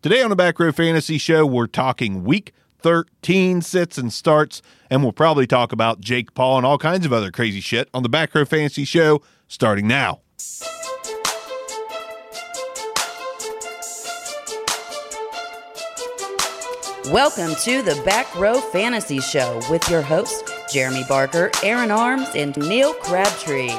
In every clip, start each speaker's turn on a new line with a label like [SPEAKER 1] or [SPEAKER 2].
[SPEAKER 1] Today on the Back Row Fantasy Show, we're talking week 13 sits and starts, and we'll probably talk about Jake Paul and all kinds of other crazy shit on the Back Row Fantasy Show starting now.
[SPEAKER 2] Welcome to the Back Row Fantasy Show with your hosts, Jeremy Barker, Aaron Arms, and Neil Crabtree.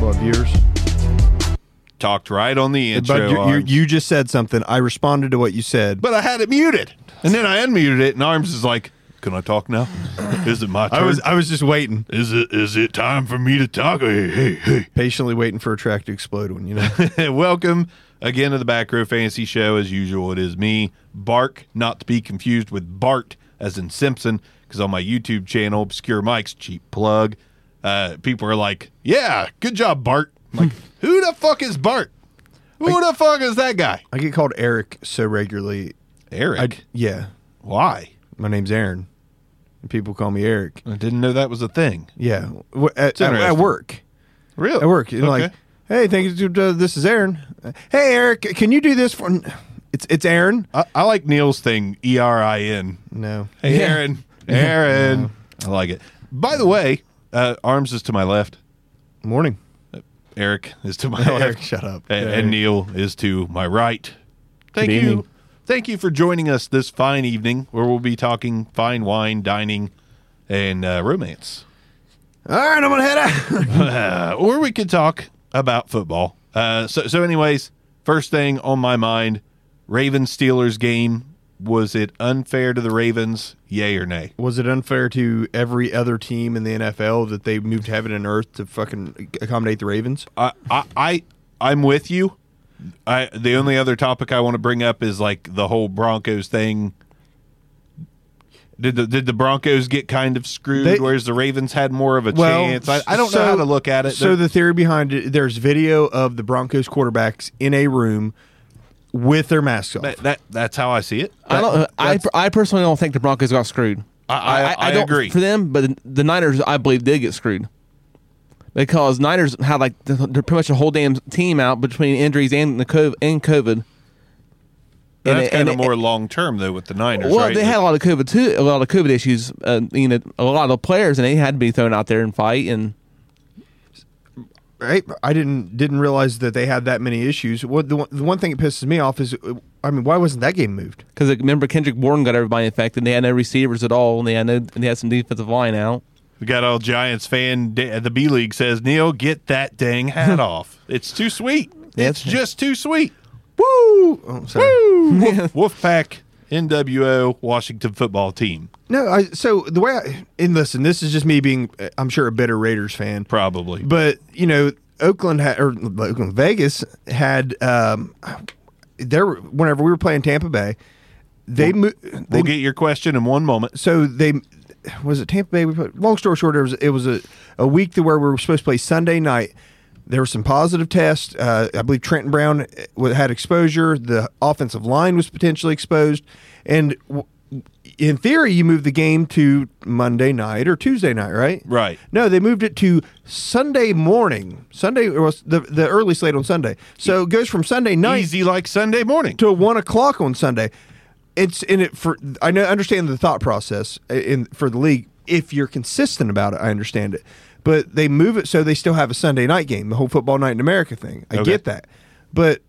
[SPEAKER 3] Well, viewers,
[SPEAKER 1] Talked right on the intro.
[SPEAKER 3] but you, you,
[SPEAKER 1] Arms.
[SPEAKER 3] you just said something. I responded to what you said.
[SPEAKER 1] but I had it muted, and then I unmuted it, and Arms is like, "Can I talk now? Is it my turn?
[SPEAKER 3] I was I was just waiting,
[SPEAKER 1] is it is it time for me to talk? Hey, hey, hey."
[SPEAKER 3] patiently waiting for a track to explode when you know.
[SPEAKER 1] Welcome again to the Back Row Fantasy Show. As usual, it is me, Bark, not to be confused with Bart, as in Simpson, because on my YouTube channel, Obscure Mike's cheap plug, uh, people are like, "Yeah, good job, Bart." I'm like, who the fuck is Bart? Who the fuck is that guy?
[SPEAKER 3] I get called Eric so regularly.
[SPEAKER 1] Eric.
[SPEAKER 3] I, yeah,
[SPEAKER 1] Why?
[SPEAKER 3] my name's Aaron, and people call me Eric.
[SPEAKER 1] I didn't know that was a thing.
[SPEAKER 3] Yeah, w- at, at, at
[SPEAKER 1] interesting.
[SPEAKER 3] work,
[SPEAKER 1] Really?
[SPEAKER 3] at work, you know, like, hey, thank you. uh, This is Aaron. Hey, Eric, can you do this for? It's it's Aaron.
[SPEAKER 1] I, I like Neil's thing, E R I N.
[SPEAKER 3] No,
[SPEAKER 1] Hey, Aaron. Aaron. I like it. By the way, uh, Arms is to my left.
[SPEAKER 3] morning.
[SPEAKER 1] Eric is to my
[SPEAKER 3] Eric,
[SPEAKER 1] left.
[SPEAKER 3] shut up.
[SPEAKER 1] A- And, Neil is to my right. Thank
[SPEAKER 3] Good
[SPEAKER 1] you.
[SPEAKER 3] evening.
[SPEAKER 1] Thank you for joining us this fine evening where we'll be talking fine wine, dining, and uh, romance.
[SPEAKER 3] All right, I'm gonna head out.
[SPEAKER 1] Uh, or we could talk about football. Uh, so, so, anyways, first thing on my mind Ravens Steelers game. Was it unfair to the Ravens? Yay or nay?
[SPEAKER 3] Was it unfair to every other team in the NFL that they moved heaven and earth to fucking accommodate the Ravens?
[SPEAKER 1] I, I, I I'm with you. I the only other topic I want to bring up is like the whole Broncos thing. Did the did the Broncos get kind of screwed?
[SPEAKER 3] They-
[SPEAKER 1] whereas the Ravens had more of a chance. I, I don't know
[SPEAKER 3] so-
[SPEAKER 1] how to look at it.
[SPEAKER 3] So the theory behind it, there's video of the Broncos quarterbacks in a room with their masks off.
[SPEAKER 1] that, that that's how I see it.
[SPEAKER 4] I don't. I, I personally don't think the Broncos got screwed.
[SPEAKER 1] I- I- I
[SPEAKER 4] don't
[SPEAKER 1] agree.
[SPEAKER 4] for them, but the, the Niners, I believe, did get screwed because Niners had like the, the- pretty much the whole damn team out between injuries and the COVID. And COVID. And
[SPEAKER 1] that's
[SPEAKER 4] it-
[SPEAKER 1] kind
[SPEAKER 4] and
[SPEAKER 1] of
[SPEAKER 4] it-
[SPEAKER 1] more long term though with the Niners.
[SPEAKER 4] Well,
[SPEAKER 1] right?
[SPEAKER 4] they had a lot of COVID too, a lot of COVID issues. Uh, you know, a lot of players, and they had to be thrown out there and fight. And
[SPEAKER 3] right? I didn't didn't realize that they had that many issues. What the one, the one thing that pisses me off is, uh, I mean, why wasn't that game moved?
[SPEAKER 4] because remember, Kendrick Bourne got everybody infected. and They had no receivers at all, and they had no, and they had some defensive line out.
[SPEAKER 1] we got all Giants fan. da- The B League says Neil, get that dang hat off. It's too sweet. It's
[SPEAKER 4] That's-
[SPEAKER 1] just too sweet.
[SPEAKER 3] Woo! Oh, sorry.
[SPEAKER 1] Wolfpack NWO Washington football team
[SPEAKER 3] No, I, so the way I and listen, this is just me being, uh, I'm sure, a bitter Raiders fan.
[SPEAKER 1] probably.
[SPEAKER 3] But you know, Oakland had or Oakland Vegas had um, there whenever we were playing Tampa Bay, they moved. They,
[SPEAKER 1] We'll get your question in one moment.
[SPEAKER 3] so they was it Tampa Bay. We put, long story short, it was it was a, a week to where we were supposed to play Sunday night. There were some positive tests. Uh, I believe Trenton Brown uh, had exposure. The offensive line was potentially exposed, and w- in theory, you move the game to Monday night or Tuesday night, right?
[SPEAKER 1] Right.
[SPEAKER 3] No, they moved it to Sunday morning. Sunday or was the the early slate on Sunday. So it goes from Sunday night
[SPEAKER 1] Easy like Sunday morning.
[SPEAKER 3] to one o'clock on Sunday. it's in it for I know understand the thought process in for the league. If you're consistent about it, I understand it. But they move it so they still have a Sunday night game, the whole football night in America thing. I
[SPEAKER 1] Okay.
[SPEAKER 3] get that, but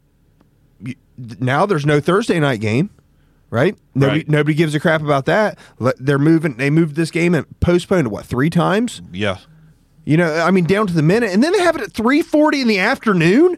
[SPEAKER 3] y- now there's no Thursday night game, right? Nobody,
[SPEAKER 1] Right.
[SPEAKER 3] nobody gives a crap about that. Let- They're moving. They moved this game and postponed it, what three times?
[SPEAKER 1] Yeah.
[SPEAKER 3] You know, I mean, down to the minute, and then they have it at three forty in the afternoon.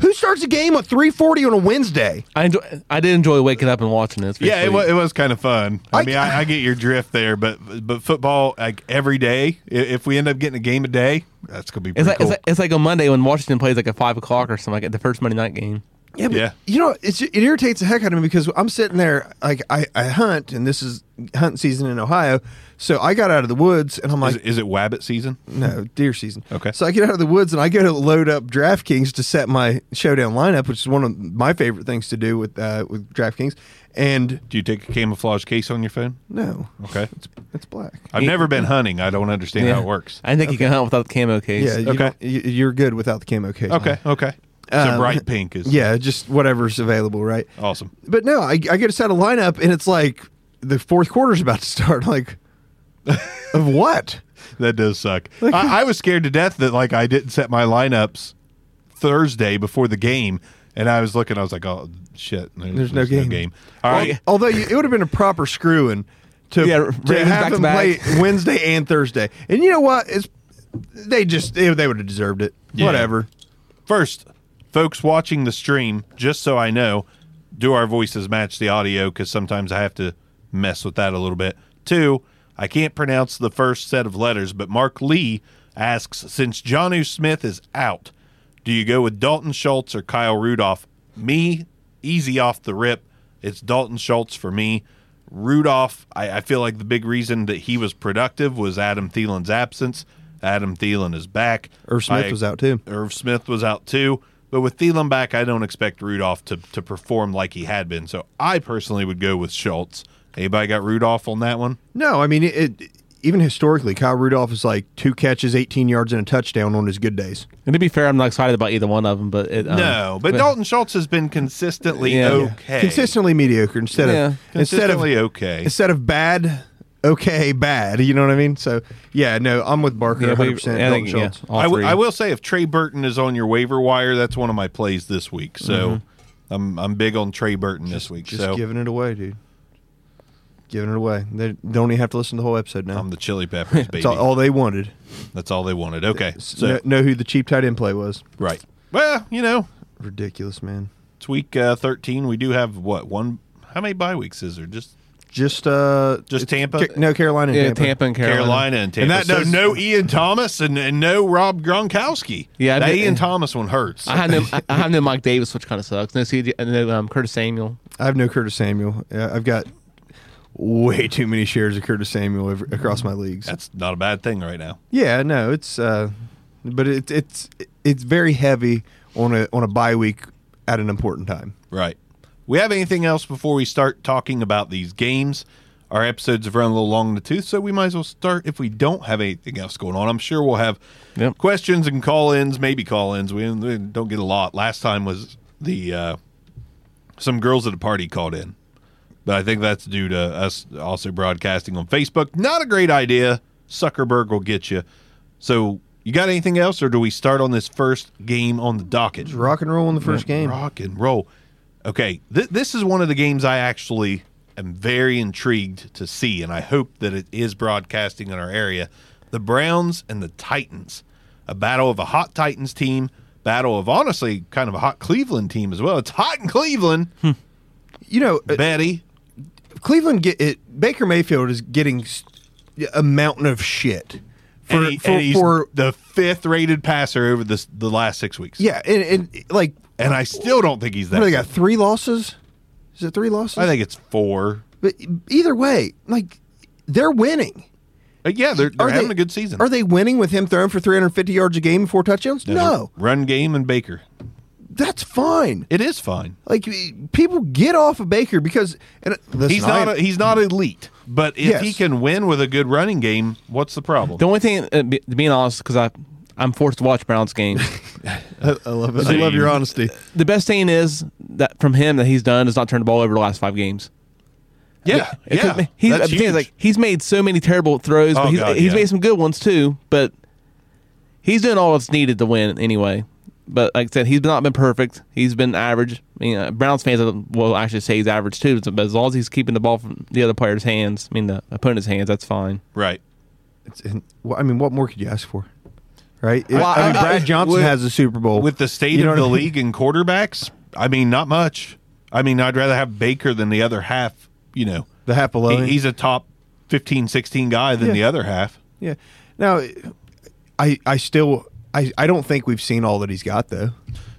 [SPEAKER 3] Who starts a game at three forty on a Wednesday?
[SPEAKER 4] I enjoy. I did enjoy waking up and watching this.
[SPEAKER 1] Yeah, it was, it was kind of fun. I,
[SPEAKER 3] I-
[SPEAKER 1] mean, I, I get your drift there, but but football like every day. i- If we end up getting a game a day, that's gonna be pretty
[SPEAKER 4] It's like,
[SPEAKER 1] cool.
[SPEAKER 4] it's like it's like on Monday when Washington plays like a five o'clock or something like at the first Monday night game.
[SPEAKER 3] Yeah, but
[SPEAKER 1] Yeah.
[SPEAKER 3] you know, it's, it irritates the heck out of me because I'm sitting there like I, I hunt, and this is hunt season in Ohio, so I got out of the woods and I'm
[SPEAKER 1] is,
[SPEAKER 3] like,
[SPEAKER 1] it- is it Wabbit season?
[SPEAKER 3] no deer season.
[SPEAKER 1] Okay.
[SPEAKER 3] so I get out of the woods and I go to load up DraftKings to set my showdown lineup, which is one of my favorite things to do with uh, with DraftKings. And
[SPEAKER 1] Do you take a camouflage case on your phone?
[SPEAKER 3] no,
[SPEAKER 1] Okay,
[SPEAKER 3] it's black.
[SPEAKER 1] I've never been hunting. I don't understand how it works.
[SPEAKER 3] Uh,
[SPEAKER 4] I think you can hunt without the camo case.
[SPEAKER 3] Yeah, you
[SPEAKER 1] Okay.
[SPEAKER 3] don't- you, you're good without the camo case.
[SPEAKER 1] Okay, okay. So
[SPEAKER 3] Um,
[SPEAKER 1] bright pink is
[SPEAKER 3] Yeah, just whatever's available, right?
[SPEAKER 1] awesome.
[SPEAKER 3] But no, I, I get a set a lineup, and it's like the fourth quarter's about to start. Like, of what?
[SPEAKER 1] That does suck. I, I was scared to death that like I didn't set my lineups Thursday before the game, and I was looking. I was like, oh shit, there's,
[SPEAKER 3] There's no game.
[SPEAKER 1] All right,
[SPEAKER 3] Although you, it would have been a proper screwing to,
[SPEAKER 4] Yeah,
[SPEAKER 3] to
[SPEAKER 4] Ravens
[SPEAKER 3] have them
[SPEAKER 4] back-to-back.
[SPEAKER 3] play Wednesday and Thursday. And you know what? It's they just they, they would have deserved it.
[SPEAKER 1] Yeah.
[SPEAKER 3] Whatever.
[SPEAKER 1] First, folks watching the stream, just so I know, do our voices match the audio? Because sometimes I have to mess with that a little bit. Two, I can't pronounce the first set of letters, but Mark Lee asks Since Johnu Smith is out, do you go with Dalton Schultz or Kyle Rudolph? Me, easy off the rip. It's Dalton Schultz for me. Rudolph, I, I feel like the big reason that he was productive was Adam Thielen's absence. Adam Thielen is back.
[SPEAKER 3] Irv Smith
[SPEAKER 1] I-
[SPEAKER 3] was out too.
[SPEAKER 1] Irv Smith was out too. But with Thielen back, I don't expect Rudolph to, to perform like he had been. So I personally would go with Schultz. Anybody got Rudolph on that one?
[SPEAKER 3] No, I mean it, it- Even historically, Kyle Rudolph is like two catches, eighteen yards, and a touchdown on his good days.
[SPEAKER 4] And to be fair, I'm not excited about either one of them, but
[SPEAKER 3] Uh,
[SPEAKER 4] it, um,
[SPEAKER 1] no, but Dalton Schultz has been consistently
[SPEAKER 4] Yeah.
[SPEAKER 1] okay.
[SPEAKER 3] Consistently mediocre instead
[SPEAKER 4] Yeah.
[SPEAKER 3] of instead of
[SPEAKER 1] Consistently okay.
[SPEAKER 3] instead of bad, okay, bad. You know what I mean? So yeah, no, I'm with Barker
[SPEAKER 4] Yeah,
[SPEAKER 3] 100.
[SPEAKER 4] we, I
[SPEAKER 3] percent
[SPEAKER 4] think, yeah, all
[SPEAKER 1] I, w-
[SPEAKER 4] three.
[SPEAKER 1] I will say if Trey Burton is on your waiver wire, that's one of my plays this week. So I'm I'm big on Trey Burton this week.
[SPEAKER 3] Mm-hmm. Just
[SPEAKER 1] so
[SPEAKER 3] giving it away, dude. Giving it away. They don't even have to listen to the whole episode now.
[SPEAKER 1] I'm the Chili Peppers baby.
[SPEAKER 3] It's all, all they wanted.
[SPEAKER 1] that's all they wanted. Okay, so
[SPEAKER 3] know, know who the cheap tight end play was?
[SPEAKER 1] right. Well, you know,
[SPEAKER 3] Ridiculous, man.
[SPEAKER 1] It's week uh, 13. We do have what one? How many bye weeks is there? Just
[SPEAKER 3] Just uh,
[SPEAKER 1] Just
[SPEAKER 3] it's-
[SPEAKER 1] Tampa?
[SPEAKER 3] Ca- no, Carolina. And
[SPEAKER 4] yeah,
[SPEAKER 3] Tampa.
[SPEAKER 4] Tampa and Carolina.
[SPEAKER 1] Carolina, and Tampa.
[SPEAKER 3] And that
[SPEAKER 1] so
[SPEAKER 3] does-
[SPEAKER 1] no Ian Thomas and, and no Rob Gronkowski.
[SPEAKER 4] Yeah, I
[SPEAKER 1] that
[SPEAKER 4] did-
[SPEAKER 1] Ian Thomas one hurts.
[SPEAKER 4] I have no, I- I have no Mike Davis, which kind of sucks. No, CJ, no um, Curtis Samuel.
[SPEAKER 3] I have no Curtis Samuel. Uh, I've got way too many shares of Curtis Samuel over, across my leagues.
[SPEAKER 1] That's not a bad thing right now.
[SPEAKER 3] yeah, no, it's uh, but it's it's it's very heavy on a on a bye week at an important time.
[SPEAKER 1] Right. We have anything else before we start talking about these games? Our episodes have run a little long in the tooth, so we might as well start if we don't have anything else going on. I'm sure we'll have
[SPEAKER 4] Yep.
[SPEAKER 1] questions and call ins, maybe call ins. We we don't get a lot. Last time was the uh, some girls at a party called in, but I think that's due to us also broadcasting on Facebook. Not a great idea. Zuckerberg will get you. So, you got anything else, or do we start on this first game on the docket?
[SPEAKER 3] Rock and roll in the first game.
[SPEAKER 1] Rock and roll. Okay, th- this is one of the games I actually am very intrigued to see, and I hope that it is broadcasting in our area. The Browns and the Titans, a battle of a hot Titans team, battle of honestly kind of a hot Cleveland team as well. It's hot in Cleveland,
[SPEAKER 3] Hmm. You know, uh,
[SPEAKER 1] Betty.
[SPEAKER 3] Cleveland get it. Baker Mayfield is getting s- a mountain of shit for
[SPEAKER 1] and he-
[SPEAKER 3] for,
[SPEAKER 1] and he's
[SPEAKER 3] for
[SPEAKER 1] the fifth rated passer over this, the last six weeks.
[SPEAKER 3] yeah, and, and like
[SPEAKER 1] and I still don't think he's that.
[SPEAKER 3] what do they got
[SPEAKER 1] good.
[SPEAKER 3] three losses. Is it three losses?
[SPEAKER 1] I think it's four.
[SPEAKER 3] But either way, like they're winning.
[SPEAKER 1] But yeah, they're, they're having a good season.
[SPEAKER 3] Are they winning with him throwing for 350 yards a game and four touchdowns?
[SPEAKER 1] There's a
[SPEAKER 3] No,
[SPEAKER 1] run game and Baker.
[SPEAKER 3] that's fine.
[SPEAKER 1] It is fine.
[SPEAKER 3] Like y- people get off of Baker because and uh, listen,
[SPEAKER 1] He's not.
[SPEAKER 3] I-
[SPEAKER 1] a, he's not elite. But if
[SPEAKER 3] Yes.
[SPEAKER 1] he can win with a good running game, what's the problem?
[SPEAKER 4] The only thing, uh, be, being honest, because I I'm forced to watch Browns games.
[SPEAKER 3] I love it. I
[SPEAKER 1] Same.
[SPEAKER 3] love your honesty.
[SPEAKER 4] the best thing is that from him that he's done is not turn the ball over the last five games.
[SPEAKER 1] Yeah,
[SPEAKER 4] It
[SPEAKER 1] yeah.
[SPEAKER 4] could be- he's,
[SPEAKER 1] That's
[SPEAKER 4] the thing is,
[SPEAKER 1] huge.
[SPEAKER 4] like he's made so many terrible throws,
[SPEAKER 1] Oh,
[SPEAKER 4] but he's,
[SPEAKER 1] God,
[SPEAKER 4] he's
[SPEAKER 1] yeah.
[SPEAKER 4] made some good ones too. But he's doing all that's needed to win anyway. But like I said, he's not been perfect. He's been average. I mean, uh, Browns fans will actually say he's average too. But as long as he's keeping the ball from the other player's hands, I mean the opponent's hands, that's fine.
[SPEAKER 1] right.
[SPEAKER 3] It's, and, well, I mean, what more could you ask for? Right? It-
[SPEAKER 4] Well,
[SPEAKER 3] I, mean,
[SPEAKER 4] I- I-
[SPEAKER 3] Brad Johnson
[SPEAKER 1] with-
[SPEAKER 3] has a Super Bowl.
[SPEAKER 1] With the state
[SPEAKER 3] Oh, You know
[SPEAKER 1] of
[SPEAKER 3] what
[SPEAKER 1] the
[SPEAKER 3] I mean?
[SPEAKER 1] league and quarterbacks, I mean, not much. I mean, I'd rather have Baker than the other half, you know.
[SPEAKER 3] The half below
[SPEAKER 1] He-
[SPEAKER 3] him.
[SPEAKER 1] he's a top 15, 16 guy than
[SPEAKER 3] Yeah.
[SPEAKER 1] the other half.
[SPEAKER 3] Yeah. Now, I I still I, I don't think we've seen all that he's got though.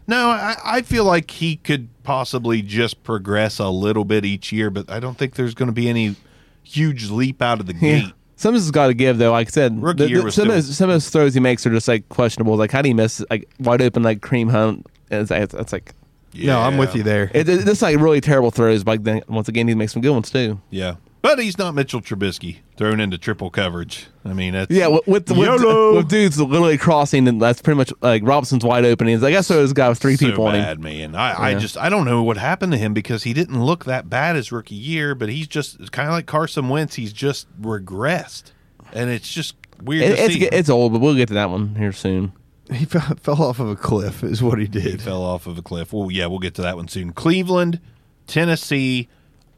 [SPEAKER 1] No, I, I feel like he could possibly just progress a little bit each year, but I don't think there's going to be any huge leap out of the gate.
[SPEAKER 4] Some of this has got to give, though. Like I said,
[SPEAKER 1] Rookie year was
[SPEAKER 4] some,
[SPEAKER 1] still-
[SPEAKER 4] of his, some of his throws he makes are just like questionable. Like how do you miss like wide open like cream hunt? It's, it's, it's like
[SPEAKER 3] No, I'm with
[SPEAKER 1] Yeah.
[SPEAKER 3] you there.
[SPEAKER 4] it, it, it's like really terrible throws. But then once again, he makes some good ones too.
[SPEAKER 1] Yeah. But he's not Mitchell Trubisky thrown into triple coverage. I mean, that's,
[SPEAKER 4] Yeah, with with, with,
[SPEAKER 1] YOLO.
[SPEAKER 4] with dudes literally crossing, and that's pretty much like Robinson's wide open. He's like, I saw this guy with three
[SPEAKER 1] so
[SPEAKER 4] people on
[SPEAKER 1] bad,
[SPEAKER 4] him.
[SPEAKER 1] man. I, I
[SPEAKER 4] Yeah.
[SPEAKER 1] just I don't know what happened to him because he didn't look that bad his rookie year, but he's just kind of like Carson Wentz. He's just regressed, and it's just weird
[SPEAKER 4] It,
[SPEAKER 1] to
[SPEAKER 4] it's
[SPEAKER 1] see.
[SPEAKER 4] it's old, but we'll get to that one here soon.
[SPEAKER 3] He fell, fell off of a cliff is what he
[SPEAKER 1] he
[SPEAKER 3] did.
[SPEAKER 1] fell off of a cliff. Well, yeah, we'll get to that one soon. Cleveland, Tennessee.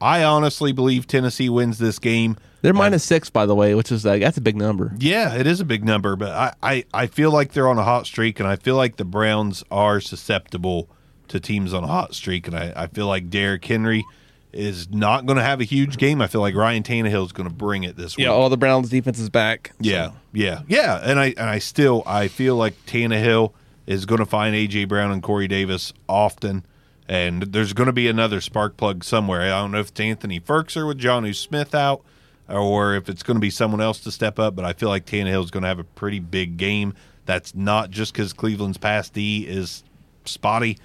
[SPEAKER 1] I honestly believe Tennessee wins this game.
[SPEAKER 4] They're minus six, by the way, which is like that's a big number.
[SPEAKER 1] Yeah, it is a big number, but I, I, I feel like they're on a hot streak, and I feel like the Browns are susceptible to teams on a hot streak, and I, I feel like Derrick Henry is not going to have a huge game. I feel like Ryan Tannehill is going to bring it this week.
[SPEAKER 4] Yeah, all the Browns defense is back.
[SPEAKER 1] yeah, yeah, yeah, and I and I still I feel like Tannehill is going to find AJ Brown and Corey Davis often, and there's going to be another spark plug somewhere. I don't know if it's Anthony Ferkser with Johnu Smith out, or if it's going to be someone else to step up. But I feel like Tannehill is going to have a pretty big game. That's not just because Cleveland's pass D is spotty.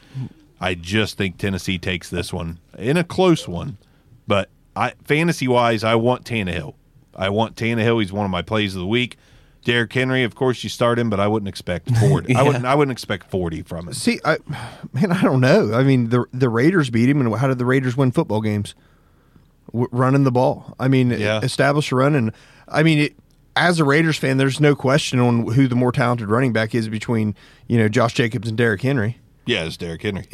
[SPEAKER 1] I just think Tennessee takes this one in a close one, but I fantasy wise, I want Tannehill. I want Tannehill. He's one of my plays of the week. Derrick Henry, of course, you start him, but I wouldn't expect forty. I wouldn't. I wouldn't expect forty from him.
[SPEAKER 3] See, I man, I don't know. I mean, the the Raiders beat him, and how did the Raiders win football games? W- running the ball. I mean,
[SPEAKER 1] Yeah.
[SPEAKER 3] establish a run, and I mean, it, as a Raiders fan, there's no question on who the more talented running back is between you know Josh Jacobs and Derrick Henry,
[SPEAKER 1] Yeah, it's Derrick Henry.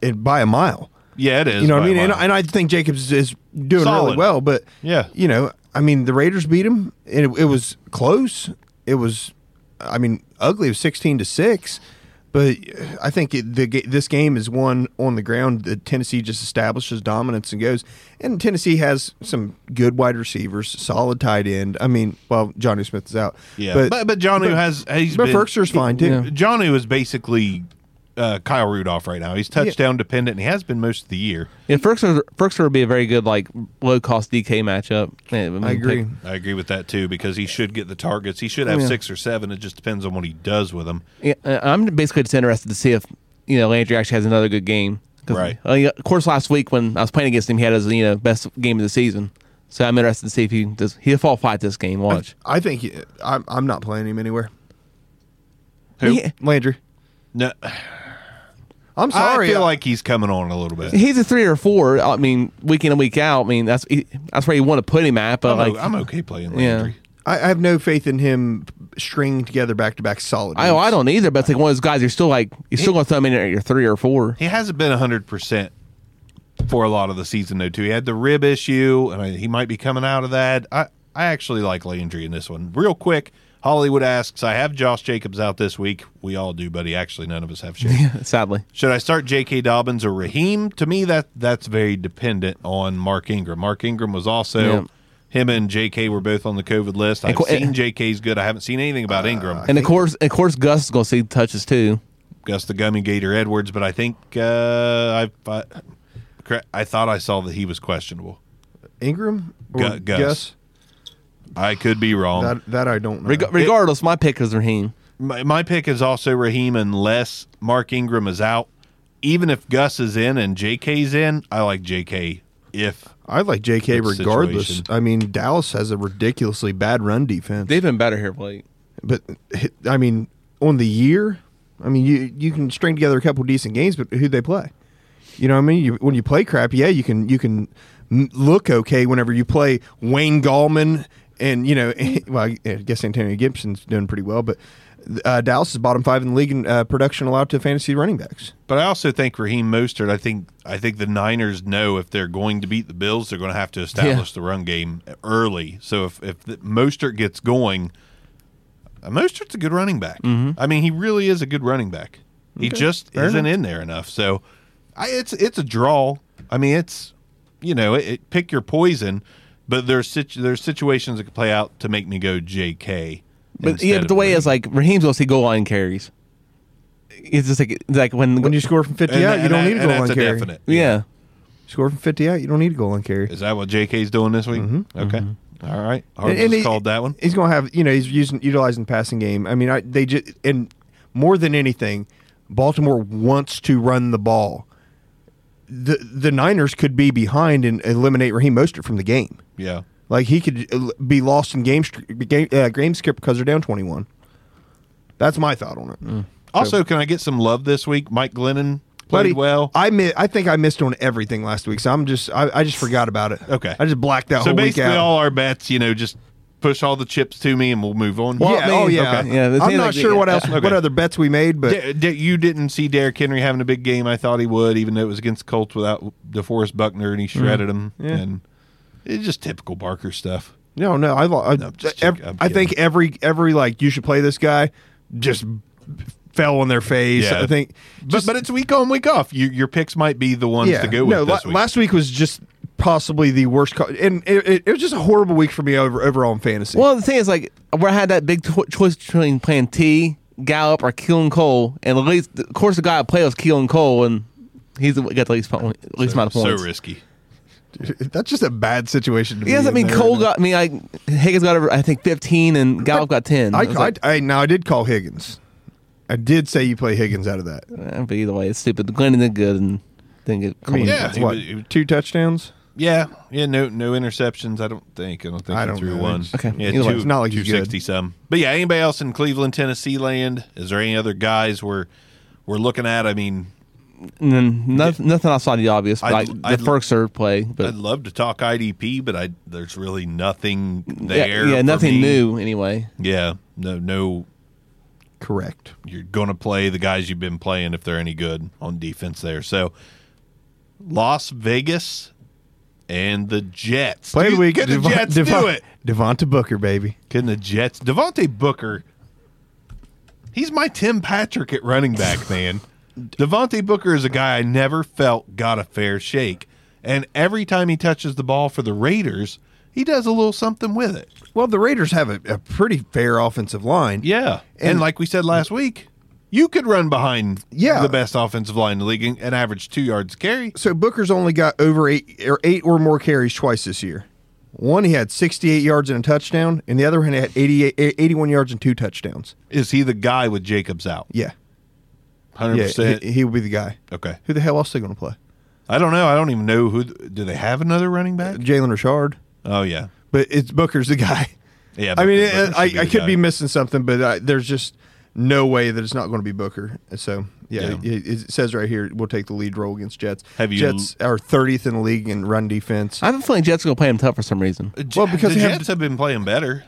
[SPEAKER 3] and by a mile.
[SPEAKER 1] Yeah, it is.
[SPEAKER 3] You know what I
[SPEAKER 1] by a
[SPEAKER 3] mean? And,
[SPEAKER 1] mile.
[SPEAKER 3] and I think Jacobs is doing
[SPEAKER 1] Solid.
[SPEAKER 3] really well, but
[SPEAKER 1] Yeah.
[SPEAKER 3] you know, I mean, the Raiders beat him, and it, it was close. It was, I mean, ugly. It was sixteen to six, but I think it, the ga- this game is one on the ground that Tennessee just establishes dominance and goes. And Tennessee has some good wide receivers, solid tight end. I mean, well, Johnny Smith is out.
[SPEAKER 1] yeah, but but, Johnny has he's
[SPEAKER 3] but
[SPEAKER 1] been,
[SPEAKER 3] Ferkser's fine too.
[SPEAKER 1] Johnny was basically uh, Kyle Rudolph right now. He's touchdown dependent, and he has been most of the year.
[SPEAKER 4] Yeah, Ferkser, Ferkser would be a very good like low cost DK matchup. Yeah, mean,
[SPEAKER 3] I agree.
[SPEAKER 4] pick-
[SPEAKER 1] I agree with that too because he should get the targets. He should have six or seven. It just depends on what he does with them.
[SPEAKER 4] Yeah, uh, I'm basically just interested to see if you know Landry actually has another good game. 'Cause,
[SPEAKER 1] Right.
[SPEAKER 4] uh, yeah, of course, last week when I was playing against him, he had his you know best game of the season. So I'm interested to see if he does. He'll fall flat this game. Watch.
[SPEAKER 3] I think he, I'm, I'm not playing him anywhere.
[SPEAKER 1] Who?
[SPEAKER 4] He-
[SPEAKER 3] Landry,
[SPEAKER 1] No,
[SPEAKER 3] I'm sorry.
[SPEAKER 1] I
[SPEAKER 4] uh,
[SPEAKER 1] feel like he's coming on a little bit.
[SPEAKER 4] He's a three or four. I mean, week in and week out. I mean, that's he, that's where you want to put him at. But
[SPEAKER 1] I'm,
[SPEAKER 4] like,
[SPEAKER 1] o- I'm okay playing
[SPEAKER 4] Yeah.
[SPEAKER 1] Landry.
[SPEAKER 3] I, I have no faith in him stringing together back to back solid.
[SPEAKER 4] I, I don't either. But it's like one of those guys. You're still like you're still gonna throw him in at your three or four.
[SPEAKER 1] He hasn't been 100% for a lot of the season, though, too. He had the rib issue, and I, he might be coming out of that. I, I actually like Landry in this one. Real quick, Hollywood asks I have Josh Jacobs out this week. We all do, buddy. Actually, none of us have Shane.
[SPEAKER 4] Sadly,
[SPEAKER 1] Should I start J.K. Dobbins or Raheem? To me, that that's very dependent on Mark Ingram. Mark Ingram was also.
[SPEAKER 4] Yeah.
[SPEAKER 1] Him and J.K. were both on the COVID list. I've
[SPEAKER 4] qu- Uh,
[SPEAKER 1] seen
[SPEAKER 4] and-
[SPEAKER 1] J.K.'s good. I haven't seen anything about Ingram.
[SPEAKER 4] and of course, of course, Gus is gonna see touches too.
[SPEAKER 1] Gus the Gummy Gator Edwards, but I think uh, I, I correct- I thought I saw that he was questionable.
[SPEAKER 3] Ingram
[SPEAKER 1] Gu- Gus. I could be wrong.
[SPEAKER 3] That that I don't know.
[SPEAKER 4] Reg- regardless, my pick is Raheem.
[SPEAKER 1] my, my pick is also Raheem unless Mark Ingram is out. Even if Gus is in and JK's in, I like JK if
[SPEAKER 3] I like J.K.
[SPEAKER 1] Good
[SPEAKER 3] regardless.
[SPEAKER 1] situation.
[SPEAKER 3] I mean, Dallas has a ridiculously bad run defense,
[SPEAKER 4] They've been better here, Blake.
[SPEAKER 3] but I mean, on the year, I mean, you you can string together a couple decent games, but who they play? You know, what I mean, you, when you play crap, yeah, you can you can n- look okay whenever you play Wayne Gallman and you know, well, I guess Antonio Gibson's doing pretty well, but uh, Dallas is bottom five in the league in uh, production allowed to fantasy running backs.
[SPEAKER 1] But I also think Raheem Mostert. I think I think the Niners know if they're going to beat the Bills, they're going to have to establish the run game early. So if if the, Mostert gets going, uh, Mostert's a good running back.
[SPEAKER 4] Mm-hmm.
[SPEAKER 1] I mean, he really is a good running back. He just isn't in there enough. So I, it's it's a draw. I mean, it's you know, it, it, pick your poison. But there's situ- there's situations that could play out to make me go J.K.
[SPEAKER 4] But yeah,
[SPEAKER 1] instead
[SPEAKER 4] but the
[SPEAKER 1] of
[SPEAKER 4] way
[SPEAKER 1] Raheem.
[SPEAKER 4] is like Raheem's gonna see goal line carries. It's just like like when,
[SPEAKER 3] When you score from fifty
[SPEAKER 1] And
[SPEAKER 3] out,
[SPEAKER 1] that-
[SPEAKER 3] you don't
[SPEAKER 1] and
[SPEAKER 3] need a
[SPEAKER 1] that- and
[SPEAKER 3] goal line
[SPEAKER 1] that's
[SPEAKER 3] carry.
[SPEAKER 1] definite.
[SPEAKER 4] yeah.
[SPEAKER 3] Score from fifty out, you don't need a goal line carry.
[SPEAKER 1] Is that what JK's doing this week? Okay. All right. Hard
[SPEAKER 3] Mm-hmm. And- and
[SPEAKER 1] just
[SPEAKER 3] he-
[SPEAKER 1] called that one.
[SPEAKER 3] He's going to have, you know, he's using utilizing the passing game. I mean, I, they just and more than anything, Baltimore wants to run the ball. The the Niners could be behind and eliminate Raheem Mostert from the game.
[SPEAKER 1] Yeah.
[SPEAKER 3] Like he could uh, be lost in game str- game, uh, game skip because they're down twenty one. That's my thought on it.
[SPEAKER 1] Also, can I get some love this week? Mike Glennon Mm. played
[SPEAKER 3] Buddy,
[SPEAKER 1] well.
[SPEAKER 3] I mi- I think I missed on everything last week, so I'm just I, I just forgot about it.
[SPEAKER 1] Okay.
[SPEAKER 3] I just blacked out.
[SPEAKER 1] so
[SPEAKER 3] whole week
[SPEAKER 1] basically,
[SPEAKER 3] out.
[SPEAKER 1] all our bets, you know, just push all the chips to me, and we'll move on.
[SPEAKER 3] yeah,
[SPEAKER 4] I mean,
[SPEAKER 3] oh yeah,
[SPEAKER 4] okay. Yeah, it
[SPEAKER 3] I'm
[SPEAKER 4] seems
[SPEAKER 3] not
[SPEAKER 4] like the-
[SPEAKER 3] sure what else,
[SPEAKER 1] Okay.
[SPEAKER 3] what other bets we made, but
[SPEAKER 1] D- D- you didn't see Derrick Henry having a big game. I thought he would, even though it was against Colts without DeForest Buckner, and
[SPEAKER 3] Mm-hmm.
[SPEAKER 1] he shredded him. And it's just typical Barker stuff.
[SPEAKER 3] No, no, I, I,
[SPEAKER 1] No, just
[SPEAKER 3] ev-
[SPEAKER 1] joking. I'm
[SPEAKER 3] I think
[SPEAKER 1] kidding.
[SPEAKER 3] every every like you should play this guy just fell on their face.
[SPEAKER 1] Yeah.
[SPEAKER 3] I think,
[SPEAKER 1] But, but it's week on, week off. You, your picks might be the ones to go with
[SPEAKER 3] no,
[SPEAKER 1] this
[SPEAKER 3] la-
[SPEAKER 1] week.
[SPEAKER 3] last week was just possibly the worst, co- and it, it, it was just a horrible week for me over, overall in fantasy.
[SPEAKER 4] Well, the thing is, like, where I had that big to- choice between playing T, Gallup, or Keelan Cole, and at least, of course, the guy I play was Keelan Cole, and he's the- got the least, point, least amount of
[SPEAKER 1] so
[SPEAKER 4] points.
[SPEAKER 1] risky.
[SPEAKER 3] That's just a bad situation. To
[SPEAKER 4] He
[SPEAKER 3] be
[SPEAKER 4] doesn't
[SPEAKER 3] in
[SPEAKER 4] mean
[SPEAKER 3] there
[SPEAKER 4] Cole
[SPEAKER 3] right now.
[SPEAKER 4] got me. I Higgins got over, I think, fifteen, and Gallup got ten.
[SPEAKER 3] I,
[SPEAKER 4] It's like,
[SPEAKER 3] I, I now I did call Higgins. I did say you play Higgins out of that.
[SPEAKER 4] eh, but either way, it's stupid. Glennon did good, and didn't get. Cole.
[SPEAKER 1] mean, yeah. he
[SPEAKER 3] what
[SPEAKER 1] was- he was-
[SPEAKER 3] two touchdowns?
[SPEAKER 1] Yeah, yeah, no, no interceptions. I don't think. I don't think
[SPEAKER 3] I
[SPEAKER 1] he
[SPEAKER 3] don't
[SPEAKER 1] threw
[SPEAKER 3] know.
[SPEAKER 1] one.
[SPEAKER 3] It's-
[SPEAKER 4] Okay.
[SPEAKER 1] yeah,
[SPEAKER 4] Either way,
[SPEAKER 3] it's not like he's good.
[SPEAKER 1] 260 some. But yeah, anybody else in Cleveland, Tennessee land? Is there any other guys we're we're looking at? I mean,
[SPEAKER 4] And then nothing, nothing outside the obvious,
[SPEAKER 1] I'd-
[SPEAKER 4] like
[SPEAKER 1] I'd-
[SPEAKER 4] the first serve play, but
[SPEAKER 1] I'd love to talk IDP, but I there's really nothing
[SPEAKER 4] yeah,
[SPEAKER 1] there.
[SPEAKER 4] yeah,
[SPEAKER 1] for
[SPEAKER 4] nothing
[SPEAKER 1] me.
[SPEAKER 4] new anyway.
[SPEAKER 1] Yeah, no, no.
[SPEAKER 3] Correct.
[SPEAKER 1] You're gonna play the guys you've been playing if they're any good on defense there. So, Las Vegas and the Jets.
[SPEAKER 3] Play of
[SPEAKER 1] Dude,
[SPEAKER 3] the week.
[SPEAKER 1] Can the
[SPEAKER 3] Devon-
[SPEAKER 1] Jets
[SPEAKER 3] Devon-
[SPEAKER 1] do it?
[SPEAKER 3] Devonta Booker, baby.
[SPEAKER 1] Can the Jets? Devontae Booker, he's my Tim Patrick at running back, man. Devontae Booker is a guy I never felt got a fair shake. And every time he touches the ball for the Raiders, he does a little something with it.
[SPEAKER 3] Well, the Raiders have a, a pretty fair offensive line.
[SPEAKER 1] Yeah. And,
[SPEAKER 3] And-
[SPEAKER 1] like we said last week, you could run behind
[SPEAKER 3] Yeah.
[SPEAKER 1] the best offensive line in the league and, and average two yards carry.
[SPEAKER 3] So Booker's only got over eight or eight or more carries twice this year. One, he had 68 yards and a touchdown, and the other one had 88, 81 yards and two touchdowns.
[SPEAKER 1] Is he the guy with Jacobs out?
[SPEAKER 3] Yeah,
[SPEAKER 1] 100%.
[SPEAKER 3] yeah, he, he would be the guy.
[SPEAKER 1] okay.
[SPEAKER 3] Who the hell else they going to play?
[SPEAKER 1] I don't know. I don't even know who. th- Do they have another running back?
[SPEAKER 3] Jalen Richard,
[SPEAKER 1] Oh, yeah.
[SPEAKER 3] but it's Booker's the guy.
[SPEAKER 1] Yeah.
[SPEAKER 3] I mean,
[SPEAKER 1] Booker- Booker
[SPEAKER 3] it,
[SPEAKER 1] should
[SPEAKER 3] I,
[SPEAKER 1] the
[SPEAKER 3] I could
[SPEAKER 1] guy.
[SPEAKER 3] be missing something, but I, there's just no way that it's not going to be Booker. So yeah,
[SPEAKER 1] Yeah.
[SPEAKER 3] It, it says right here we'll take the lead role against Jets.
[SPEAKER 1] Have you-
[SPEAKER 3] Jets are 30th in the league in run defense.
[SPEAKER 4] I have a feeling Jets are gonna play him tough for some reason.
[SPEAKER 1] The J-
[SPEAKER 3] Well, because
[SPEAKER 1] the
[SPEAKER 3] they have-
[SPEAKER 1] Jets have been playing better,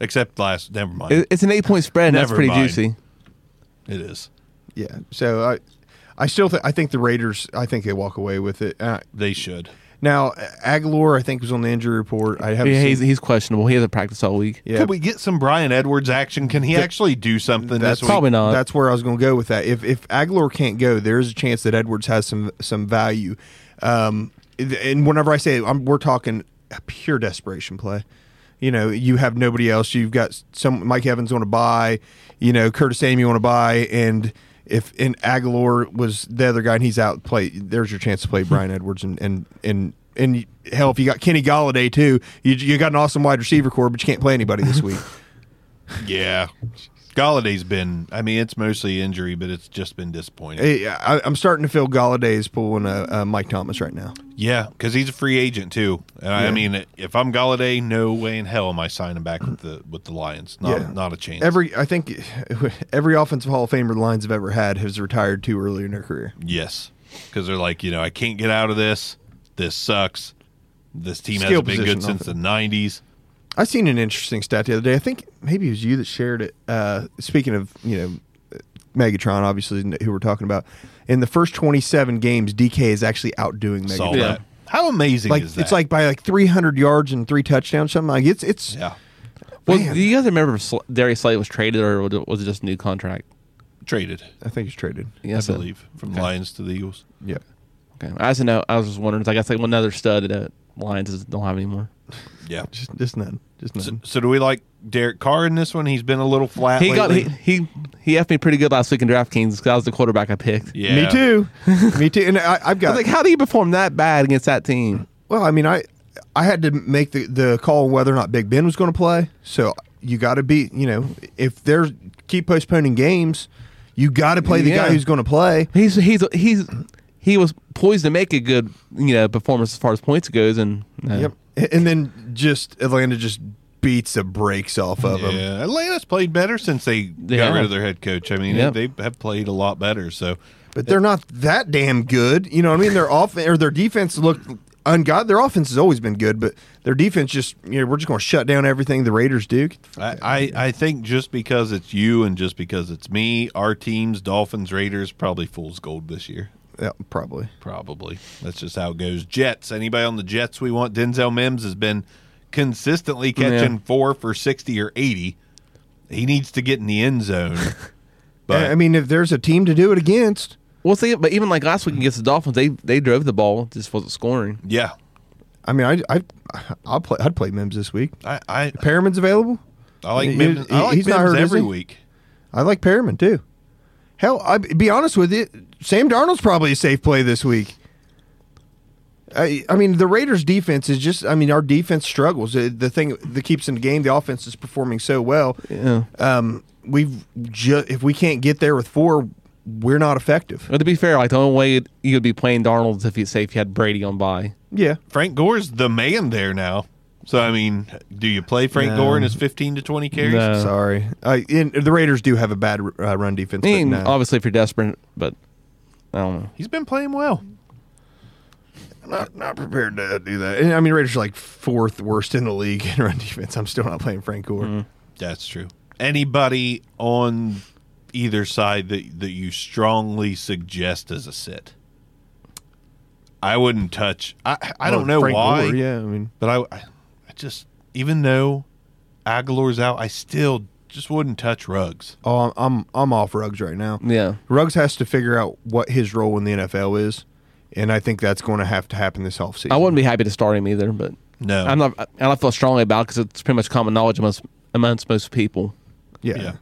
[SPEAKER 1] except last. Never mind.
[SPEAKER 4] It- It's an eight point spread, and that's
[SPEAKER 1] Never
[SPEAKER 4] pretty
[SPEAKER 1] mind.
[SPEAKER 4] juicy.
[SPEAKER 1] it is.
[SPEAKER 3] Yeah. So I, I still think I think the Raiders. I think they walk away with it. Uh,
[SPEAKER 1] They should.
[SPEAKER 3] now Aguilar, I think was on the injury report. I haven't
[SPEAKER 4] Yeah, he's,
[SPEAKER 3] seen.
[SPEAKER 4] he's questionable. He hasn't practiced all week.
[SPEAKER 3] Yeah,
[SPEAKER 1] Could we get some Brian Edwards action? Can he actually do something
[SPEAKER 3] that's
[SPEAKER 1] this week?
[SPEAKER 4] probably not.
[SPEAKER 3] That's where I was going to go with that. If if Aguilar can't go, there is a chance that Edwards has some some value. Um, and whenever I say I'm, we're talking a pure desperation play. You know, you have nobody else. You've got some Mike Evans on a buy. You know, Curtis Samuel on a buy, and if and Aguilar was the other guy and he's out, play. There's your chance to play
[SPEAKER 4] Hmm.
[SPEAKER 3] Brian Edwards and and and. And hell, if you got Kenny Galladay too, you, you got an awesome wide receiver core, but you can't play anybody this week.
[SPEAKER 1] Yeah. Galladay's been. I mean, it's mostly injury, but it's just been disappointing.
[SPEAKER 3] Hey, I, I'm starting to feel Galladay is pulling uh, uh, Mike Thomas right now.
[SPEAKER 1] Yeah, because he's a free agent too. And I
[SPEAKER 3] Yeah.
[SPEAKER 1] I mean, if I'm Galladay, no way in hell am I signing back with the with the Lions. Not
[SPEAKER 3] Yeah.
[SPEAKER 1] not a chance.
[SPEAKER 3] Every I think every offensive Hall of Famer the Lions have ever had has retired too early in their career.
[SPEAKER 1] yes, because they're like, you know, I can't get out of this. This sucks. This team
[SPEAKER 3] Skill
[SPEAKER 1] hasn't been good
[SPEAKER 3] position
[SPEAKER 1] since the '90s.
[SPEAKER 3] I seen an interesting stat the other day. I think maybe it was you that shared it. Uh, speaking of you know, Megatron, obviously who we're talking about. In the first 27 games, DK is actually outdoing Megatron.
[SPEAKER 1] Saw
[SPEAKER 4] Yeah.
[SPEAKER 1] that. How amazing
[SPEAKER 3] Like
[SPEAKER 1] is that?
[SPEAKER 3] it's like by like 300 yards and three touchdowns, something like it's it's.
[SPEAKER 1] yeah,
[SPEAKER 4] Well,
[SPEAKER 3] Man.
[SPEAKER 4] do you guys remember if Sl- Darius Slay was traded or was it just a new contract?
[SPEAKER 1] traded.
[SPEAKER 3] I think he's traded.
[SPEAKER 4] Yes,
[SPEAKER 1] I believe from Lions to the Eagles.
[SPEAKER 3] Yeah.
[SPEAKER 4] Okay. I just know. I was just wondering. It's like I think one other stud that Lions is- don't have anymore.
[SPEAKER 1] Yeah.
[SPEAKER 3] Just just none. Just
[SPEAKER 1] So,
[SPEAKER 3] none.
[SPEAKER 1] so do we like Derek Carr in this one? He's been a little flat.
[SPEAKER 4] He got
[SPEAKER 1] lately.
[SPEAKER 4] he, he he effed me pretty good last week in DraftKings because I was the quarterback I picked.
[SPEAKER 1] yeah.
[SPEAKER 3] Me too. Me too. And I, I've
[SPEAKER 4] I
[SPEAKER 3] got
[SPEAKER 4] was like, how do you perform that bad against that team?
[SPEAKER 3] Well, I mean, I I had to make the, the call whether or not Big Ben was going to play. So you got to be, you know, if they're keep postponing games, you got to play the
[SPEAKER 4] Yeah.
[SPEAKER 3] guy who's going to play.
[SPEAKER 4] He's he's he's he was poised to make a good you know performance as far as points goes, and uh,
[SPEAKER 3] A- And then just Atlanta just beats the brakes off of them.
[SPEAKER 1] Yeah, Atlanta's played better since they got
[SPEAKER 4] have.
[SPEAKER 1] rid of their head coach. I mean,
[SPEAKER 4] Yep.
[SPEAKER 1] they have played a lot better. So
[SPEAKER 3] But they're not that damn good. You know what I mean? Their off or their defense looked ungod. Their offense has always been good, but their defense just you know we're just going to shut down everything the Raiders do. Get the f-
[SPEAKER 1] I, I, I think just because it's you and just because it's me, our teams, Dolphins, Raiders, probably fool's gold this year.
[SPEAKER 3] Yeah, probably.
[SPEAKER 1] Probably. That's just how it goes. Jets. Anybody on the Jets we want? Denzel Mims has been consistently catching four for 60 or 80. He needs to get in the end zone. But
[SPEAKER 3] I mean, if there's a team to do it against,
[SPEAKER 4] Well, see, but even like last week against the Dolphins, they they drove the ball, just wasn't scoring.
[SPEAKER 1] yeah,
[SPEAKER 3] I mean, I I I'll play. I'd play Mims this week.
[SPEAKER 1] I, I,
[SPEAKER 3] Perriman's available.
[SPEAKER 1] I like
[SPEAKER 3] He-
[SPEAKER 1] Mims, I
[SPEAKER 3] he-
[SPEAKER 1] like
[SPEAKER 3] he's not
[SPEAKER 1] Mims
[SPEAKER 3] hurt, is
[SPEAKER 1] every
[SPEAKER 3] he?
[SPEAKER 1] week.
[SPEAKER 3] I like Perriman too. Hell, I be honest with you, Sam Darnold's probably a safe play this week. I, I mean, the Raiders' defense is just. I mean, our defense struggles. The, the thing that keeps in the game, the offense is performing so well.
[SPEAKER 4] Yeah.
[SPEAKER 3] Um, we've ju- if we can't get there with four, we're not effective.
[SPEAKER 4] But to be fair, like the only way you would be playing Darnold is if you say if you had Brady on by.
[SPEAKER 3] Yeah,
[SPEAKER 1] Frank Gore's the man there now. So I mean, do you play Frank
[SPEAKER 3] No.
[SPEAKER 1] Gore in his fifteen to twenty carries?
[SPEAKER 4] No. Uh,
[SPEAKER 3] sorry. I, and the Raiders do have a bad uh, run defense.
[SPEAKER 4] I
[SPEAKER 3] But
[SPEAKER 4] mean,
[SPEAKER 3] no.
[SPEAKER 4] obviously if you're desperate, but I don't know.
[SPEAKER 1] He's been playing well.
[SPEAKER 3] not not prepared to do that. And, I mean, Raiders are like fourth worst in the league in run defense. I'm still not playing Frank Gore.
[SPEAKER 1] That's true. Anybody on either side that that you strongly suggest as a sit? I wouldn't touch. I I
[SPEAKER 3] Or
[SPEAKER 1] don't know
[SPEAKER 3] Oh, Frank
[SPEAKER 1] why,
[SPEAKER 3] Gore, yeah, I mean,
[SPEAKER 1] but I I just even though Aguilar's out, I still just wouldn't touch rugs.
[SPEAKER 3] oh, I'm I'm, I'm off Ruggs right now.
[SPEAKER 4] Yeah.
[SPEAKER 3] Ruggs has to figure out what his role in the NFL is, and I think that's going to have to happen this offseason.
[SPEAKER 4] I wouldn't be happy to start him either, but
[SPEAKER 1] No.
[SPEAKER 4] I'm not. I don't feel strongly about because it's pretty much common knowledge amongst amongst most people.
[SPEAKER 3] Yeah.
[SPEAKER 1] Yeah.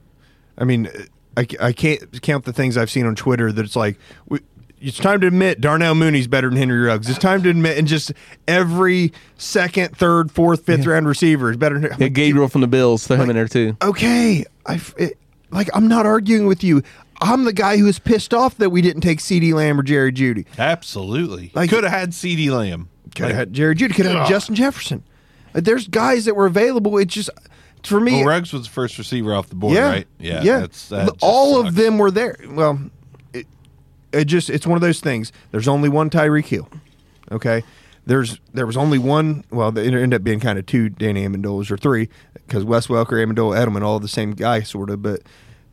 [SPEAKER 3] I mean, I, I can't count the things I've seen on Twitter that it's like, we, it's time to admit Darnell Mooney's better than Henry Ruggs. It's time to admit, and just every second, third, fourth, fifth round receiver is better than. I'm
[SPEAKER 4] Yeah,
[SPEAKER 3] like, dude,
[SPEAKER 4] Gabriel from the Bills, throw him in there too.
[SPEAKER 3] okay, I f- it- like I'm not arguing with you. I'm the guy who is pissed off that we didn't take C.D. Lamb or Jerry Judy.
[SPEAKER 1] Absolutely,
[SPEAKER 3] Like-
[SPEAKER 1] could have had C.D. Lamb.
[SPEAKER 3] Could have had Jerry Judy. Could have had Justin Jefferson. Like, there's guys that were available. It's just for me.
[SPEAKER 1] Well, Ruggs was the first receiver off the board,
[SPEAKER 3] yeah,
[SPEAKER 1] right?
[SPEAKER 3] yeah,
[SPEAKER 1] That's, that
[SPEAKER 3] But
[SPEAKER 1] just
[SPEAKER 3] All of
[SPEAKER 1] sucks.
[SPEAKER 3] them were there. Well, it, it just it's one of those things. There's only one Tyreek Hill. Okay. There's there was only one. Well, they ended up being kind of two Danny Amendola's or three because Wes Welker, Amendola, Edelman, all the same guy sort of. But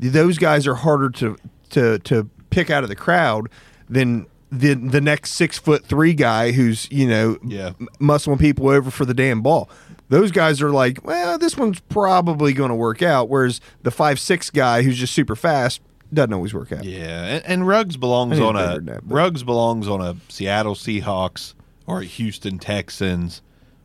[SPEAKER 3] th- those guys are harder to to to pick out of the crowd than the the next six foot three guy who's you know
[SPEAKER 1] Yeah.
[SPEAKER 3] m- muscling people over for the damn ball. Those guys are like, well, this one's probably going to work out. Whereas the five six guy who's just super fast doesn't always work out.
[SPEAKER 1] Yeah, and, and Ruggs belongs
[SPEAKER 3] I
[SPEAKER 1] on
[SPEAKER 3] didn't
[SPEAKER 1] a
[SPEAKER 3] figure that, but-
[SPEAKER 1] Ruggs belongs on a Seattle Seahawks or a Houston Texans.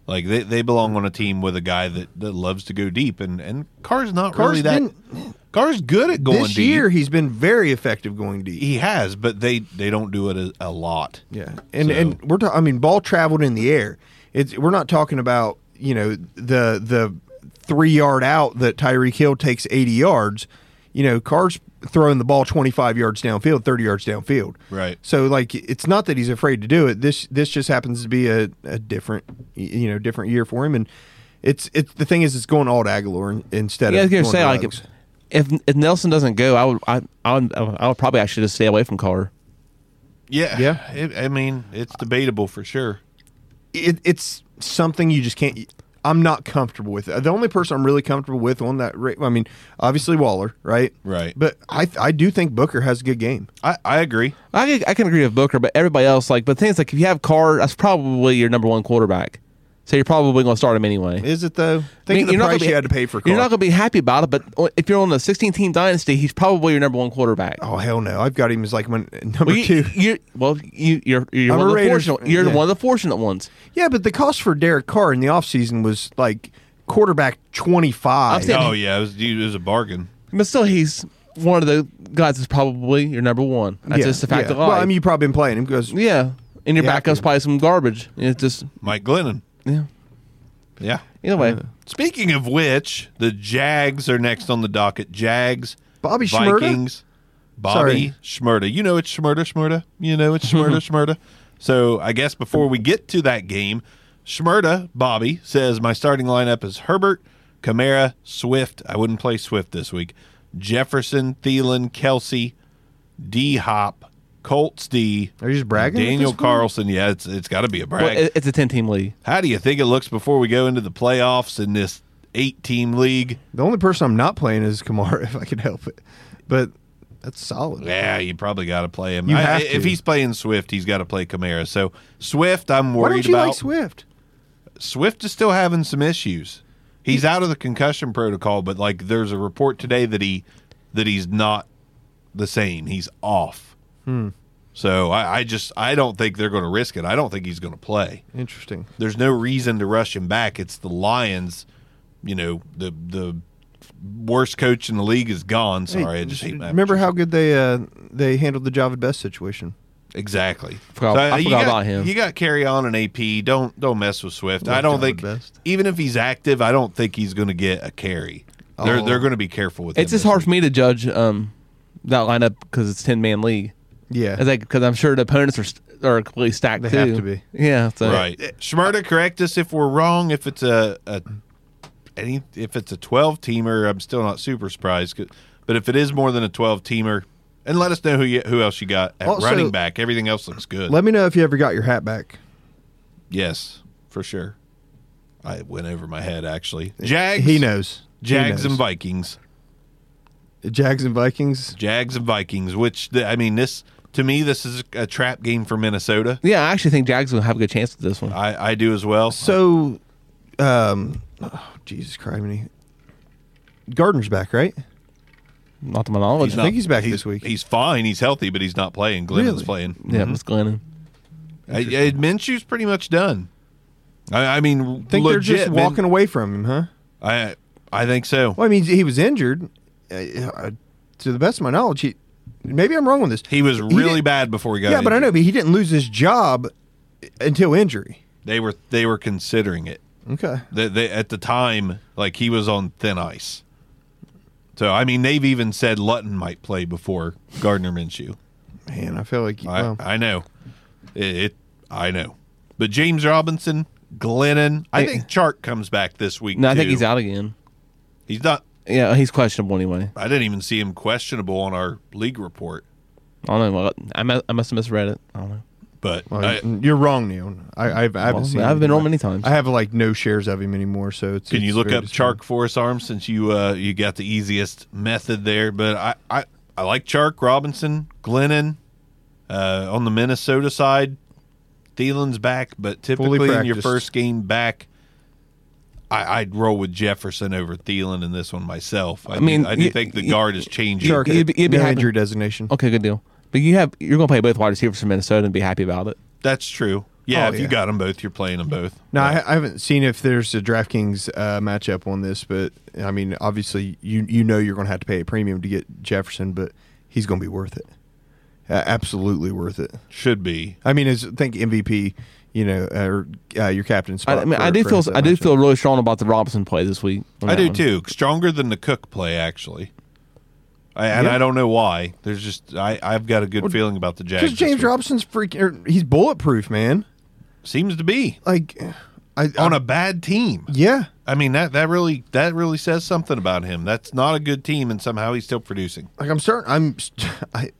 [SPEAKER 1] Like they, they belong on a team with a guy that, that loves to go deep, and and Carr's not really
[SPEAKER 3] Carr's
[SPEAKER 1] that. Carr's good at going
[SPEAKER 3] This
[SPEAKER 1] deep.
[SPEAKER 3] year he's been very effective going deep.
[SPEAKER 1] he has, but they they don't do it a, a lot.
[SPEAKER 3] Yeah, and
[SPEAKER 1] So-
[SPEAKER 3] and we're talking. I mean, ball traveled in the air. It's we're not talking about you know the the three yard out that Tyreek Hill takes eighty yards. You know, Carr's throwing the ball twenty five yards downfield, thirty yards downfield.
[SPEAKER 1] Right.
[SPEAKER 3] So like, it's not that he's afraid to do it. This this just happens to be a, a different y- you know different year for him and. It's it's the thing is it's going all to Aguilar in- instead
[SPEAKER 4] Yeah, I
[SPEAKER 3] of
[SPEAKER 4] was gonna
[SPEAKER 3] going
[SPEAKER 4] say like
[SPEAKER 3] Ruggs.
[SPEAKER 4] if, if if Nelson doesn't go, I would I, I would I would probably actually just stay away from Carr.
[SPEAKER 1] Yeah,
[SPEAKER 3] Yeah.
[SPEAKER 1] It, I mean, it's debatable for sure.
[SPEAKER 3] it, it's something you just can't. I'm not comfortable with it. The only person I'm really comfortable with on that, ra- I mean, obviously Waller, right?
[SPEAKER 1] Right.
[SPEAKER 3] But I, I do think Booker has a good game.
[SPEAKER 1] I, I agree.
[SPEAKER 4] I can, I can agree with Booker, but everybody else like. But things like if you have Carr, that's probably your number one quarterback. So you're probably going to start him anyway.
[SPEAKER 3] Is it though?
[SPEAKER 4] I mean,
[SPEAKER 3] Think of the
[SPEAKER 4] you're not gonna
[SPEAKER 3] price
[SPEAKER 4] be-
[SPEAKER 3] you had to pay for.
[SPEAKER 4] You're
[SPEAKER 3] Carr.
[SPEAKER 4] not going to be happy about it, but o- if you're on a 16 team dynasty, he's probably your number one quarterback.
[SPEAKER 3] Oh hell no! I've got him as like my number
[SPEAKER 4] well, you,
[SPEAKER 3] two.
[SPEAKER 4] you well, you, you're you're
[SPEAKER 3] I'm
[SPEAKER 4] one
[SPEAKER 3] a
[SPEAKER 4] of the
[SPEAKER 3] Raiders
[SPEAKER 4] fortunate.
[SPEAKER 3] fan,
[SPEAKER 4] You're
[SPEAKER 3] yeah.
[SPEAKER 4] one of the fortunate ones.
[SPEAKER 3] Yeah, but the cost for Derek Carr in the offseason was like quarterback twenty
[SPEAKER 4] I'm
[SPEAKER 3] five.
[SPEAKER 4] saying-
[SPEAKER 1] Oh yeah, it was, it was a bargain.
[SPEAKER 4] But still, he's one of the guys that's probably your number one. That's just a fact
[SPEAKER 3] yeah.
[SPEAKER 4] of life.
[SPEAKER 3] Well, I mean, you've probably been playing him because
[SPEAKER 4] yeah, and your
[SPEAKER 3] Yeah, I
[SPEAKER 4] backup's
[SPEAKER 3] can-
[SPEAKER 4] probably some garbage. It's just
[SPEAKER 1] Mike Glennon.
[SPEAKER 4] yeah.
[SPEAKER 1] Yeah.
[SPEAKER 4] Either way,
[SPEAKER 1] Speaking of which, the Jags are next on the docket. Jags,
[SPEAKER 3] Bobby Shmurda?
[SPEAKER 1] Vikings, Bobby Schmurda. You know it's Schmurda, Schmurda. You know it's Schmurda, Schmurda. So I guess before we get to that game, Schmurda Bobby says my starting lineup is Herbert, Kamara, Swift. I wouldn't play Swift this week. Jefferson, Thielen, Kelsey, D Hop, Colts D.
[SPEAKER 3] Are you just bragging at
[SPEAKER 1] Daniel
[SPEAKER 3] this point?
[SPEAKER 1] Carlson. Yeah, it's it's got to be a brag.
[SPEAKER 4] well, it- it's a 10 team league.
[SPEAKER 1] How do you think it looks before we go into the playoffs in this eight team league?
[SPEAKER 3] the only person I'm not playing is Kamara if I could help it. But that's solid.
[SPEAKER 1] Yeah, you probably got to play him.
[SPEAKER 3] You
[SPEAKER 1] I-
[SPEAKER 3] have
[SPEAKER 1] If
[SPEAKER 3] to.
[SPEAKER 1] he's playing Swift, he's got to play Kamara. So Swift, I'm
[SPEAKER 3] Why
[SPEAKER 1] worried
[SPEAKER 3] don't you
[SPEAKER 1] about.
[SPEAKER 3] like Swift?
[SPEAKER 1] Swift is still having some issues. He's out of the concussion protocol, but like there's a report today that he that he's not the same. He's off.
[SPEAKER 3] Hmm.
[SPEAKER 1] So I, I just I don't think they're going to risk it. I don't think he's going to play.
[SPEAKER 3] Interesting.
[SPEAKER 1] there's no reason to rush him back. It's the Lions, you know, the the worst coach in the league is gone. Sorry, I just hate my
[SPEAKER 3] Remember how good they uh, they handled the Javid Best situation?
[SPEAKER 1] exactly.
[SPEAKER 4] Forgot- I
[SPEAKER 1] you
[SPEAKER 4] forgot
[SPEAKER 1] got,
[SPEAKER 4] about him.
[SPEAKER 1] You got carry on and AP. Don't don't mess with Swift.
[SPEAKER 3] Left
[SPEAKER 1] I don't
[SPEAKER 3] out
[SPEAKER 1] think
[SPEAKER 3] the best.
[SPEAKER 1] even if he's active, I don't think he's going to get a carry. They're
[SPEAKER 3] Oh.
[SPEAKER 1] they're going to be careful with. him
[SPEAKER 4] It's just
[SPEAKER 1] this
[SPEAKER 4] hard
[SPEAKER 1] week.
[SPEAKER 4] for me to judge um, that lineup because it's 10 man league.
[SPEAKER 3] Yeah.
[SPEAKER 4] It's like because I'm sure the opponents are st- are completely stacked.
[SPEAKER 3] They
[SPEAKER 4] too.
[SPEAKER 3] have to be.
[SPEAKER 4] Yeah. So.
[SPEAKER 1] Right. Schmerda, eh, correct us if we're wrong. If it's a, a any if it's a twelve teamer, I'm still not super surprised. 'cause- But if it is more than a twelve teamer, and let us know who you, who else you got at
[SPEAKER 3] Also-
[SPEAKER 1] running back. Everything else looks good.
[SPEAKER 3] Let me know if you ever got your hat back.
[SPEAKER 1] yes, for sure. I went over my head actually. Jags.
[SPEAKER 3] He knows. He
[SPEAKER 1] Jags and
[SPEAKER 3] knows.
[SPEAKER 1] Vikings.
[SPEAKER 3] Jags and Vikings.
[SPEAKER 1] Jags and Vikings. Which the, I mean, this to me, this is a trap game for Minnesota.
[SPEAKER 4] Yeah, I actually think Jags will have a good chance with this one.
[SPEAKER 1] I, I do as well.
[SPEAKER 3] So, um, oh, Jesus Christ, Gardner's back, right?
[SPEAKER 4] Not to my knowledge.
[SPEAKER 1] He's
[SPEAKER 3] think he's back this week.
[SPEAKER 1] He's fine. He's healthy, but he's not playing. Glennon's
[SPEAKER 3] Really?
[SPEAKER 1] playing.
[SPEAKER 4] yeah,
[SPEAKER 3] Mm-hmm.
[SPEAKER 4] it's Glennon.
[SPEAKER 1] I, I, Minshew's pretty much done. I, I mean, legit,
[SPEAKER 3] Think they're just
[SPEAKER 1] Min-
[SPEAKER 3] walking away from him, huh?
[SPEAKER 1] I I think so.
[SPEAKER 3] Well, I mean, he was injured. Uh, uh, to the best of my knowledge, he maybe I'm wrong on this.
[SPEAKER 1] He was really
[SPEAKER 3] didn't-
[SPEAKER 1] bad before he got.
[SPEAKER 3] yeah, but I know,
[SPEAKER 1] injured.
[SPEAKER 3] but he didn't lose his job until injury.
[SPEAKER 1] they were they were considering it.
[SPEAKER 3] Okay,
[SPEAKER 1] They, they, at the time, like he was on thin ice. So I mean, they've even said Lutton might play before Gardner Minshew.
[SPEAKER 3] man, I feel like
[SPEAKER 1] I
[SPEAKER 3] well,
[SPEAKER 1] I know, it, it I know, but James Robinson, Glennon, I
[SPEAKER 4] Hey.
[SPEAKER 1] think Chark comes back this week.
[SPEAKER 4] No, I think
[SPEAKER 1] too.
[SPEAKER 4] he's out again.
[SPEAKER 1] He's not.
[SPEAKER 4] Yeah, he's questionable anyway.
[SPEAKER 1] I didn't even see him questionable on our league report,
[SPEAKER 4] I don't know. what- I, mu- I must have misread it. I don't know.
[SPEAKER 1] but
[SPEAKER 3] well,
[SPEAKER 1] I-
[SPEAKER 3] you're wrong, Neil. I, I've I haven't
[SPEAKER 4] Well,
[SPEAKER 3] seen.
[SPEAKER 4] I've
[SPEAKER 3] him
[SPEAKER 4] been
[SPEAKER 3] do
[SPEAKER 4] wrong
[SPEAKER 3] it.
[SPEAKER 4] many times.
[SPEAKER 3] I have like no shares of him anymore. So it's,
[SPEAKER 1] Can you
[SPEAKER 3] it's
[SPEAKER 1] look
[SPEAKER 3] very
[SPEAKER 1] up
[SPEAKER 3] disappointing.
[SPEAKER 1] Chark Forest Arms since you uh, you got the easiest method there? But I I, I like Chark Robinson Glennon uh, on the Minnesota side. Thielen's back, but typically in your
[SPEAKER 3] practiced.
[SPEAKER 1] first game back, I, I'd roll with Jefferson over Thielen in this one myself. I,
[SPEAKER 4] mean,
[SPEAKER 1] do, I do
[SPEAKER 4] you-
[SPEAKER 1] think the
[SPEAKER 4] you-
[SPEAKER 1] guard is changing.
[SPEAKER 3] Chark,
[SPEAKER 4] You'd be- you'd be
[SPEAKER 3] no
[SPEAKER 4] happy-
[SPEAKER 3] injury designation.
[SPEAKER 4] Okay, good deal. But you have you're gonna play both wide receivers from Minnesota and be happy about it.
[SPEAKER 1] That's true. Yeah,
[SPEAKER 3] Oh,
[SPEAKER 1] if you
[SPEAKER 3] yeah.
[SPEAKER 1] got them both, you're playing them both.
[SPEAKER 3] No, I, I haven't seen if there's a DraftKings uh, matchup on this, but I mean, obviously, you you know you're going to have to pay a premium to get Jefferson, but he's going to be worth it. Uh, absolutely worth it.
[SPEAKER 1] Should be.
[SPEAKER 3] I mean, as think MVP, you know, uh, or uh, your captain spot.
[SPEAKER 4] I, I mean,
[SPEAKER 3] for-
[SPEAKER 4] I do
[SPEAKER 3] for
[SPEAKER 4] feel
[SPEAKER 3] that
[SPEAKER 4] I do
[SPEAKER 3] matchup.
[SPEAKER 4] feel really strong about the Robinson play this week. on
[SPEAKER 1] I
[SPEAKER 4] that
[SPEAKER 1] do
[SPEAKER 4] one.
[SPEAKER 1] too. Stronger than the Cook play, actually. I, and
[SPEAKER 3] Yeah.
[SPEAKER 1] I don't know why. There's just I, I've got a good feeling about the Jags. this
[SPEAKER 3] because James
[SPEAKER 1] week.
[SPEAKER 3] Robinson's freaking. Or he's bulletproof, man.
[SPEAKER 1] seems to be
[SPEAKER 3] Like, I
[SPEAKER 1] on
[SPEAKER 3] I-
[SPEAKER 1] a bad team.
[SPEAKER 3] yeah.
[SPEAKER 1] I mean that that really that really says something about him. That's not a good team, and somehow he's still producing.
[SPEAKER 3] Like I'm starting. I'm. St- I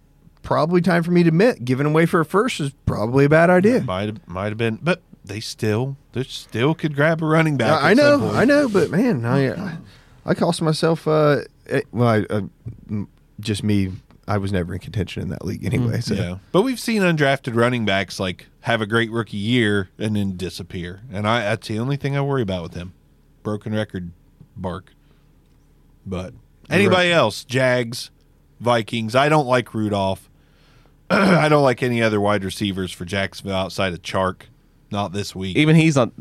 [SPEAKER 3] probably time for me to admit giving away for a first is probably a bad idea.
[SPEAKER 1] Might have might have been, but they still they still could grab a running back.
[SPEAKER 3] I, I
[SPEAKER 1] at some
[SPEAKER 3] know,
[SPEAKER 1] point.
[SPEAKER 3] I know, but man, I I cost myself. Uh, eh, well, I, uh, m- just me. I was never in contention in that league anyway. So
[SPEAKER 1] Mm, Yeah, but we've seen undrafted running backs like have a great rookie year and then disappear, and I that's the only thing I worry about with him. Broken record, bark. But anybody else? Jags, Vikings. I don't like Rudolph. I don't like any other wide receivers for Jacksonville outside of Chark. Not this week.
[SPEAKER 4] Even he's not.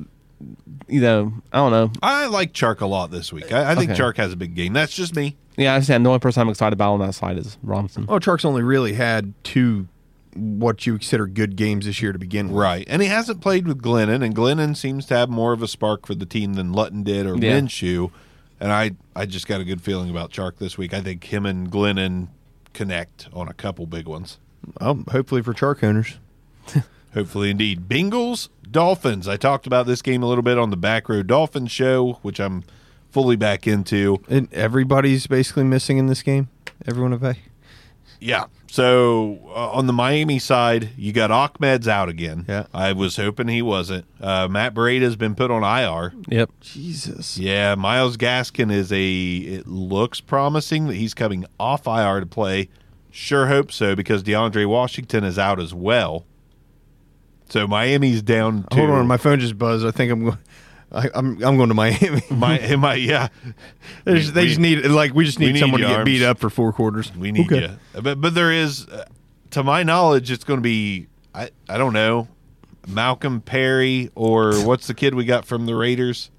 [SPEAKER 4] You know, I don't know.
[SPEAKER 1] I like Chark a lot this week. I, I think
[SPEAKER 4] Okay.
[SPEAKER 1] Chark has a big game. That's just me.
[SPEAKER 4] Yeah, I understand. The only person I'm excited about on that side is Robinson.
[SPEAKER 3] well, Chark's only really had two what you consider good games this year to begin with.
[SPEAKER 1] Right. And he hasn't played with Glennon, and Glennon seems to have more of a spark for the team than Lutton did or
[SPEAKER 4] Yeah.
[SPEAKER 1] Minshew. And I, I just got a good feeling about Chark this week. I think him and Glennon connect on a couple big ones.
[SPEAKER 3] Well, Oh, hopefully for Chark owners.
[SPEAKER 1] Hopefully, indeed. Bengals, Dolphins. I talked about this game a little bit on the Back Row Dolphins show, which I'm fully back into.
[SPEAKER 3] And everybody's basically missing in this game. Everyone of
[SPEAKER 1] Yeah. So uh, on the Miami side, you got Ahmed's out again.
[SPEAKER 3] Yeah.
[SPEAKER 1] I was hoping he wasn't. Uh, Matt Breda's been put on IR.
[SPEAKER 4] Yep.
[SPEAKER 3] Jesus.
[SPEAKER 1] Yeah, Miles Gaskin is a. It looks promising that he's coming off IR to play. Sure hope so because DeAndre Washington is out as well. So Miami's down. Two.
[SPEAKER 3] Hold on, my phone just buzzed. I think I'm going. I, I'm I'm going to Miami.
[SPEAKER 1] my, my yeah.
[SPEAKER 3] they just, they just
[SPEAKER 1] We-
[SPEAKER 3] need like we just
[SPEAKER 1] we
[SPEAKER 3] need,
[SPEAKER 1] need
[SPEAKER 3] someone to
[SPEAKER 1] your
[SPEAKER 3] get
[SPEAKER 1] arms.
[SPEAKER 3] beat up for four quarters.
[SPEAKER 1] We need
[SPEAKER 3] Okay.
[SPEAKER 1] you. But but there is, uh, to my knowledge, it's going to be I I don't know, Malcolm Perry or what's the kid we got from the Raiders,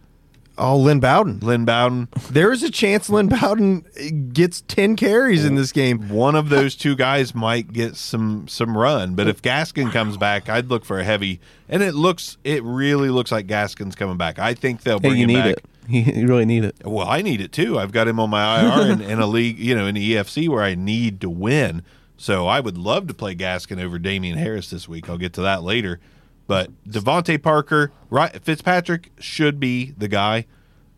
[SPEAKER 3] Oh, Lynn Bowden.
[SPEAKER 1] Lynn Bowden.
[SPEAKER 3] There is a chance Lynn Bowden gets ten carries in this game.
[SPEAKER 1] One of those two guys might get some some run, but if Gaskin comes back, I'd look for a heavy. And it looks, it really looks like Gaskin's coming back. I think they'll
[SPEAKER 4] Hey,
[SPEAKER 1] bring
[SPEAKER 4] you
[SPEAKER 1] him
[SPEAKER 4] need
[SPEAKER 1] back.
[SPEAKER 4] it. You really need it.
[SPEAKER 1] Well, I need it too. I've got him on my IR in, in a league, you know, in the EFC where I need to win. So I would love to play Gaskin over Damian Harris this week. I'll get to that later. But Devontae Parker, right, Fitzpatrick should be the guy.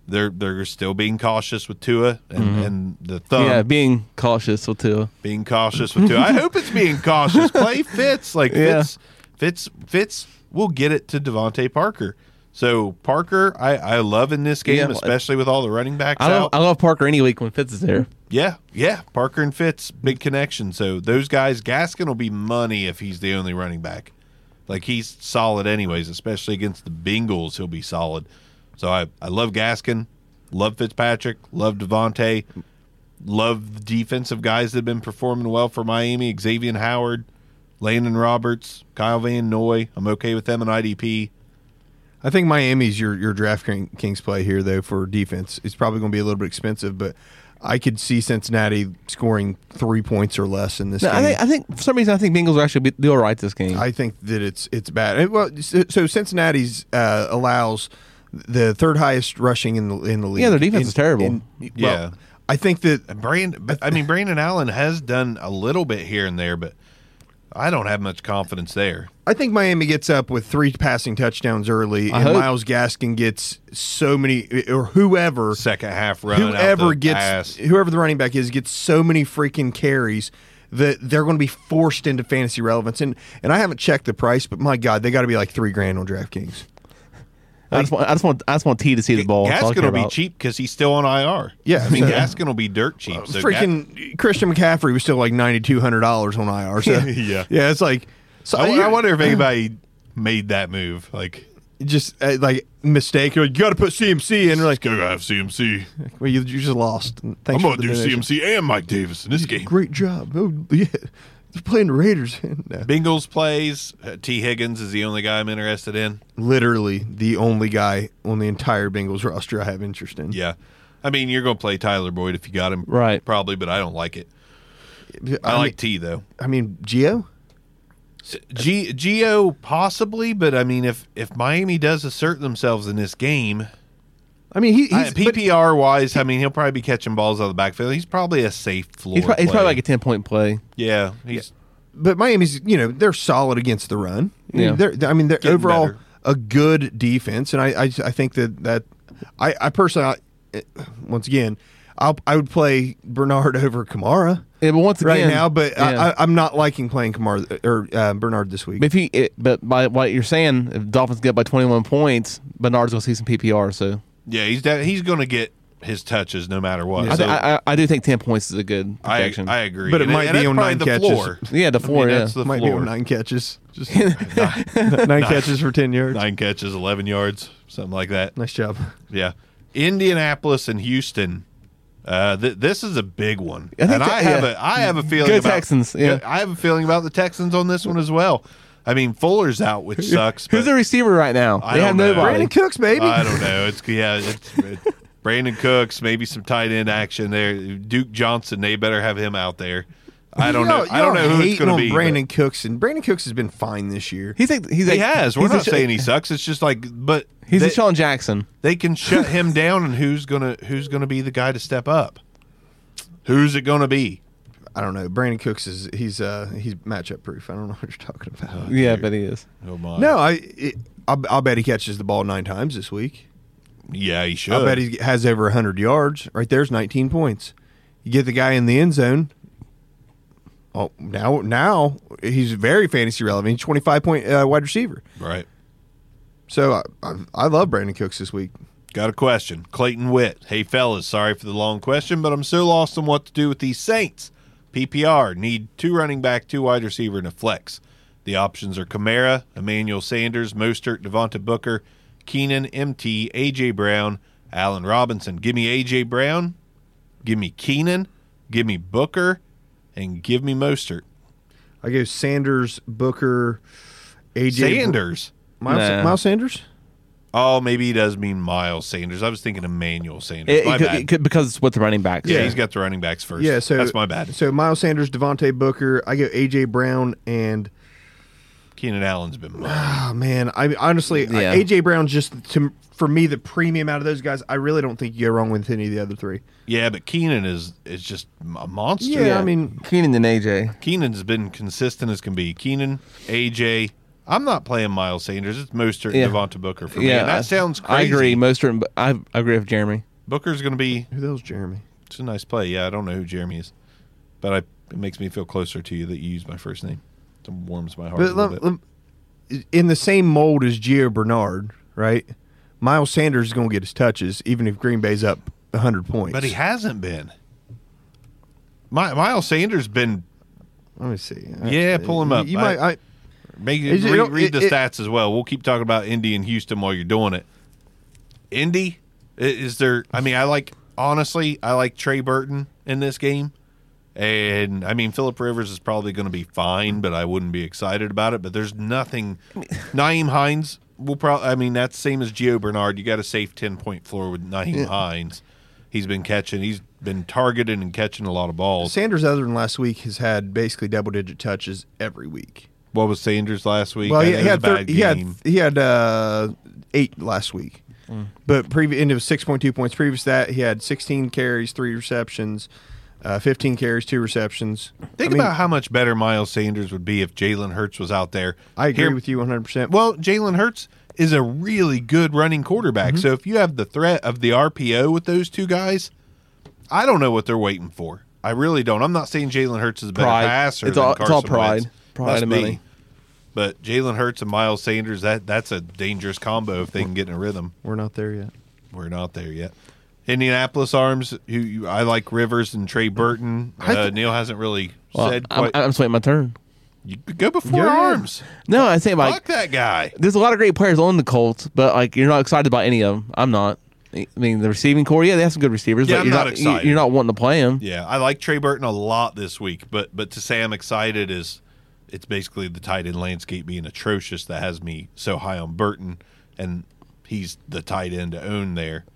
[SPEAKER 1] They're they're still being cautious with Tua and, and the thumb
[SPEAKER 4] Mm-hmm. yeah, being cautious will too.
[SPEAKER 1] being cautious with Tua. I hope it's being cautious. Play Fitz like
[SPEAKER 4] Yeah.
[SPEAKER 1] Fitz, Fitz, Fitz will get it to Devontae Parker. So Parker, I, I love in this game,
[SPEAKER 4] Yeah, well,
[SPEAKER 1] especially with all the running backs
[SPEAKER 4] I love,
[SPEAKER 1] out.
[SPEAKER 4] I love Parker any week when Fitz is there.
[SPEAKER 1] Yeah, yeah. Parker and Fitz, big connection. So those guys, Gaskin will be money if he's the only running back. Like he's solid anyways, especially against the Bengals, he'll be solid. So I, I love Gaskin, love Fitzpatrick, love Devontae, love the defensive guys that have been performing well for Miami, Xavier Howard, Landon Roberts, Kyle Van Noy. I'm okay with them in IDP.
[SPEAKER 3] I think Miami's your your DraftKings play here though for defense. It's probably going to be a little bit expensive, but I could see Cincinnati scoring three points or less in this
[SPEAKER 4] No,
[SPEAKER 3] game.
[SPEAKER 4] I think I think for some reason I think Bengals will actually be, do all right this game.
[SPEAKER 3] I think that it's it's bad. And, well, so so Cincinnati's uh, allows the third highest rushing in the in the league.
[SPEAKER 4] Yeah, their defense is terrible.
[SPEAKER 1] Yeah.
[SPEAKER 3] I think that
[SPEAKER 1] And Brand, but, I mean Brandon Allen has done a little bit here and there, but I don't have much confidence there.
[SPEAKER 3] I think Miami gets up with three passing touchdowns early,
[SPEAKER 4] I
[SPEAKER 3] and
[SPEAKER 4] hope.
[SPEAKER 3] Miles Gaskin gets so many, or whoever
[SPEAKER 1] Second half run, out
[SPEAKER 3] whoever
[SPEAKER 1] the
[SPEAKER 3] gets
[SPEAKER 1] pass.
[SPEAKER 3] whoever the running back is gets so many freaking carries that they're going to be forced into fantasy relevance. And and I haven't checked the price, but my God, they got to be like three grand on DraftKings.
[SPEAKER 4] I just want I just want I just want T to see the ball. That's all I
[SPEAKER 1] Gaskin
[SPEAKER 4] care
[SPEAKER 1] will be
[SPEAKER 4] about.
[SPEAKER 1] cheap because he's still on IR.
[SPEAKER 3] Yeah,
[SPEAKER 1] I mean
[SPEAKER 3] so-
[SPEAKER 1] Gaskin will be dirt cheap. So Gas-
[SPEAKER 3] freaking Christian McCaffrey was still like ninety two hundred dollars on IR. So
[SPEAKER 1] Yeah.
[SPEAKER 3] yeah, it's like so
[SPEAKER 1] I,
[SPEAKER 3] you-
[SPEAKER 1] I wonder if anybody made that move. Like,
[SPEAKER 3] just uh, like mistake. You're like, you got to put CMC in. You're like,
[SPEAKER 1] go have CMC.
[SPEAKER 3] well, you, you just lost. Thanks for the donation.
[SPEAKER 1] and Mike Davis in this game.
[SPEAKER 3] Great job. Oh yeah, they're playing the Raiders. No.
[SPEAKER 1] Bengals plays. Uh, T Higgins is the only guy I'm interested in.
[SPEAKER 3] Literally the only guy on the entire Bengals roster I have interest in.
[SPEAKER 1] Yeah, I mean you're gonna play Tyler Boyd if you got him,
[SPEAKER 4] Right.
[SPEAKER 1] Probably, but I don't like it. I, like T though.
[SPEAKER 3] I uh, mean, Geo.
[SPEAKER 1] G- Geo possibly, but I mean, if if Miami does assert themselves in this game,
[SPEAKER 3] I mean, he, he's
[SPEAKER 1] I-
[SPEAKER 3] but-
[SPEAKER 1] PPR wise, I mean, he'll probably be catching balls out of the backfield. He's probably a safe floor.
[SPEAKER 4] He's, pro- he's
[SPEAKER 1] play.
[SPEAKER 4] probably like a ten point play.
[SPEAKER 1] yeah, he's
[SPEAKER 3] but Miami's you know they're solid against the run.
[SPEAKER 4] Yeah.
[SPEAKER 3] they're, I mean they're
[SPEAKER 1] Getting
[SPEAKER 3] overall
[SPEAKER 1] better.
[SPEAKER 3] a good defense, and I I, I think that that I, I personally I, eh, once again I'll, I would play Bernard over Kamara
[SPEAKER 4] Yeah, but once
[SPEAKER 3] right
[SPEAKER 4] again,
[SPEAKER 3] now, but
[SPEAKER 4] yeah.
[SPEAKER 3] I, I, I'm not liking playing Kamara or uh, Bernard this week.
[SPEAKER 4] But if he, it, but by what you're saying, if Dolphins get by 21 points, Bernard's gonna see some PPR. So
[SPEAKER 1] Yeah, he's de- he's going to get his touches no matter what.
[SPEAKER 4] I,
[SPEAKER 1] So
[SPEAKER 4] th- I, I, I do think 10 points is a good
[SPEAKER 1] I,
[SPEAKER 4] projection.
[SPEAKER 1] I agree.
[SPEAKER 3] But it
[SPEAKER 1] And-
[SPEAKER 3] might
[SPEAKER 1] and
[SPEAKER 3] be
[SPEAKER 1] that's
[SPEAKER 3] on
[SPEAKER 1] probably
[SPEAKER 3] nine
[SPEAKER 1] the
[SPEAKER 3] catches.
[SPEAKER 1] floor.
[SPEAKER 4] yeah, the
[SPEAKER 1] I
[SPEAKER 4] four.
[SPEAKER 1] mean,
[SPEAKER 4] yeah.
[SPEAKER 1] that's the
[SPEAKER 3] Might be
[SPEAKER 1] floor.
[SPEAKER 3] on nine catches, just nine, catches for ten yards.
[SPEAKER 1] Nine catches, 11 yards, something like that.
[SPEAKER 3] Nice job.
[SPEAKER 1] Yeah. Indianapolis and Houston. Uh, th- this is a big one,
[SPEAKER 4] I think
[SPEAKER 1] and I
[SPEAKER 4] that-
[SPEAKER 1] have
[SPEAKER 4] yeah.
[SPEAKER 1] a I have a feeling
[SPEAKER 4] Go
[SPEAKER 1] about,
[SPEAKER 4] Texans, yeah.
[SPEAKER 1] I have a feeling about the Texans on this one as well. I mean, Fuller's out, which sucks.
[SPEAKER 4] Who's
[SPEAKER 1] but-
[SPEAKER 4] the receiver right now?
[SPEAKER 1] I
[SPEAKER 4] they
[SPEAKER 1] don't
[SPEAKER 4] have
[SPEAKER 1] know.
[SPEAKER 4] nobody.
[SPEAKER 3] Brandon Cooks, baby.
[SPEAKER 1] I don't know. It's yeah, it's, it's Brandon Cooks, maybe some tight end action there. Duke Johnson, they better have him out there. I don't know.
[SPEAKER 3] Y'all-
[SPEAKER 1] I don't
[SPEAKER 3] y'all
[SPEAKER 1] know who it's
[SPEAKER 3] hating
[SPEAKER 1] going to
[SPEAKER 3] on
[SPEAKER 1] be. but
[SPEAKER 3] Brandon Cooks, and Brandon Cooks has been fine this year.
[SPEAKER 4] He's like, he's
[SPEAKER 1] He
[SPEAKER 4] like,
[SPEAKER 1] has. We're
[SPEAKER 4] he's a
[SPEAKER 1] not
[SPEAKER 4] Sh-
[SPEAKER 1] saying he sucks. It's just like, but
[SPEAKER 4] He's
[SPEAKER 1] they,
[SPEAKER 4] a Sean Jackson.
[SPEAKER 1] they can shut him down, and who's gonna who's gonna be the guy to step up? Who's it gonna be?
[SPEAKER 3] I don't know. Brandon Cooks is he's uh he's matchup proof. I don't know what you're talking
[SPEAKER 1] Uh,
[SPEAKER 3] about.
[SPEAKER 4] Yeah, but he is.
[SPEAKER 1] Oh my!
[SPEAKER 3] No, I it, I'll, I'll bet he catches the ball nine times this week.
[SPEAKER 1] yeah, he should.
[SPEAKER 3] I bet he has over hundred yards. Right there's 19 points. You get the guy in the end zone. Oh, now now he's very fantasy relevant. He's 25 point uh, wide receiver.
[SPEAKER 1] right.
[SPEAKER 3] So I, I I love Brandon Cooks this week.
[SPEAKER 1] Got a question. Clayton Witt. Hey, fellas, sorry for the long question, but I'm so lost on what to do with these Saints. PPR need two running back, two wide receiver, and a flex. The options are Kamara, Emmanuel Sanders, Mostert, Devonta Booker, Keenan, MT, AJ Brown, Allen Robinson. Give me AJ Brown, give me Keenan, give me Booker, and give me Mostert.
[SPEAKER 3] I go Sanders, Booker, AJ
[SPEAKER 1] Sanders.
[SPEAKER 3] Miles,
[SPEAKER 4] Nah.
[SPEAKER 3] Miles Sanders.
[SPEAKER 1] Oh, maybe he does mean Miles Sanders. I was thinking Emmanuel Sanders.
[SPEAKER 4] It,
[SPEAKER 1] my
[SPEAKER 4] it could,
[SPEAKER 1] bad.
[SPEAKER 4] it could- because it's with the running backs.
[SPEAKER 1] yeah, he's got the running backs first.
[SPEAKER 3] Yeah, so
[SPEAKER 1] that's my bad.
[SPEAKER 3] So Miles Sanders, Devontae Booker, I go AJ Brown, and
[SPEAKER 1] Keenan Allen's been mine.
[SPEAKER 3] oh man, I honestly I-
[SPEAKER 4] Yeah.
[SPEAKER 3] AJ Brown's just to, for me the premium out of those guys. I really don't think you go wrong with any of the other three.
[SPEAKER 1] yeah, but Keenan is is just a monster.
[SPEAKER 3] Yeah, I mean-
[SPEAKER 4] Keenan and AJ.
[SPEAKER 1] Keenan's been consistent as can be. Keenan, AJ. I'm not playing Miles Sanders. It's Mostert
[SPEAKER 4] Yeah.
[SPEAKER 1] and Devonta Booker for me.
[SPEAKER 4] Yeah,
[SPEAKER 1] And that
[SPEAKER 4] I-
[SPEAKER 1] sounds crazy.
[SPEAKER 4] I agree. Most are, I I agree with Jeremy.
[SPEAKER 1] Booker's going to be
[SPEAKER 3] Who the hell's Jeremy?
[SPEAKER 1] it's a nice play. Yeah, I don't know who Jeremy is, but I it makes me feel closer to you that you use my first name. It warms my heart a
[SPEAKER 3] But
[SPEAKER 1] little
[SPEAKER 3] lem-
[SPEAKER 1] bit.
[SPEAKER 3] lem- in the same mold as Gio Bernard, right? Miles Sanders is going to get his touches, even if Green Bay's up hundred points.
[SPEAKER 1] but he hasn't been. My, Miles Sanders been
[SPEAKER 3] Let me see.
[SPEAKER 1] Yeah, pull him
[SPEAKER 3] You-
[SPEAKER 1] up.
[SPEAKER 3] You
[SPEAKER 1] I-
[SPEAKER 3] might. I,
[SPEAKER 1] Make
[SPEAKER 3] Is it-
[SPEAKER 1] read,
[SPEAKER 3] it-
[SPEAKER 1] read the
[SPEAKER 3] it-
[SPEAKER 1] stats as well. We'll keep talking about Indy and Houston while you're doing it. Indy i- is there? I mean, I like honestly, I like Trey Burton in this game, and I mean Philip Rivers is probably going to be fine, but I wouldn't be excited about it. But there's nothing. Naeem Hines will probably. I mean, that's same as Gio Bernard. You got a safe ten point floor with Naeem Hines. He's been catching. He's been targeted and catching a lot of balls.
[SPEAKER 3] Sanders, other than last week, has had basically double digit touches every week.
[SPEAKER 1] What was Sanders last week?
[SPEAKER 3] Well,
[SPEAKER 1] I
[SPEAKER 3] he,
[SPEAKER 1] know
[SPEAKER 3] he
[SPEAKER 1] it was
[SPEAKER 3] had
[SPEAKER 1] a
[SPEAKER 3] thir-
[SPEAKER 1] bad
[SPEAKER 3] he had
[SPEAKER 1] game. Mm.
[SPEAKER 3] he had uh, eight last week, but previous and it was six point two points. Previous to that he had sixteen carries, three receptions, uh, fifteen carries, two receptions.
[SPEAKER 1] Think about how much better Miles Sanders would be if Jalen Hurts was out there.
[SPEAKER 3] I agree
[SPEAKER 1] Here-
[SPEAKER 3] with you one hundred percent.
[SPEAKER 1] Well, Jalen Hurts is a really good running
[SPEAKER 4] Mm-hmm.
[SPEAKER 1] quarterback. So if you have the threat of the RPO with those two guys, I don't know what they're waiting for. I really don't. I'm not saying Jalen Hurts is a better
[SPEAKER 4] Pride.
[SPEAKER 1] passer.
[SPEAKER 4] It's
[SPEAKER 1] than
[SPEAKER 4] all- it's all
[SPEAKER 1] Carson
[SPEAKER 4] pride.
[SPEAKER 1] Wentz.
[SPEAKER 4] Pride
[SPEAKER 1] Must
[SPEAKER 4] and
[SPEAKER 1] be.
[SPEAKER 4] money.
[SPEAKER 1] But Jalen Hurts and Miles Sanders, that that's a dangerous combo if they can get in a rhythm.
[SPEAKER 3] we're not there yet.
[SPEAKER 1] We're not there yet. Indianapolis Arms, who you, I like Rivers and Trey Burton.
[SPEAKER 3] I
[SPEAKER 1] Uh,
[SPEAKER 3] th-
[SPEAKER 1] Neil hasn't really
[SPEAKER 4] Well,
[SPEAKER 1] said
[SPEAKER 4] I'm,
[SPEAKER 1] quite.
[SPEAKER 4] I'm just waiting my turn.
[SPEAKER 1] you go before
[SPEAKER 3] Yeah.
[SPEAKER 1] Arms.
[SPEAKER 4] No, I say like
[SPEAKER 1] Fuck that guy.
[SPEAKER 4] there's a lot of great players on the Colts, but like you're not excited about any of them. I'm not. I mean, the receiving core, yeah, they have some good receivers,
[SPEAKER 1] Yeah,
[SPEAKER 4] but
[SPEAKER 1] I'm
[SPEAKER 4] you're
[SPEAKER 1] not
[SPEAKER 4] not, you-
[SPEAKER 1] excited.
[SPEAKER 4] You're not wanting to play them.
[SPEAKER 1] Yeah, I like Trey Burton a lot this week, but but to say I'm excited is it's basically the tight end landscape being atrocious that has me so high on Burton, and he's the tight end to own there.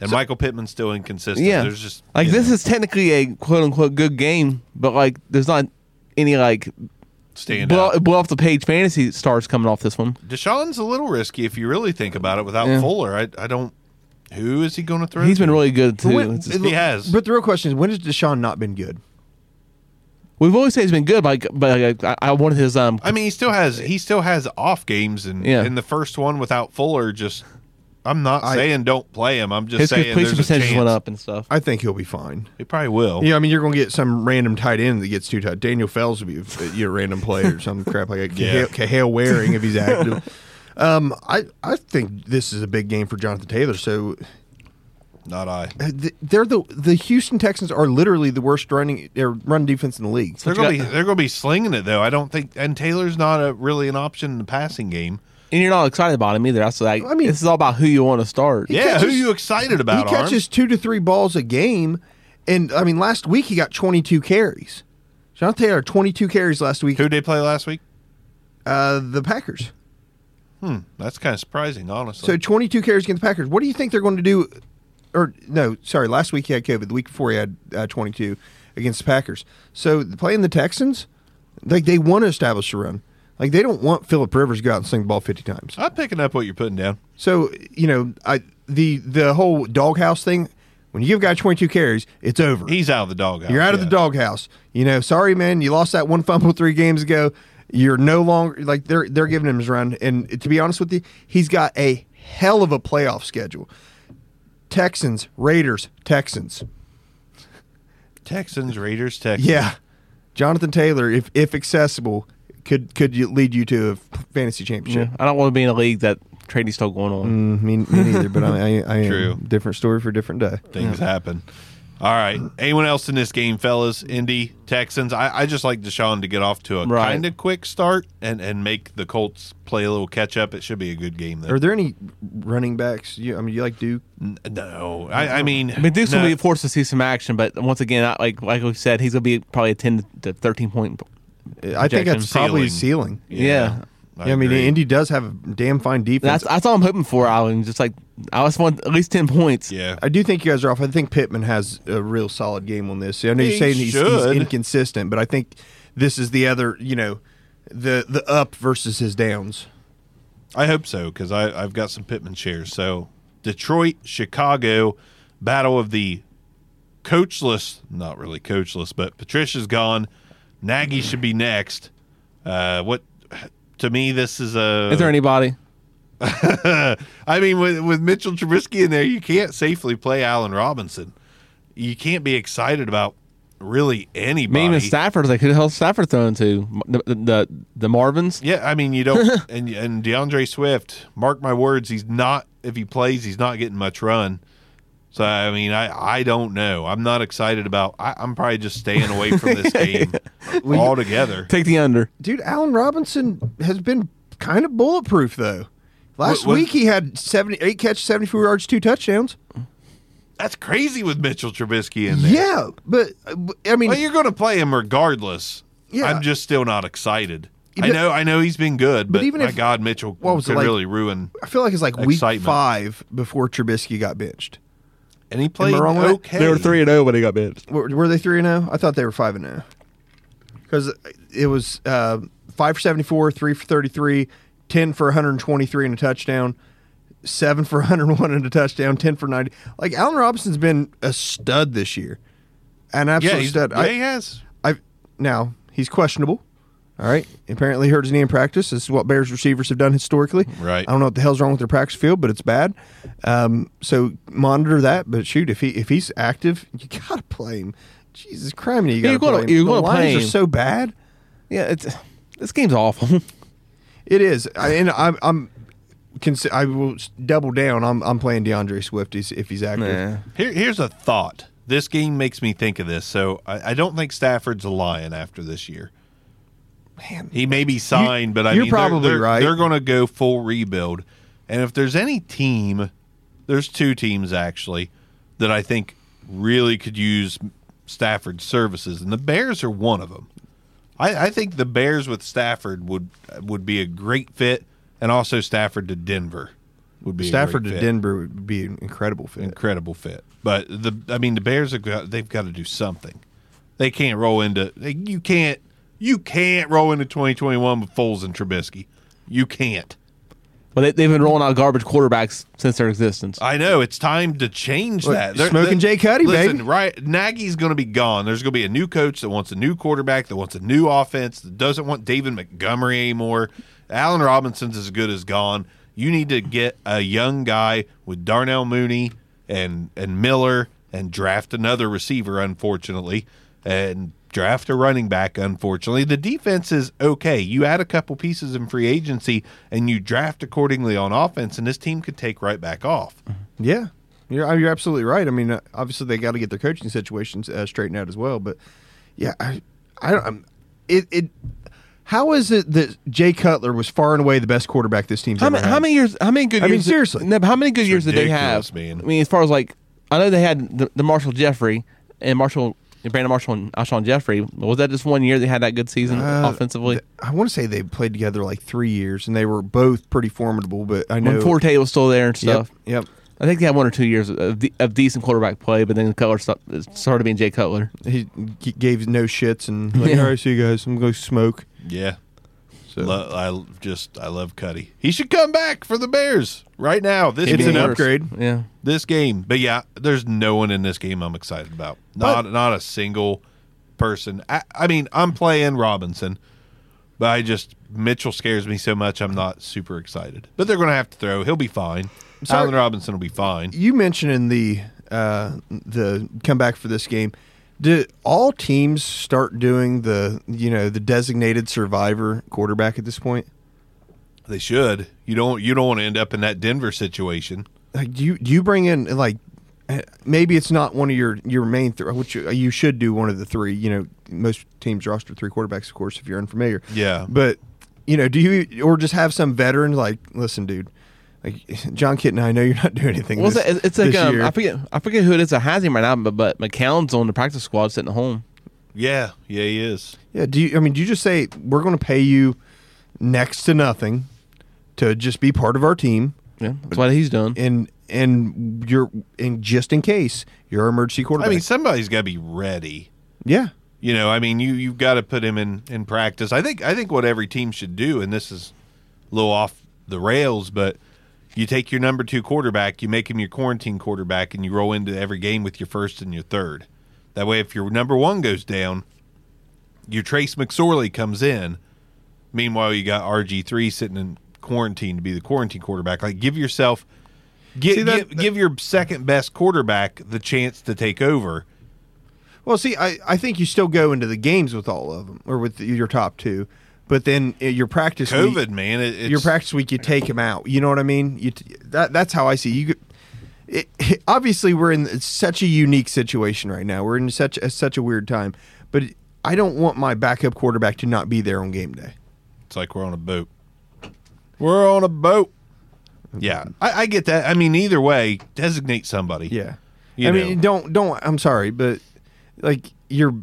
[SPEAKER 1] And Michael Pittman's still inconsistent.
[SPEAKER 4] Yeah,
[SPEAKER 1] there's just
[SPEAKER 4] like
[SPEAKER 1] you
[SPEAKER 4] this
[SPEAKER 1] know,
[SPEAKER 4] is technically a quote unquote good game, but like there's not any like
[SPEAKER 1] stand
[SPEAKER 4] blow,
[SPEAKER 1] out.
[SPEAKER 4] blow off the page fantasy stars coming off this one.
[SPEAKER 1] Deshaun's a little risky if you really think about it. Without
[SPEAKER 4] Yeah.
[SPEAKER 1] Fuller, I I don't. Who is he going to throw?
[SPEAKER 4] He's
[SPEAKER 1] to?
[SPEAKER 4] been really good too.
[SPEAKER 3] When-
[SPEAKER 4] It's just-
[SPEAKER 1] He has.
[SPEAKER 3] But the real question is, when has Deshaun not been good?
[SPEAKER 4] we've always said he's been good, like but like, I, I wanted his um
[SPEAKER 1] I mean, he still has he still has off games, and
[SPEAKER 4] Yeah.
[SPEAKER 1] and the first one without Fuller just I'm not
[SPEAKER 3] I-
[SPEAKER 1] saying don't play him. I'm just
[SPEAKER 4] His
[SPEAKER 1] saying
[SPEAKER 4] completion
[SPEAKER 1] there's a
[SPEAKER 4] percentage went
[SPEAKER 1] chance.
[SPEAKER 4] up and stuff.
[SPEAKER 3] I think he'll be fine.
[SPEAKER 1] He probably will.
[SPEAKER 3] Yeah, I mean, you're going to get some random tight end that gets too tight. Daniel Fells would be a- your random player or some crap like that.
[SPEAKER 1] Yeah.
[SPEAKER 3] Cahill, Cahill Waring if he's active. um, I I think this is a big game for Jonathan Taylor. So
[SPEAKER 1] Not I.
[SPEAKER 3] uh, th- they're the the Houston Texans are literally the worst running their run defense in the league.
[SPEAKER 1] They're
[SPEAKER 4] you
[SPEAKER 1] gonna be
[SPEAKER 4] got-
[SPEAKER 1] they're gonna be slinging it though. I don't think and Taylor's not a, really an option in the passing game.
[SPEAKER 4] And you're not excited about him either. That's like,
[SPEAKER 3] I mean-
[SPEAKER 4] this is all about who you want to start.
[SPEAKER 1] yeah,
[SPEAKER 3] catches-
[SPEAKER 1] who you excited about?
[SPEAKER 3] he catches two to three balls a game, and I mean, last week he got 22 carries. Jonathan Taylor 22 carries last week.
[SPEAKER 1] Arm? Who they play last week?
[SPEAKER 3] Uh, the Packers.
[SPEAKER 1] That's kind of surprising, honestly.
[SPEAKER 3] So 22 carries against the Packers. What do you think they're going to do? Or no, sorry. Last week he had COVID. The week before he had uh, 22 against the Packers. So playing the Texans, like they want to establish a run. Like they don't want Philip Rivers to go out and sling the ball 50 times.
[SPEAKER 1] I'm picking up what you're putting down.
[SPEAKER 3] So you know, I the the whole doghouse thing. When you give a guy 22 carries, it's over.
[SPEAKER 1] He's out of the doghouse.
[SPEAKER 3] You're out of the
[SPEAKER 1] yeah.
[SPEAKER 3] doghouse. You know, sorry, man. You lost that one fumble three games ago. You're no longer like they're they're giving him his run. And to be honest with you, he's got a hell of a playoff schedule. Texans, Raiders, Texans.
[SPEAKER 1] Texans, Raiders, Texans.
[SPEAKER 3] Yeah, Jonathan Taylor, if if accessible, could could you- lead you to a fantasy championship.
[SPEAKER 4] Yeah, I don't want to be in a league that trading's still going on.
[SPEAKER 3] Mm, me, me neither, but I, I, I am
[SPEAKER 1] True.
[SPEAKER 3] different story for different day.
[SPEAKER 1] things happen. All right. Anyone else in this game, fellas? Indy, Texans. I, I just like Deshaun to get off to a
[SPEAKER 4] Right.
[SPEAKER 1] kind of quick start and, and make the Colts play a little catch up. It should be a good game though.
[SPEAKER 3] Are there any running backs? You, I mean, you like Duke?
[SPEAKER 1] N- no, I, I mean,
[SPEAKER 4] I mean, Duke's
[SPEAKER 1] no,
[SPEAKER 4] gonna be forced to see some action, but once again, I- like like we said, he's gonna be probably a ten to thirteen point.
[SPEAKER 3] I think that's
[SPEAKER 4] Projection
[SPEAKER 3] probably his
[SPEAKER 1] ceiling.
[SPEAKER 3] ceiling.
[SPEAKER 4] Yeah.
[SPEAKER 3] I, mean,
[SPEAKER 1] agree.
[SPEAKER 3] Indy does have a damn fine defense.
[SPEAKER 4] That's that's all I'm hoping for. Alan, just like I just want at least ten points.
[SPEAKER 1] Yeah,
[SPEAKER 3] I do think you guys are off. I think Pittman has a real solid game on this. I know
[SPEAKER 1] He
[SPEAKER 3] you're saying he's, he's
[SPEAKER 1] should.
[SPEAKER 3] inconsistent, but I think this is the other, you know, the the up versus his downs.
[SPEAKER 1] I hope so because I've got some Pittman shares. So Detroit, Chicago, battle of the coachless, not really coachless, but Patricia's gone. Nagy should be next. Uh, what to me, this is a.
[SPEAKER 4] Is there anybody?
[SPEAKER 1] I mean, with, with Mitchell Trubisky in there, you can't safely play Allen Robinson. You can't be excited about really
[SPEAKER 4] I mean,
[SPEAKER 1] anybody.
[SPEAKER 4] even Stafford. Like who the hell's Stafford throwing to? The the, the, the Marvins.
[SPEAKER 1] Yeah, I mean you don't and and DeAndre Swift, mark my words, he's not if he plays, he's not getting much run. So I mean I I don't know. I'm not excited about I, I'm probably just staying away from this game altogether.
[SPEAKER 4] Take the under.
[SPEAKER 3] Dude, Allen Robinson has been kind of bulletproof though. Last
[SPEAKER 1] What- what-
[SPEAKER 3] week he had seventy eight catches, seventy four yards, two touchdowns.
[SPEAKER 1] That's crazy with Mitchell Trubisky in there.
[SPEAKER 3] Yeah, but uh, but, I mean,
[SPEAKER 1] Well, you're going to play him regardless.
[SPEAKER 3] Yeah.
[SPEAKER 1] I'm just still not excited. I
[SPEAKER 3] But-
[SPEAKER 1] know, I know he's been good, but,
[SPEAKER 3] even
[SPEAKER 1] my
[SPEAKER 3] if-
[SPEAKER 1] God, Mitchell
[SPEAKER 3] what was it
[SPEAKER 1] could
[SPEAKER 3] like-
[SPEAKER 1] really ruin.
[SPEAKER 3] I feel like it's like week
[SPEAKER 1] Excitement.
[SPEAKER 3] five before Trubisky got benched.
[SPEAKER 1] And he played
[SPEAKER 3] wrong with that?
[SPEAKER 1] okay.
[SPEAKER 4] and zero when he got bit.
[SPEAKER 3] Were, were they three and zero? I thought they were five and zero because it was uh, five for seventy four, three for thirty three, ten for one hundred twenty three and a touchdown, seven for one hundred one and a touchdown, ten for ninety. Like Allen Robinson's been a stud this year, an absolute
[SPEAKER 1] Yeah, he's,
[SPEAKER 3] stud.
[SPEAKER 1] yeah, he has.
[SPEAKER 3] I, I now he's questionable. All right. Apparently hurt his knee in practice. This is what Bears receivers have done historically.
[SPEAKER 1] Right.
[SPEAKER 3] I don't know what the hell's wrong with their practice field, but it's bad. Um, so monitor that. But shoot, if he if he's active, you gotta play him. Jesus Christ, you gotta
[SPEAKER 4] you're
[SPEAKER 3] play
[SPEAKER 4] gonna-
[SPEAKER 3] him.
[SPEAKER 4] you're
[SPEAKER 3] the
[SPEAKER 4] gonna play
[SPEAKER 3] Lions are
[SPEAKER 4] him.
[SPEAKER 3] so bad.
[SPEAKER 4] Yeah, it's this game's awful.
[SPEAKER 3] It is, I, and I'm I'm. Consi- I will s- double down. I'm I'm playing DeAndre Swift is- if he's active.
[SPEAKER 1] Here, here's a thought. This game makes me think of this. So I, I don't think Stafford's a lion after this year.
[SPEAKER 3] Man.
[SPEAKER 1] he may be signed, but I
[SPEAKER 3] you're
[SPEAKER 1] mean, they're-
[SPEAKER 3] probably
[SPEAKER 1] they're-
[SPEAKER 3] right.
[SPEAKER 1] They're going to go full rebuild. And if there's any team, there's two teams actually that I think really could use Stafford's services, and the Bears are one of them. I, I think the Bears with Stafford would would be a great fit, and also Stafford to Denver would be a great
[SPEAKER 3] Stafford to
[SPEAKER 1] fit
[SPEAKER 3] Denver would be an incredible fit.
[SPEAKER 1] incredible fit. But the I mean the Bears have got they've got to do something. They can't roll into they, you can't you can't roll into 2021 with Foles and Trubisky. You can't.
[SPEAKER 4] But they, they've been rolling out garbage quarterbacks since their existence.
[SPEAKER 1] I know it's time to change
[SPEAKER 3] Look,
[SPEAKER 1] that.
[SPEAKER 3] smoking Jay Cutty,
[SPEAKER 1] listen,
[SPEAKER 3] baby.
[SPEAKER 1] Right, Nagy's going to be gone. There's going to be a new coach that wants a new quarterback, that wants a new offense, that doesn't want David Montgomery anymore. Allen Robinson's as good as gone. You need to get a young guy with Darnell Mooney and and Miller and draft another receiver, unfortunately, and draft a running back, unfortunately. The defense is okay. You add a couple pieces in free agency and you draft accordingly on offense, and this team could take right back off.
[SPEAKER 3] Yeah, you're you're absolutely right. I mean, uh, obviously they got to get their coaching situations uh, straightened out as well. But yeah, I, I don't. I'm, it it. How is it that Jay Cutler was far and away the best quarterback this team's
[SPEAKER 4] How
[SPEAKER 3] ever
[SPEAKER 4] many,
[SPEAKER 3] had?
[SPEAKER 4] how many years? How many good?
[SPEAKER 3] I mean,
[SPEAKER 4] years did-
[SPEAKER 3] seriously.
[SPEAKER 4] no, but how many good years did they
[SPEAKER 1] ridiculous,
[SPEAKER 4] have?
[SPEAKER 1] man.
[SPEAKER 4] I mean, as far as like, I know they had the, the Marshall Jeffrey and Marshall Brandon Marshall and Alshon Jeffrey. Was that just one year they had that good season
[SPEAKER 3] Uh,
[SPEAKER 4] offensively?
[SPEAKER 3] th- I want to say they played together like three years, and they were both pretty formidable. But I know
[SPEAKER 4] when Forte was still there and
[SPEAKER 3] Yep,
[SPEAKER 4] stuff.
[SPEAKER 3] yep.
[SPEAKER 4] I think they had one or two years of, de- of decent quarterback play, but then Cutler stopped, it started being Jay Cutler.
[SPEAKER 3] He g- gave no shits and like,
[SPEAKER 4] Yeah.
[SPEAKER 3] all right, see you guys. I'm going to smoke.
[SPEAKER 1] Yeah. Lo- I just I love Cuddy. He should come back for the Bears right now. This
[SPEAKER 3] It's
[SPEAKER 1] game.
[SPEAKER 3] an upgrade.
[SPEAKER 4] Yeah.
[SPEAKER 1] This game, but yeah, there's no one in this game I'm excited about. Not not a single person. I, I mean, I'm playing Robinson, but I just Mitchell scares me so much. I'm not super excited. But they're going to have to throw. He'll be fine.
[SPEAKER 3] sorry.
[SPEAKER 1] Allen Robinson will be fine.
[SPEAKER 3] You mentioned in the uh, the comeback for this game. Did all teams start doing the you know the designated survivor quarterback at this point?
[SPEAKER 1] They should. You don't you don't want to end up in that Denver situation.
[SPEAKER 3] Like, do you do you bring in like eh, maybe it's not one of your your main three, which you, you should do one of the three. You know, most teams roster three quarterbacks, of course, if you're unfamiliar.
[SPEAKER 1] Yeah.
[SPEAKER 3] but you know, do you or just have some veteran like, listen, dude, like John Kitten, I know you're not doing anything.
[SPEAKER 4] Well,
[SPEAKER 3] this,
[SPEAKER 4] it's, it's like
[SPEAKER 3] this
[SPEAKER 4] um,
[SPEAKER 3] year.
[SPEAKER 4] I forget I forget who it is that has him right now, but, but McCown's on the practice squad sitting at home.
[SPEAKER 1] Yeah, yeah, he is.
[SPEAKER 3] Yeah, do you I mean do you just say we're gonna pay you next to nothing to just be part of our team
[SPEAKER 4] Yeah, that's what he's doing.
[SPEAKER 3] and and you're and just in case you're our emergency
[SPEAKER 1] I
[SPEAKER 3] quarterback.
[SPEAKER 1] mean, somebody's got to be ready.
[SPEAKER 3] yeah.
[SPEAKER 1] You know, I mean, you you've got to put him in in practice. I think I think what every team should do, and this is a little off the rails, but you take your number two quarterback, you make him your quarantine quarterback, and you roll into every game with your first and your third. That way, if your number one goes down, your Trace McSorley comes in. Meanwhile, you got RG three sitting in quarantine to be the quarantine quarterback. Like, give yourself,
[SPEAKER 3] See,
[SPEAKER 1] give
[SPEAKER 3] that-
[SPEAKER 1] give, give your second best quarterback the chance to take over.
[SPEAKER 3] Well see, I, I think you still go into the games with all of them or with your top two, but then uh, your practice week-
[SPEAKER 1] COVID, man, it, it's
[SPEAKER 3] your practice week you take him out. You know what I mean? You t- that that's how I see you. could- It, it- obviously, we're in such a unique situation right now. We're in such a, such a weird time, but I don't want my backup quarterback to not be there on game day.
[SPEAKER 1] It's like we're on a boat. We're on a boat. Yeah, I, I get that. I mean, either way, designate somebody.
[SPEAKER 3] Yeah,
[SPEAKER 1] You
[SPEAKER 3] I
[SPEAKER 1] know.
[SPEAKER 3] mean, don't don't. I'm sorry, but like your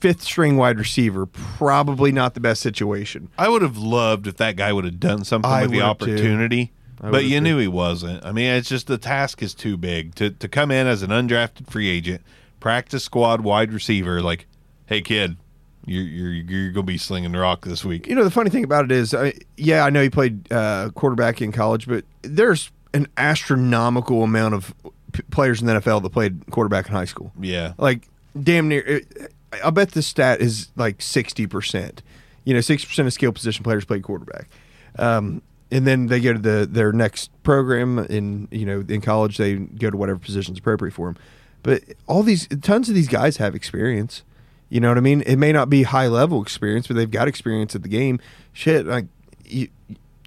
[SPEAKER 3] fifth string wide receiver, probably not the best situation.
[SPEAKER 1] I would have loved if that guy would have done something
[SPEAKER 3] I
[SPEAKER 1] with the
[SPEAKER 3] would've too.
[SPEAKER 1] opportunity, but
[SPEAKER 3] would've
[SPEAKER 1] you
[SPEAKER 3] too.
[SPEAKER 1] knew he wasn't. I mean, it's just the task is too big to to come in as an undrafted free agent, practice squad wide receiver. Like, hey kid, you're you're you're gonna be slinging the rock this week.
[SPEAKER 3] You know, the funny thing about it is, I, yeah, I know he played uh, quarterback in college, but there's an astronomical amount of p- players in the NFL that played quarterback in high school.
[SPEAKER 1] Yeah.
[SPEAKER 3] Like, damn near, it, I bet the stat is like 60%. You know, 60% of skill position players play quarterback. Um, and then they go to the their next program in, you know, in college, they go to whatever position's appropriate for them. But all these, tons of these guys have experience. You know what I mean? It may not be high level experience, but they've got experience at the game. Shit, like you,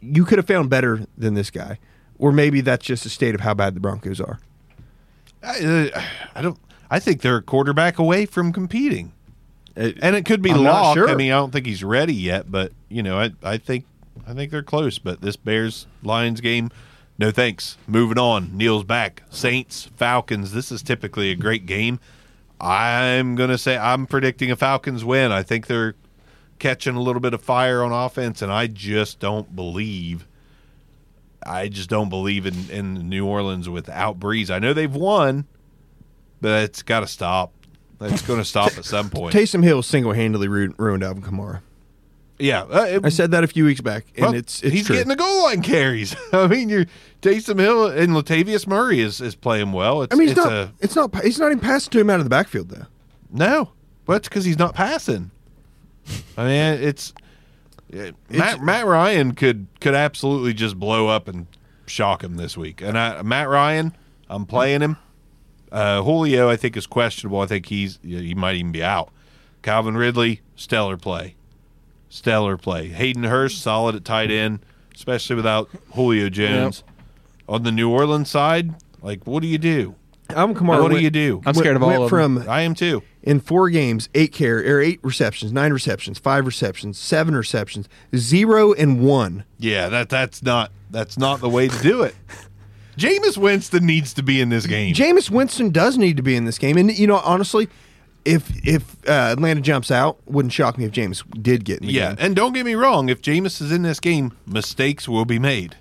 [SPEAKER 3] you could have found better than this guy, or maybe that's just a state of how bad the Broncos are.
[SPEAKER 1] I, uh, I don't. I think they're a quarterback away from competing, and it could be
[SPEAKER 3] Uh, I'm not
[SPEAKER 1] Locke. I
[SPEAKER 3] sure.
[SPEAKER 1] mean, I don't think he's ready yet, but you know, I I think I think they're close. But this Bears Lions game, no thanks. Moving on. Neil's back. Saints Falcons. This is typically a great game. I'm gonna say I'm predicting a Falcons win. I think they're catching a little bit of fire on offense, and I just don't believe I just don't believe in, in New Orleans without Breeze. I know they've won, but it's got to stop. It's going to stop at some point.
[SPEAKER 3] Taysom Hill single handedly ruined, ruined Alvin Kamara.
[SPEAKER 1] yeah, uh, it-
[SPEAKER 3] I said that a few weeks back, and
[SPEAKER 1] well,
[SPEAKER 3] it's it's
[SPEAKER 1] he's
[SPEAKER 3] true.
[SPEAKER 1] getting the goal line carries. I mean, you're Taysom Hill and Latavius Murray is, is playing well. It's,
[SPEAKER 3] I mean,
[SPEAKER 1] it's
[SPEAKER 3] it's not,
[SPEAKER 1] a,
[SPEAKER 3] it's not he's not even passing to him out of the backfield though.
[SPEAKER 1] no, but it's because he's not passing. I mean, it's, Matt, Matt Ryan could could absolutely just blow up and shock him this week. And I, Matt Ryan, I'm playing him. Uh, Julio, I think is questionable. I think he's he might even be out. Calvin Ridley, stellar play, stellar play. Hayden Hurst, solid at tight end, especially without Julio Jones. On the New Orleans side, like what do you do?
[SPEAKER 3] I'm Kamara.
[SPEAKER 1] What do
[SPEAKER 3] went-
[SPEAKER 1] you do? I'm
[SPEAKER 3] went-
[SPEAKER 4] scared of all
[SPEAKER 3] went
[SPEAKER 4] of
[SPEAKER 3] from
[SPEAKER 4] them.
[SPEAKER 1] I am too.
[SPEAKER 3] in four games, eight care or eight receptions, nine receptions, five receptions, seven receptions, zero and one.
[SPEAKER 1] Yeah, that that's not that's not the way to do it. Jameis Winston needs to be in this game.
[SPEAKER 3] Jameis Winston does need to be in this game, and you know honestly, if if uh, Atlanta jumps out, wouldn't shock me if Jameis did get in. The
[SPEAKER 1] yeah,
[SPEAKER 3] game.
[SPEAKER 1] and don't get me wrong, if Jameis is in this game, mistakes will be made.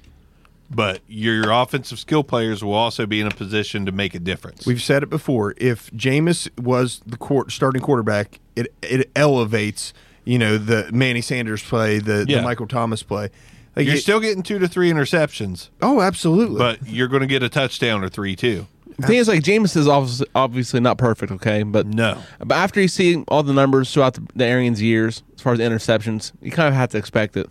[SPEAKER 1] But your offensive skill players will also be in a position to make a difference.
[SPEAKER 3] We've said it before. If Jameis was the court, starting quarterback, it it elevates you know the Manny Sanders play, the,
[SPEAKER 1] Yeah.
[SPEAKER 3] the Michael Thomas play. Like,
[SPEAKER 1] you're
[SPEAKER 3] it-
[SPEAKER 1] still getting two to three interceptions,
[SPEAKER 3] oh absolutely,
[SPEAKER 1] but you're going to get a touchdown or three too.
[SPEAKER 4] The thing is, like James is obviously, obviously not perfect, okay, but
[SPEAKER 1] No.
[SPEAKER 4] But after you see all the numbers throughout the, the Arians' years, as far as interceptions, you kind of have to expect it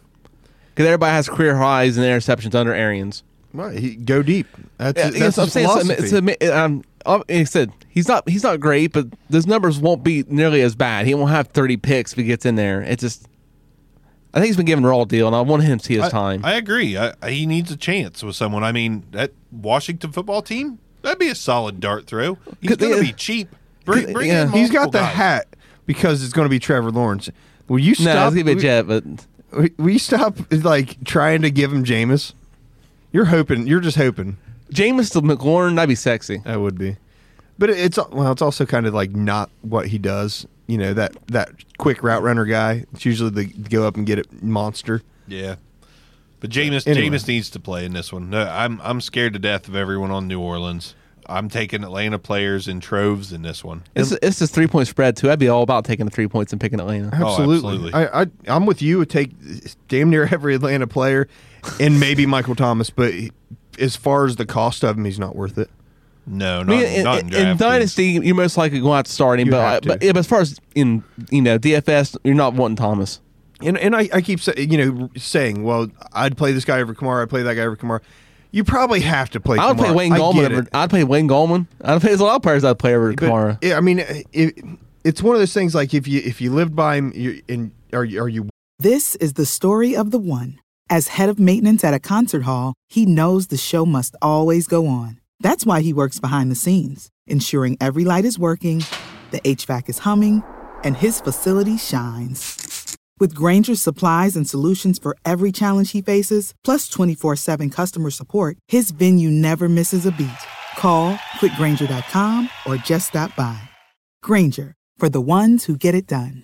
[SPEAKER 4] because everybody has career highs in interceptions under Arians.
[SPEAKER 3] Well, he, go deep. That's,
[SPEAKER 4] Yeah,
[SPEAKER 3] that's
[SPEAKER 4] I'm
[SPEAKER 3] his
[SPEAKER 4] saying. It's,
[SPEAKER 3] philosophy.
[SPEAKER 4] it's, it's, um, um, he said he's not he's not great, but those numbers won't be nearly as bad. He won't have 30 picks if he gets in there. It just, I think he's been given a raw deal, and I want him to see his
[SPEAKER 1] I,
[SPEAKER 4] time.
[SPEAKER 1] I agree. I, I- he needs a chance with someone. I mean, that Washington football team that'd be a solid dart throw. He's
[SPEAKER 4] Could-
[SPEAKER 1] going to
[SPEAKER 4] yeah.
[SPEAKER 1] be cheap. Bring,
[SPEAKER 4] Could-
[SPEAKER 1] bring
[SPEAKER 4] yeah.
[SPEAKER 1] in
[SPEAKER 3] He's got
[SPEAKER 1] multiple
[SPEAKER 3] the
[SPEAKER 1] guys.
[SPEAKER 3] hat because it's going to be Trevor Lawrence. Will you
[SPEAKER 4] no,
[SPEAKER 3] stop?
[SPEAKER 4] it's gonna be a
[SPEAKER 3] will-
[SPEAKER 4] jet, but
[SPEAKER 3] will, you stop like trying to give him Jameis? You're hoping. You're just hoping.
[SPEAKER 4] Jameis to McLaurin, that'd be sexy.
[SPEAKER 3] I would be, but it- it's well. It's also kind of like not what he does. You know that that quick route runner guy. It's usually the go up and get it monster.
[SPEAKER 1] Yeah. But Jameis
[SPEAKER 3] Anyway.
[SPEAKER 1] Jameis needs to play in this one. No, I'm I'm scared to death of everyone on New Orleans. I'm taking Atlanta players in troves in this one.
[SPEAKER 4] It's it's this three point spread too. I'd be all about taking the three points and picking Atlanta.
[SPEAKER 3] Absolutely.
[SPEAKER 1] absolutely.
[SPEAKER 3] I, I I'm with you. Take damn near every Atlanta player, and maybe Michael Thomas. But as far as the cost of him, he's not worth it.
[SPEAKER 1] No,
[SPEAKER 4] I
[SPEAKER 1] not,
[SPEAKER 4] mean,
[SPEAKER 1] not in,
[SPEAKER 4] in, in
[SPEAKER 1] draft.
[SPEAKER 4] dynasty, you're most likely going out starting,
[SPEAKER 3] You have
[SPEAKER 4] but uh,
[SPEAKER 3] to.
[SPEAKER 4] but, yeah, but as far as in you know DFS, you're not wanting Thomas.
[SPEAKER 3] And and I, I keep say, you know saying, well, I'd play this guy over Kamara. I'd play that guy over Kamara. You probably have to play.
[SPEAKER 4] I would play
[SPEAKER 3] Kamara.
[SPEAKER 4] Wayne
[SPEAKER 3] I
[SPEAKER 4] Gallman.
[SPEAKER 3] get
[SPEAKER 4] Over,
[SPEAKER 3] it.
[SPEAKER 4] I'd play Wayne Gallman. I'd play there's a lot of players I'd play over
[SPEAKER 3] But,
[SPEAKER 4] Kamara.
[SPEAKER 3] yeah, I mean, it, it's one of those things. Like if you if you lived by him, you and are you are you
[SPEAKER 5] This is the story of the one. As head of maintenance at a concert hall, he knows the show must always go on. That's why he works behind the scenes, ensuring every light is working, the HVAC is humming, and his facility shines. With Granger's supplies and solutions for every challenge he faces, plus 24 7 customer support, his venue never misses a beat. Call quickgranger.com or just stop by. Granger, for the ones who get it done.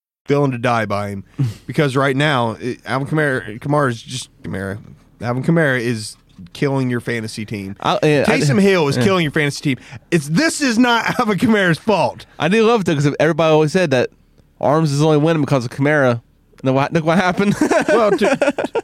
[SPEAKER 3] willing to die by him? because right now, it, Alvin Kamara Kamara is just Kamara. Alvin Kamara is killing your fantasy team.
[SPEAKER 4] I- yeah, I-
[SPEAKER 3] Taysom Hill is killing your fantasy team. It's this is not Alvin Kamara's fault.
[SPEAKER 4] I do love it because everybody always said that Arms is only winning because of Kamara. Look what, look what happened.
[SPEAKER 3] Well, to,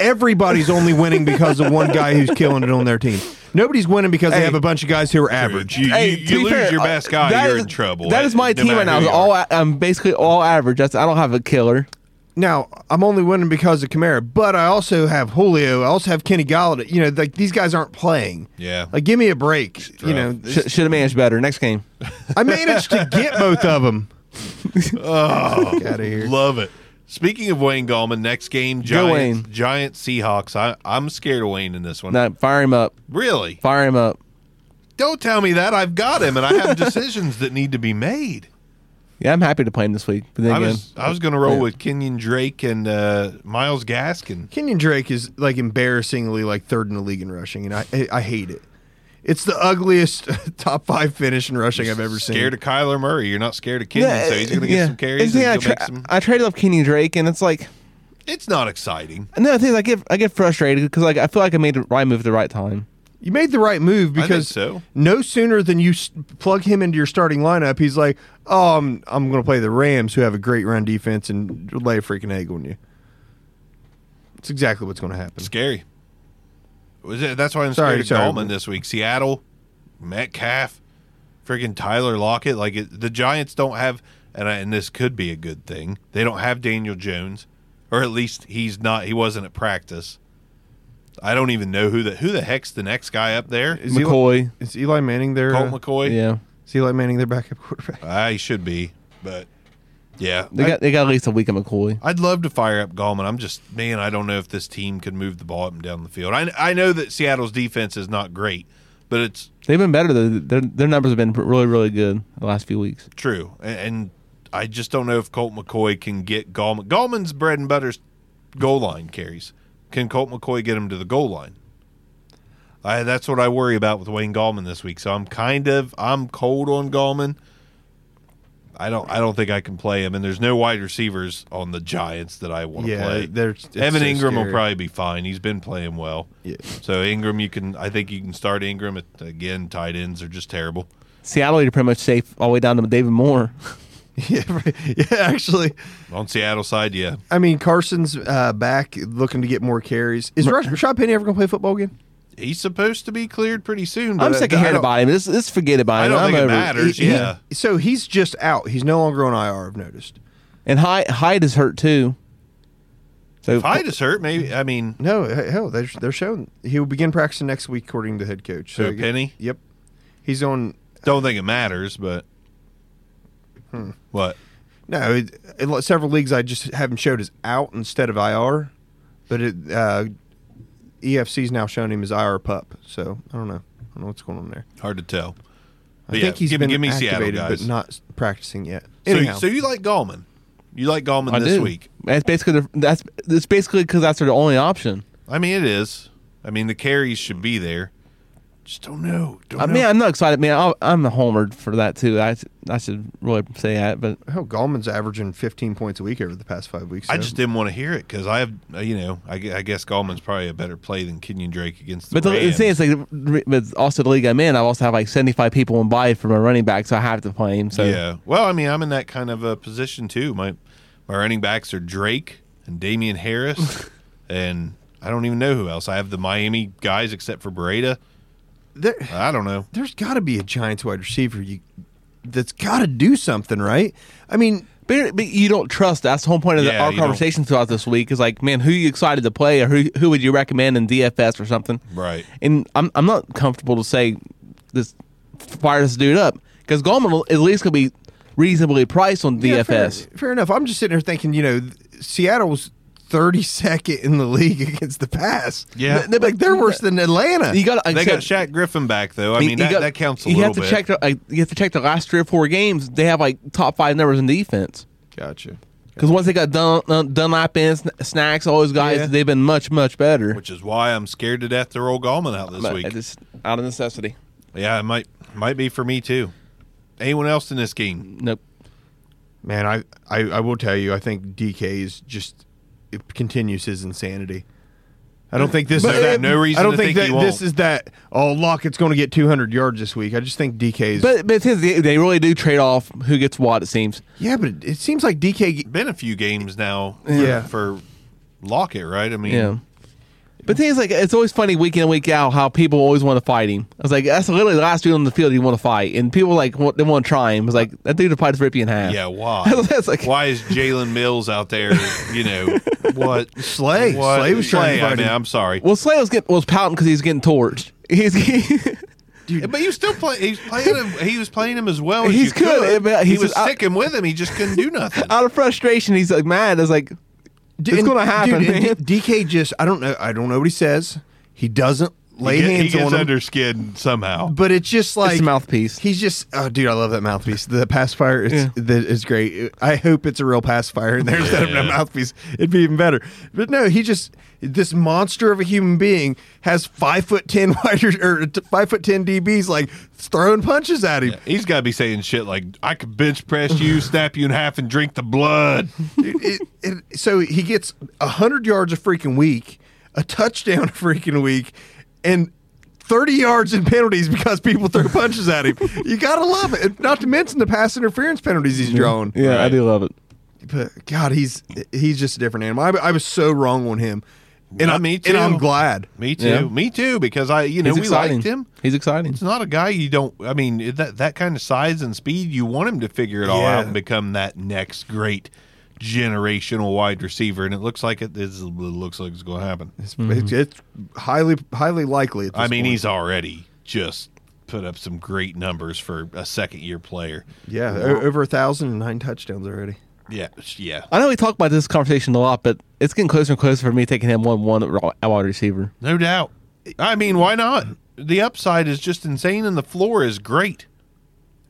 [SPEAKER 3] everybody's only winning because of one guy who's killing it on their team. Nobody's winning because they have a bunch of guys who are average.
[SPEAKER 1] You, you-
[SPEAKER 4] Hey,
[SPEAKER 1] you
[SPEAKER 4] to be
[SPEAKER 1] lose
[SPEAKER 4] fair, uh,
[SPEAKER 1] your best guy,
[SPEAKER 4] that
[SPEAKER 1] you're
[SPEAKER 4] is-
[SPEAKER 1] in trouble.
[SPEAKER 4] That is my
[SPEAKER 1] No
[SPEAKER 4] team
[SPEAKER 1] matter
[SPEAKER 4] right now.
[SPEAKER 1] who
[SPEAKER 4] Is
[SPEAKER 1] you
[SPEAKER 4] all
[SPEAKER 1] are.
[SPEAKER 4] a- I'm basically all average. That's I don't have a killer.
[SPEAKER 3] Now, I'm only winning because of Kamara, but I also have Julio. I also have Kenny Galladay. You know, like these guys aren't playing.
[SPEAKER 1] Yeah.
[SPEAKER 3] Like, give me a break. You know,
[SPEAKER 4] Sh- Should have managed better. Next game.
[SPEAKER 3] I managed to get both of them. oh, out of here.
[SPEAKER 1] Love it. Speaking of Wayne Gallman, next game, Giants,
[SPEAKER 4] Wayne.
[SPEAKER 1] Giants Seahawks. I, I'm scared of Wayne in this one.
[SPEAKER 4] No, fire him up.
[SPEAKER 1] Really?
[SPEAKER 4] Fire him up.
[SPEAKER 1] Don't tell me that. I've got him, and I have decisions that need to be made.
[SPEAKER 4] Yeah, I'm happy to play him this week. But then
[SPEAKER 1] I
[SPEAKER 4] again,
[SPEAKER 1] was I was going to roll
[SPEAKER 4] Yeah.
[SPEAKER 1] with Kenyon Drake and uh, Miles Gaskin.
[SPEAKER 3] Kenyon Drake is like embarrassingly like third in the league in rushing, and I I, I hate it. It's the ugliest top five finish in rushing I've ever seen.
[SPEAKER 1] scared of Kyler Murray. You're not scared of Kenyon, so he's going to get
[SPEAKER 4] yeah.
[SPEAKER 1] some carries.
[SPEAKER 4] It's the
[SPEAKER 1] And he'll
[SPEAKER 4] thing, I,
[SPEAKER 1] make
[SPEAKER 4] tra-
[SPEAKER 1] some-
[SPEAKER 4] I traded up Kenny Drake, and it's like
[SPEAKER 1] it's not exciting.
[SPEAKER 4] And the other thing is, I get I get frustrated because like I feel like I made the right move at the right time.
[SPEAKER 3] You made the right move
[SPEAKER 1] think
[SPEAKER 3] because
[SPEAKER 1] so.
[SPEAKER 3] no sooner than you s- plug him into your starting lineup, he's like, "Oh, I'm I'm going to play the Rams, who have a great run defense, and lay a freaking egg on you." It's exactly what's going to happen.
[SPEAKER 1] Scary. Was it? That's why I'm
[SPEAKER 3] Sorry,
[SPEAKER 1] scared of
[SPEAKER 3] sorry.
[SPEAKER 1] Gallman this week. Seattle, Metcalf, freaking Tyler Lockett. Like it, the Giants don't have, and I, and this could be a good thing. They don't have Daniel Jones, or at least he's not. He wasn't at practice. I don't even know who the who the heck's the next guy up there.
[SPEAKER 3] Is
[SPEAKER 4] McCoy.
[SPEAKER 3] Eli, is Eli Manning there?
[SPEAKER 1] Colt McCoy.
[SPEAKER 4] Yeah,
[SPEAKER 3] Is Eli Manning their backup quarterback?
[SPEAKER 1] I should be, but yeah,
[SPEAKER 4] they got they got at least a week of McCoy.
[SPEAKER 1] I'd love to fire up Gallman. I'm just man, I don't know if this team could move the ball up and down the field. I I know that Seattle's defense is not great, but it's
[SPEAKER 4] They've been better. Though. Their their numbers have been really really good the last few weeks.
[SPEAKER 1] true, and, and I just don't know if Colt McCoy can get Gallman. Gallman's bread and butter's goal line carries. Can Colt McCoy get him to the goal line? I that's what I worry about with Wayne Gallman this week. So I'm kind of I'm cold on Gallman. I don't I don't think I can play him, and there's no wide receivers on the Giants that I want to
[SPEAKER 3] Yeah,
[SPEAKER 1] play.
[SPEAKER 3] they're- it's
[SPEAKER 1] Evan
[SPEAKER 3] so
[SPEAKER 1] Ingram will
[SPEAKER 3] scary.
[SPEAKER 1] probably be fine. He's been playing well.
[SPEAKER 3] Yeah.
[SPEAKER 1] So Ingram, you can I think you can start Ingram. It- Again, tight ends are just terrible.
[SPEAKER 4] Seattle, you're pretty much safe all the way down to David Moore.
[SPEAKER 3] yeah, right. yeah. Actually,
[SPEAKER 1] On Seattle side, yeah.
[SPEAKER 3] I mean Carson's uh, back, looking to get more carries. Is Rush, Rashad Penny ever going to play football again?
[SPEAKER 1] He's supposed to be cleared pretty soon. But
[SPEAKER 4] I'm
[SPEAKER 1] I-
[SPEAKER 4] sick
[SPEAKER 1] I
[SPEAKER 4] of hearing
[SPEAKER 1] don't-
[SPEAKER 4] about him. Let's, let's forget about
[SPEAKER 1] I
[SPEAKER 4] him.
[SPEAKER 1] don't
[SPEAKER 4] I'm
[SPEAKER 1] think it
[SPEAKER 4] over
[SPEAKER 1] matters.
[SPEAKER 3] He- he-
[SPEAKER 1] yeah.
[SPEAKER 3] so he's just out. He's no longer on IR. I've noticed.
[SPEAKER 4] And Hyde, Hyde is hurt too. So Oh.
[SPEAKER 1] If I just hurt, maybe I mean
[SPEAKER 3] No, he- hell, they're, they're showing he will begin practicing next week, according to head coach.
[SPEAKER 1] Who, Penny?
[SPEAKER 3] Yep, he's on.
[SPEAKER 1] don't think it matters, but what?
[SPEAKER 3] No, it, it- several leagues I just have him showed as out instead of IR, but it, uh, E EFC's now showing him as IR pup. So I don't know. I don't know what's going on there.
[SPEAKER 1] Hard to tell.
[SPEAKER 3] I
[SPEAKER 1] But yeah,
[SPEAKER 3] think he's
[SPEAKER 1] give, me-
[SPEAKER 3] been
[SPEAKER 1] give me Seattle
[SPEAKER 3] activated,
[SPEAKER 1] guys.
[SPEAKER 3] but not practicing yet.
[SPEAKER 1] so, you-
[SPEAKER 3] Anyhow,
[SPEAKER 1] so you like Gallman? You like Gallman
[SPEAKER 4] I
[SPEAKER 1] this
[SPEAKER 4] do.
[SPEAKER 1] week?
[SPEAKER 4] That's basically the, that's it's basically because that's their only option.
[SPEAKER 1] I mean, it is. I mean, the carries should be there. Just don't know. Don't
[SPEAKER 4] I
[SPEAKER 1] know.
[SPEAKER 4] mean, I'm not excited, man. I'll, I'm a homer for that too. I I should really say that, but
[SPEAKER 3] hell, Gallman's averaging 15 points a week over the past five weeks.
[SPEAKER 1] I
[SPEAKER 3] so-
[SPEAKER 1] just didn't want to hear it because I have, uh, you know, I, gu- I guess Gallman's probably a better play than Kenyon Drake against the
[SPEAKER 4] but the, the
[SPEAKER 1] Rams.
[SPEAKER 4] thing is, like, re- but also the league I'm in, I also have like 75 people in buy for my running back, so I have to play him. So
[SPEAKER 1] yeah. Well, I mean, I'm in that kind of a position too. My my running backs are Drake and Damian Harris, and I don't even know who else. I have the Miami guys except for Beretta.
[SPEAKER 3] There-
[SPEAKER 1] I don't know.
[SPEAKER 3] there's got to be a Giants wide receiver you that's got to do something, right? I mean,
[SPEAKER 4] But, but you don't trust. That's the whole point of the,
[SPEAKER 1] Yeah,
[SPEAKER 4] our
[SPEAKER 1] you don't.
[SPEAKER 4] conversation throughout this week. Is like, man, who you excited to play, or who who would you recommend in DFS or something?
[SPEAKER 1] Right.
[SPEAKER 4] And I'm I'm not comfortable to say this fire this dude up because Goldman will- at least could be reasonably priced on
[SPEAKER 3] yeah, fair-
[SPEAKER 4] DFS.
[SPEAKER 3] fair, enough. I'm just sitting here thinking, you know, th- Seattle's 32nd in the league against the pass.
[SPEAKER 1] Yeah.
[SPEAKER 3] Th- like they're worse than Atlanta.
[SPEAKER 4] You got
[SPEAKER 1] They got Shaq Griffin back though. I mean, that, that counts a
[SPEAKER 4] you
[SPEAKER 1] little
[SPEAKER 4] have to
[SPEAKER 1] bit.
[SPEAKER 4] check. The, like, you have to check the last three or four games. They have like top five numbers in defense.
[SPEAKER 3] gotcha.
[SPEAKER 4] Because once they got Dun, Dun, Dunlap in, Sn- Snacks, all those guys,
[SPEAKER 3] Yeah.
[SPEAKER 4] they've been much, much better.
[SPEAKER 1] which is why I'm scared to death to roll Gallman out this
[SPEAKER 4] But
[SPEAKER 1] week.
[SPEAKER 4] it's just out of necessity.
[SPEAKER 1] yeah, it might might be for me too. Anyone else in this game?
[SPEAKER 4] Nope.
[SPEAKER 3] Man, I, I I will tell you, I think DK is just it continues his insanity. I don't think this
[SPEAKER 1] But I
[SPEAKER 3] is that.
[SPEAKER 1] have no reason
[SPEAKER 3] uh, I don't
[SPEAKER 1] to
[SPEAKER 3] think,
[SPEAKER 1] think he
[SPEAKER 3] that this
[SPEAKER 1] won't.
[SPEAKER 3] is that. Oh, Lockett's going to get 200 yards this week. I just think DK's.
[SPEAKER 4] But but it's his, they they really do trade off who gets what. It seems.
[SPEAKER 3] yeah, but it, it seems like DK
[SPEAKER 1] Been a few games now.
[SPEAKER 3] Yeah.
[SPEAKER 1] For, for Lockett, right? I mean,
[SPEAKER 4] Yeah. But the thing is, like, it's always funny week in and week out how people always want to fight him. I was like, that's literally the last dude on the field you want to fight, and people like want, they want to try him. I was like, that dude will probably just rip you in half.
[SPEAKER 1] yeah. Why?
[SPEAKER 4] That's like-
[SPEAKER 1] why is Jalen Mills out there? You know what?
[SPEAKER 3] Slay.
[SPEAKER 1] What?
[SPEAKER 3] Slay was trying to
[SPEAKER 1] I
[SPEAKER 3] fight
[SPEAKER 1] mean,
[SPEAKER 3] him.
[SPEAKER 1] I'm sorry.
[SPEAKER 4] Well, Slay was get was pouting because he's getting torched. He's
[SPEAKER 1] But he was still playing. He was playing him. He was playing him as well as
[SPEAKER 4] He's
[SPEAKER 1] you
[SPEAKER 4] good,
[SPEAKER 1] could.
[SPEAKER 4] but
[SPEAKER 1] he
[SPEAKER 4] he's-
[SPEAKER 1] was
[SPEAKER 4] I-
[SPEAKER 1] sticking with him. He just couldn't do nothing.
[SPEAKER 4] out of frustration. He's like mad. It's like
[SPEAKER 3] D-
[SPEAKER 4] it's
[SPEAKER 3] and-
[SPEAKER 4] gonna happen,
[SPEAKER 3] dude, and
[SPEAKER 4] man.
[SPEAKER 3] D- DK just I don't know I don't know what he says. He doesn't lay
[SPEAKER 1] he, get- he
[SPEAKER 3] hands
[SPEAKER 1] gets
[SPEAKER 3] on him.
[SPEAKER 1] under skin somehow.
[SPEAKER 3] but it's just like
[SPEAKER 4] the mouthpiece.
[SPEAKER 3] He's just oh, dude, I love that mouthpiece. The pacifier is that is great. I hope it's a real pacifier in there instead of a
[SPEAKER 1] Yeah.
[SPEAKER 3] mouthpiece. It'd be even better. But no, he just this monster of a human being has five foot ten wider or t- five foot ten DBs like throwing punches at him.
[SPEAKER 1] He's got to be saying shit like, "I could bench press you, snap you in half, and drink the blood."
[SPEAKER 3] Dude, it, it, so he gets hundred yards a freaking week, a touchdown a freaking week, and. 30 yards in penalties because people throw punches at him. You got to love it. Not to mention the pass interference penalties he's drawing.
[SPEAKER 4] Yeah, I
[SPEAKER 1] Right.
[SPEAKER 4] do love it.
[SPEAKER 3] but God, he's he's just a different animal. I, I was so wrong on him, and
[SPEAKER 1] Yeah,
[SPEAKER 3] I
[SPEAKER 1] me
[SPEAKER 3] And I'm
[SPEAKER 1] too.
[SPEAKER 3] glad.
[SPEAKER 1] Me too.
[SPEAKER 4] Yeah.
[SPEAKER 1] Me too. Because I, you know,
[SPEAKER 4] He's
[SPEAKER 1] we
[SPEAKER 4] exciting.
[SPEAKER 1] liked him.
[SPEAKER 4] He's exciting.
[SPEAKER 1] It's not a guy you don't. I mean, that that kind of size and speed, you want him to figure it all
[SPEAKER 3] Yeah.
[SPEAKER 1] out and become that next great generational wide receiver. And it looks like it, this is- it looks like it's going to happen.
[SPEAKER 3] It's,
[SPEAKER 4] Mm-hmm.
[SPEAKER 3] it's, it's highly highly likely. At this
[SPEAKER 1] I mean,
[SPEAKER 3] point.
[SPEAKER 1] he's already just put up some great numbers for a second year player.
[SPEAKER 3] yeah o- over a thousand and nine touchdowns already.
[SPEAKER 1] Yeah, yeah.
[SPEAKER 4] I know we talk about this conversation a lot, but it's getting closer and closer for me taking him one one at wide receiver.
[SPEAKER 1] No doubt. I mean, why not? The upside is just insane, and the floor is great.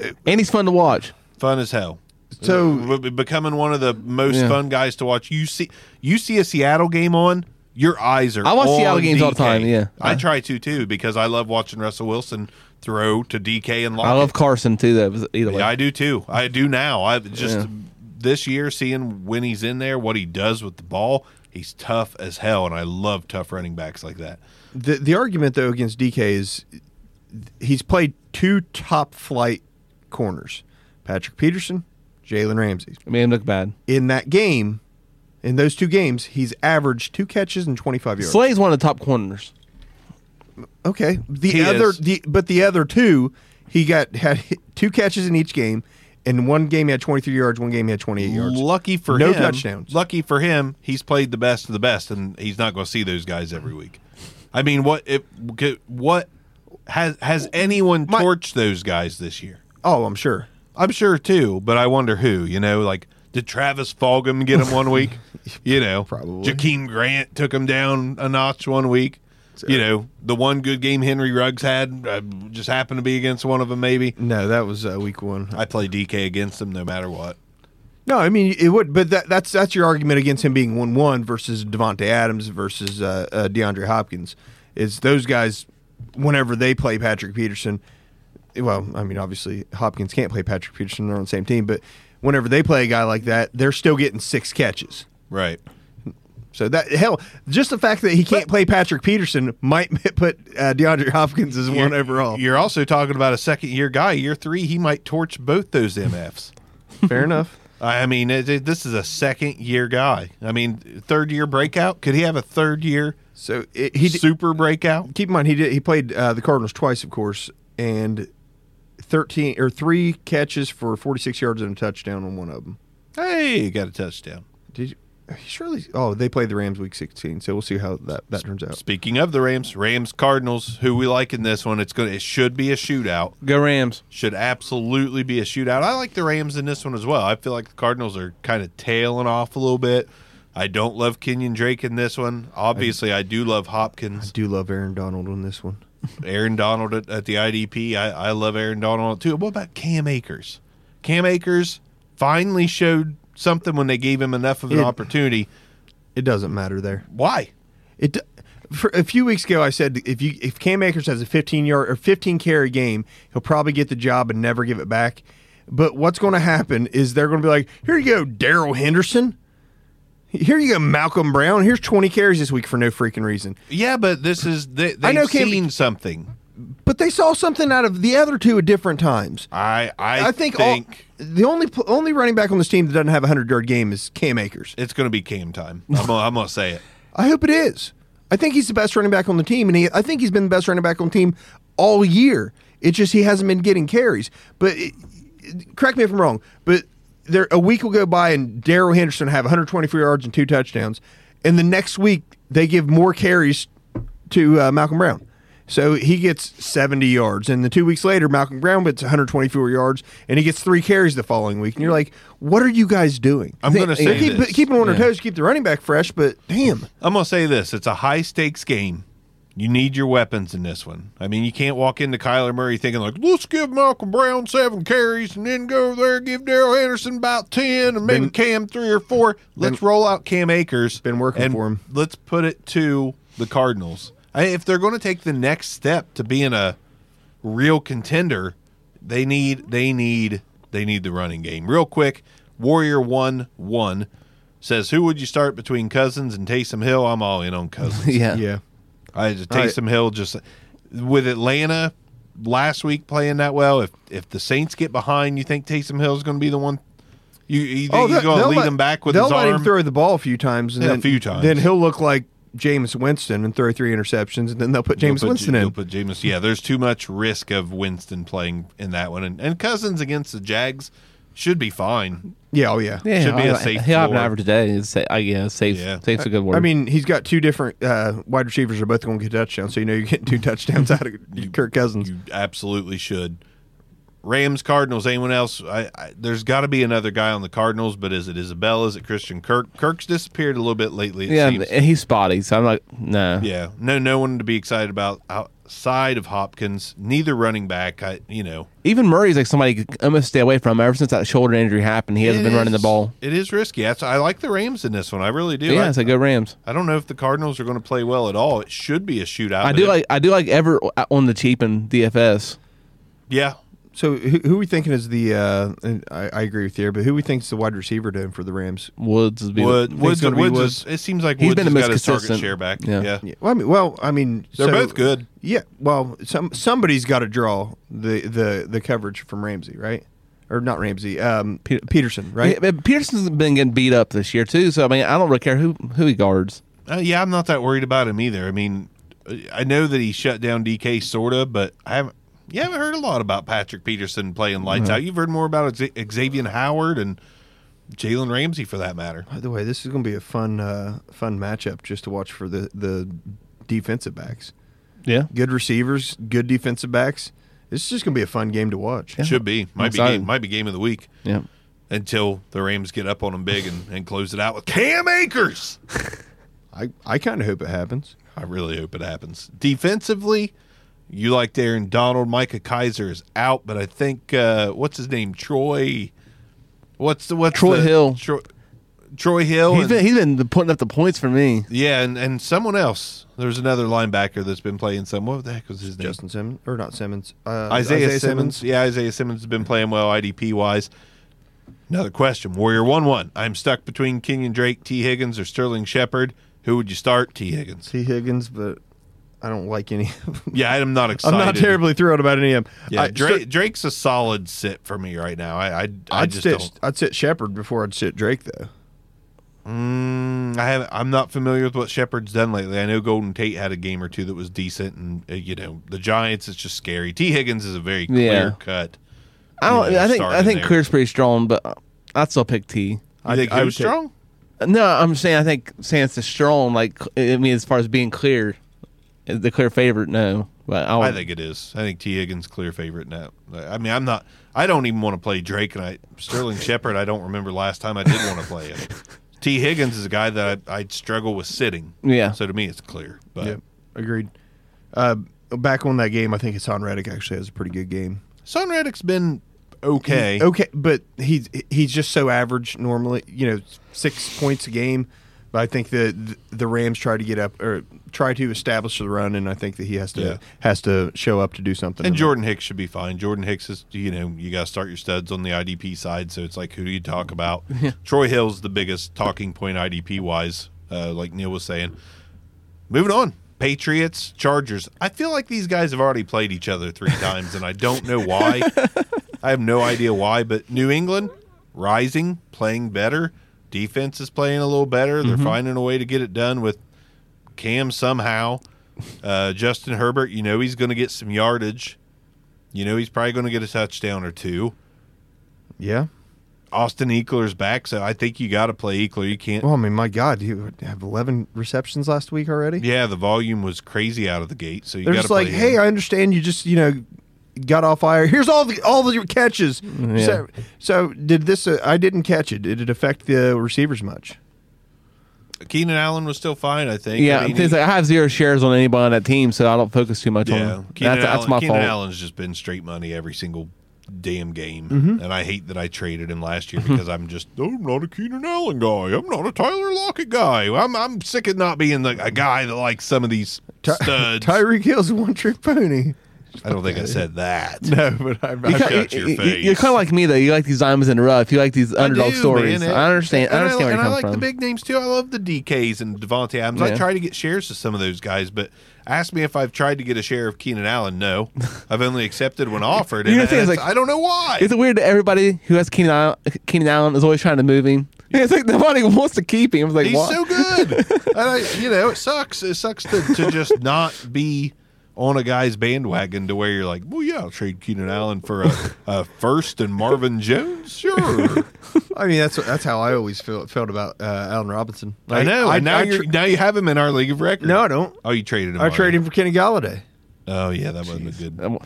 [SPEAKER 4] And he's fun to watch.
[SPEAKER 1] Fun as hell.
[SPEAKER 3] So-
[SPEAKER 1] Be- be- becoming one of the most
[SPEAKER 4] Yeah.
[SPEAKER 1] fun guys to watch. You see, you see a Seattle game on. Your eyes are.
[SPEAKER 4] I watch
[SPEAKER 1] on
[SPEAKER 4] Seattle games all the
[SPEAKER 1] DK.
[SPEAKER 4] time, yeah. Uh-huh.
[SPEAKER 1] I try to too because I love watching Russell Wilson throw to DK and
[SPEAKER 4] I
[SPEAKER 1] Lockett.
[SPEAKER 4] love Carson too, though. Either way,
[SPEAKER 1] Yeah, I do too. I do now. I just
[SPEAKER 4] Yeah.
[SPEAKER 1] this year seeing when he's in there, what he does with the ball. He's tough as hell, and I love tough running backs like that.
[SPEAKER 3] The the argument though against DK is he's played two top flight corners, Patrick Peterson, Jalen Ramsey.
[SPEAKER 4] it made him look bad.
[SPEAKER 3] In that game, in those two games, he's averaged two catches and twenty five yards.
[SPEAKER 4] Slay's one of the top corners.
[SPEAKER 3] Okay. The
[SPEAKER 1] He
[SPEAKER 3] other,
[SPEAKER 1] is.
[SPEAKER 3] the but the other two, he got had two catches in each game, and one game he had 23 yards, one game he had 28 yards.
[SPEAKER 1] Lucky for
[SPEAKER 3] No
[SPEAKER 1] him,
[SPEAKER 3] touchdowns.
[SPEAKER 1] Lucky for him, he's played the best of the best, and he's not going to see those guys every week. I mean, what if what has has anyone
[SPEAKER 3] My-
[SPEAKER 1] torched those guys this year?
[SPEAKER 3] Oh, I'm sure.
[SPEAKER 1] I'm sure too, but I wonder who. You know, like did Travis Fulgham get him one week? You know,
[SPEAKER 3] Probably.
[SPEAKER 1] Jakeem Grant took him down a notch one week. You know, the one good game Henry Ruggs had uh, just happened to be against one of them. Maybe
[SPEAKER 3] No, that was uh, week one.
[SPEAKER 1] I play DK against him no matter what.
[SPEAKER 3] No, I mean it would, but that, that's that's your argument against him being one one versus Devonte Adams versus uh, uh, DeAndre Hopkins. Is those guys, whenever they play Patrick Peterson, well, I mean obviously Hopkins can't play Patrick Peterson; they're on the same team. But whenever they play a guy like that, they're still getting six catches.
[SPEAKER 1] Right.
[SPEAKER 3] So that hell, just the fact that he can't play Patrick Peterson might put uh, DeAndre Hopkins as one
[SPEAKER 1] You're-
[SPEAKER 3] overall.
[SPEAKER 1] You're also talking about a second year guy. Year three, he might torch both those MFs.
[SPEAKER 3] Fair enough.
[SPEAKER 1] I mean, it, it- this is a second year guy. I mean, third year breakout. Could he have a third year
[SPEAKER 3] So it, he d-
[SPEAKER 1] super breakout?
[SPEAKER 3] keep in mind he did he played uh, the Cardinals twice, of course, and thirteen or three catches for forty six yards and a touchdown on one of them.
[SPEAKER 1] Hey, he got a touchdown.
[SPEAKER 3] Did you? He surely. Oh, they played the Rams week sixteen, so we'll see how that that turns out.
[SPEAKER 1] Speaking of the Rams, Rams Cardinals, who we like in this one, it's going to it should be a shootout.
[SPEAKER 4] Go Rams.
[SPEAKER 1] Should absolutely be a shootout. I like the Rams in this one as well. I feel like the Cardinals are kind of tailing off a little bit. I don't love Kenyon Drake in this one. Obviously, I do love Hopkins.
[SPEAKER 3] Do love Aaron Donald on this one.
[SPEAKER 1] Aaron Donald at, at the IDP. I, I love Aaron Donald too. What about Cam Akers? Cam Akers finally showed something when they gave him enough of an
[SPEAKER 3] It-
[SPEAKER 1] opportunity.
[SPEAKER 3] It doesn't matter there.
[SPEAKER 1] Why?
[SPEAKER 3] It d- for a few weeks ago, I said if you if Cam Akers has a 15 yard or 15 carry game, he'll probably get the job and never give it back. But what's going to happen is they're going to be like, here you go, Daryl Henderson. Here you go, Malcolm Brown. Here's 20 carries this week for no freaking reason.
[SPEAKER 1] Yeah, but this is they, they've
[SPEAKER 3] know Cam-
[SPEAKER 1] seen something.
[SPEAKER 3] But they saw something out of the other two at different times.
[SPEAKER 1] I I,
[SPEAKER 3] I think,
[SPEAKER 1] think,
[SPEAKER 3] all, the only pl- only running back on this team that doesn't have a 100 yard game is Cam Akers.
[SPEAKER 1] it's going to be Cam time. I'm gonna, I'm gonna say it.
[SPEAKER 3] I hope it is. I think he's the best running back on the team, and he, I think he's been the best running back on the team all year. It's just he hasn't been getting carries. But it, it- correct me if I'm wrong, but there a week will go by and Daryl Henderson will have 124 yards and two touchdowns, and the next week they give more carries to uh, Malcolm Brown. So he gets 70 yards, and the two weeks later, Malcolm Brown gets 124 yards, and he gets three carries the following week. And you're like, "What are you guys doing?"
[SPEAKER 1] I'm
[SPEAKER 3] They-
[SPEAKER 1] gonna
[SPEAKER 3] they
[SPEAKER 1] say
[SPEAKER 3] keep,
[SPEAKER 1] this.
[SPEAKER 3] keep them on their toes, keep the running back fresh, but damn.
[SPEAKER 1] I'm gonna say this. It's a high stakes game. You need your weapons in this one. I mean, you can't walk into Kyler Murray thinking like, let's give Malcolm Brown seven carries and then go over there and give Daryl Anderson about ten and maybe
[SPEAKER 3] Been-
[SPEAKER 1] Cam three or four. Let's roll out Cam Akers.
[SPEAKER 3] Been working
[SPEAKER 1] and
[SPEAKER 3] for him.
[SPEAKER 1] Let's put it to the Cardinals. I, if they're going to take the next step to being a real contender, they need they need they need the running game. Real quick, Warrior one one says, who would you start between Cousins and Taysom Hill? I'm all in on Cousins.
[SPEAKER 4] yeah.
[SPEAKER 3] Yeah.
[SPEAKER 1] I just
[SPEAKER 3] All right.
[SPEAKER 1] Taysom Hill just with Atlanta last week playing that well. If if the Saints get behind, you think Taysom Hill's going to be the one? You, you think he's going
[SPEAKER 3] that-
[SPEAKER 1] to
[SPEAKER 3] Oh, they'll
[SPEAKER 1] lead
[SPEAKER 3] let-
[SPEAKER 1] them back with
[SPEAKER 3] they'll
[SPEAKER 1] his
[SPEAKER 3] let
[SPEAKER 1] arm?
[SPEAKER 3] him throw the ball a few times, and
[SPEAKER 1] Yeah, a
[SPEAKER 3] then,
[SPEAKER 1] few times.
[SPEAKER 3] Then he'll look like James Winston and throw three interceptions, and then they'll put
[SPEAKER 1] They'll
[SPEAKER 3] James
[SPEAKER 1] put,
[SPEAKER 3] Winston
[SPEAKER 1] they'll
[SPEAKER 3] in.
[SPEAKER 1] Put Jameis. Yeah, there's too much risk of Winston playing in that one, and, and Cousins against the Jags should be fine.
[SPEAKER 3] yeah, oh yeah.
[SPEAKER 4] Yeah,
[SPEAKER 1] Should be
[SPEAKER 4] I-
[SPEAKER 1] a
[SPEAKER 4] I-
[SPEAKER 1] safe
[SPEAKER 4] He'll have an
[SPEAKER 1] floor.
[SPEAKER 4] average day. It's sa- I guess safe.
[SPEAKER 1] Yeah.
[SPEAKER 4] Safe's a good word.
[SPEAKER 3] I mean, he's got two different uh, wide receivers are both going to get touchdowns, so you know you're getting two touchdowns out of Kirk Cousins.
[SPEAKER 1] You absolutely should. Rams, Cardinals, anyone else? I, I, there's got to be another guy on the Cardinals, but is it Isabella? Is it Christian Kirk? Kirk's disappeared a little bit lately. It
[SPEAKER 4] yeah,
[SPEAKER 1] seems.
[SPEAKER 4] and he's spotty, so I'm like, nah.
[SPEAKER 1] Yeah, no, no one to be excited about outside of Hopkins. Neither running back, I, you know,
[SPEAKER 4] Even Murray's like somebody you could almost stay away from. Ever since that shoulder injury happened, he hasn't
[SPEAKER 1] It
[SPEAKER 4] been running the
[SPEAKER 1] is-
[SPEAKER 4] ball.
[SPEAKER 1] It is risky. That's, I like the Rams in this one. I really do.
[SPEAKER 4] yeah,
[SPEAKER 1] I,
[SPEAKER 4] it's like go Rams.
[SPEAKER 1] I don't know if the Cardinals are going to play well at all. It should be a shootout.
[SPEAKER 4] I
[SPEAKER 1] but
[SPEAKER 4] do
[SPEAKER 1] it-
[SPEAKER 4] like I do like Everett on the cheap in DFS.
[SPEAKER 1] Yeah,
[SPEAKER 3] So who, who we thinking is the? Uh, and I, I agree with you, but who we think is the wide receiver doing for the Rams?
[SPEAKER 4] Woods would be
[SPEAKER 1] Wood,
[SPEAKER 3] think
[SPEAKER 1] Woods.
[SPEAKER 3] it's gonna be
[SPEAKER 1] Woods.
[SPEAKER 3] Woods.
[SPEAKER 1] Is, it seems like
[SPEAKER 4] He's
[SPEAKER 1] Woods
[SPEAKER 4] been
[SPEAKER 1] has
[SPEAKER 4] the
[SPEAKER 1] got
[SPEAKER 4] most
[SPEAKER 1] his target
[SPEAKER 4] consistent.
[SPEAKER 1] share back.
[SPEAKER 4] Yeah.
[SPEAKER 1] yeah.
[SPEAKER 3] Yeah, well, I mean, well, I mean,
[SPEAKER 1] They're
[SPEAKER 3] so-
[SPEAKER 1] both good.
[SPEAKER 3] Yeah, well, some somebody's got to draw the the the coverage from Ramsey, right? Or not Ramsey, um, Pe- Peterson, right?
[SPEAKER 4] Yeah, but Peterson's been getting beat up this year too, so I mean I don't really care who who he guards.
[SPEAKER 1] Uh, yeah, I'm not that worried about him either. I mean, I know that he shut down DK sort of, but I haven't. You haven't heard a lot about Patrick Peterson playing lights out. You've heard more about Xa- Xavier Howard and Jalen Ramsey, for that matter.
[SPEAKER 3] By the way, this is going to be a fun uh, fun matchup just to watch for the the defensive backs.
[SPEAKER 4] Yeah.
[SPEAKER 3] Good receivers, good defensive backs. This is just going to be a fun game to watch.
[SPEAKER 1] Should be. Might be
[SPEAKER 4] excited.
[SPEAKER 1] game, might be game of the week
[SPEAKER 4] Yeah.
[SPEAKER 1] until the Rams get up on them big and, and close it out with Cam Akers.
[SPEAKER 3] I I kind of hope it happens.
[SPEAKER 1] I really hope it happens. Defensively, you like Aaron Donald. Micah Kaiser is out, but I think uh, what's his name? Troy. What's the what's
[SPEAKER 4] Troy
[SPEAKER 1] the-
[SPEAKER 4] Hill.
[SPEAKER 1] Troy, Troy Hill.
[SPEAKER 4] He's
[SPEAKER 1] and-
[SPEAKER 4] been he's been putting up the points for me.
[SPEAKER 1] yeah, and, and someone else. There's another linebacker that's been playing some. What the heck was his name?
[SPEAKER 3] Justin Simmons or not Simmons? Uh,
[SPEAKER 1] Isaiah, Simmons. Yeah, Isaiah Simmons has been playing well IDP wise. Another question. Warrior 1 1. I'm stuck between Kenyon Drake, T. Higgins, or Sterling Shepard. Who would you start? T. Higgins.
[SPEAKER 3] T Higgins, but I don't like any. of them.
[SPEAKER 1] Yeah, I'm not
[SPEAKER 3] I'm
[SPEAKER 1] excited.
[SPEAKER 3] not terribly thrilled about any of them.
[SPEAKER 1] Yeah,
[SPEAKER 3] I,
[SPEAKER 1] Drake, Drake's a solid sit for me right now. I, I, I
[SPEAKER 3] I'd
[SPEAKER 1] just
[SPEAKER 3] sit.
[SPEAKER 1] don't.
[SPEAKER 3] I'd sit Shepard before I'd sit Drake though.
[SPEAKER 1] Mm, I have. I'm not familiar with what Shepard's done lately. I know Golden Tate had a game or two that was decent, and uh, you know the Giants. It's just scary. T. Higgins is a very
[SPEAKER 4] Yeah.
[SPEAKER 1] clear cut.
[SPEAKER 4] I don't.
[SPEAKER 1] Yeah,
[SPEAKER 4] I think
[SPEAKER 1] start
[SPEAKER 4] I
[SPEAKER 1] in
[SPEAKER 4] think
[SPEAKER 1] there.
[SPEAKER 4] Clear's pretty strong, but I'd still pick T.
[SPEAKER 1] I think
[SPEAKER 3] I
[SPEAKER 1] he
[SPEAKER 3] would
[SPEAKER 1] was
[SPEAKER 3] take-
[SPEAKER 1] strong.
[SPEAKER 4] No, I'm saying I think Sans is strong. Like I mean, as far as being clear, the clear favorite. No, but I,
[SPEAKER 1] I
[SPEAKER 4] would-
[SPEAKER 1] think it is. I think T. Higgins clear favorite now. I mean, I'm not. I don't even want to play Drake and I Sterling Shepard. I don't remember last time I did want to play him. T. Higgins is a guy that I, I struggle with sitting.
[SPEAKER 4] Yeah.
[SPEAKER 1] So to me, it's clear. But
[SPEAKER 3] Yep, agreed. Uh, back on that game, I think Hassan Reddick actually has a pretty good game.
[SPEAKER 1] Son Reddick's been okay.
[SPEAKER 3] Okay, but he's he's just so average normally. You know, six points a game. But I think the the Rams try to get up or try to establish the run, and I think that he has to
[SPEAKER 1] Yeah.
[SPEAKER 3] has to show up to do something.
[SPEAKER 1] And
[SPEAKER 3] in
[SPEAKER 1] Jordan Hicks should be fine. Jordan Hicks is, you know, you got to start your studs on the IDP side. So it's like, who do you talk about? Troy Hill's the biggest talking point IDP wise, uh, like Neil was saying. Moving on. Patriots, Chargers. I feel like these guys have already played each other three times, and I don't know why. I have no idea why, but New England rising, playing better. Defense is playing a little better. They're finding a way to get it done with Cam somehow. Uh, Justin Herbert, you know he's going to get some yardage. You know he's probably going to get a touchdown or two.
[SPEAKER 3] the- yeah.
[SPEAKER 1] Austin Eckler's back, so I think you got to play Eckler. You can't.
[SPEAKER 3] Well, I mean, my God, you have eleven receptions last week already.
[SPEAKER 1] yeah, the volume was crazy out of the gate, so you
[SPEAKER 3] They're
[SPEAKER 1] got to
[SPEAKER 3] just
[SPEAKER 1] play.
[SPEAKER 3] like, hey,
[SPEAKER 1] him.
[SPEAKER 3] I understand you just you know got off fire. Here's all the all the catches. So, so did this? Uh, I didn't catch it. Did it affect the receivers much?
[SPEAKER 1] Keenan Allen was still fine, I think.
[SPEAKER 4] Yeah,
[SPEAKER 1] I mean,
[SPEAKER 4] things
[SPEAKER 1] he-
[SPEAKER 4] like, I have zero shares on anybody on that team, so I don't focus too much on.
[SPEAKER 1] yeah.
[SPEAKER 4] Them.
[SPEAKER 1] Keenan
[SPEAKER 4] that's that's
[SPEAKER 1] Allen-
[SPEAKER 4] my
[SPEAKER 1] Keenan
[SPEAKER 4] fault.
[SPEAKER 1] Allen's just been straight money every single damn game, and I hate that I traded him last year because I'm just I'm not a Keenan Allen guy. I'm not a Tyler Lockett guy. I'm I'm sick of not being the, a guy that likes some of these studs.
[SPEAKER 3] Tyreek Hill's a one trick pony.
[SPEAKER 1] I don't think I said that.
[SPEAKER 3] No, but I,
[SPEAKER 1] You
[SPEAKER 3] I
[SPEAKER 4] You
[SPEAKER 1] cut
[SPEAKER 4] kinda-
[SPEAKER 1] your
[SPEAKER 4] you-
[SPEAKER 1] face.
[SPEAKER 4] You, are kind of like me though. You like these diamonds in the rough. You like these underdog
[SPEAKER 1] do,
[SPEAKER 4] stories.
[SPEAKER 1] man.
[SPEAKER 4] I understand. I
[SPEAKER 1] And
[SPEAKER 4] understand
[SPEAKER 1] I,
[SPEAKER 4] where
[SPEAKER 1] and
[SPEAKER 4] you
[SPEAKER 1] I
[SPEAKER 4] come
[SPEAKER 1] like
[SPEAKER 4] from.
[SPEAKER 1] the big names too. I love the DKs and Devontae Adams. I
[SPEAKER 4] Yeah.
[SPEAKER 1] try to get shares to some of those guys, but ask me if I've tried to get a share of Keenan Allen. No, I've only accepted when offered, and
[SPEAKER 4] You know, the thing is,
[SPEAKER 1] that's-
[SPEAKER 4] like-
[SPEAKER 1] I don't know why.
[SPEAKER 4] Is it weird that everybody who has Keenan Allen, Keenan Allen is always trying to move him? It's like nobody wants to keep him. It's like
[SPEAKER 1] He's
[SPEAKER 4] why?
[SPEAKER 1] so good. and I, you know, it sucks. It sucks to, to just not be on a guy's bandwagon to where you're like, well, yeah, I'll trade Keenan Allen for a, a first and Marvin Jones. Sure.
[SPEAKER 3] mean, that's that's how I always feel, felt about uh, Allen Robinson.
[SPEAKER 1] I
[SPEAKER 3] Like,
[SPEAKER 1] know. and now,
[SPEAKER 3] I
[SPEAKER 1] you're,
[SPEAKER 3] tra-
[SPEAKER 1] now you have him in our league of record.
[SPEAKER 3] No, I don't.
[SPEAKER 1] Oh, you traded him.
[SPEAKER 3] I
[SPEAKER 1] already.
[SPEAKER 3] traded him for Kenny Galladay.
[SPEAKER 1] Oh, yeah, that wasn't a good.
[SPEAKER 4] Um,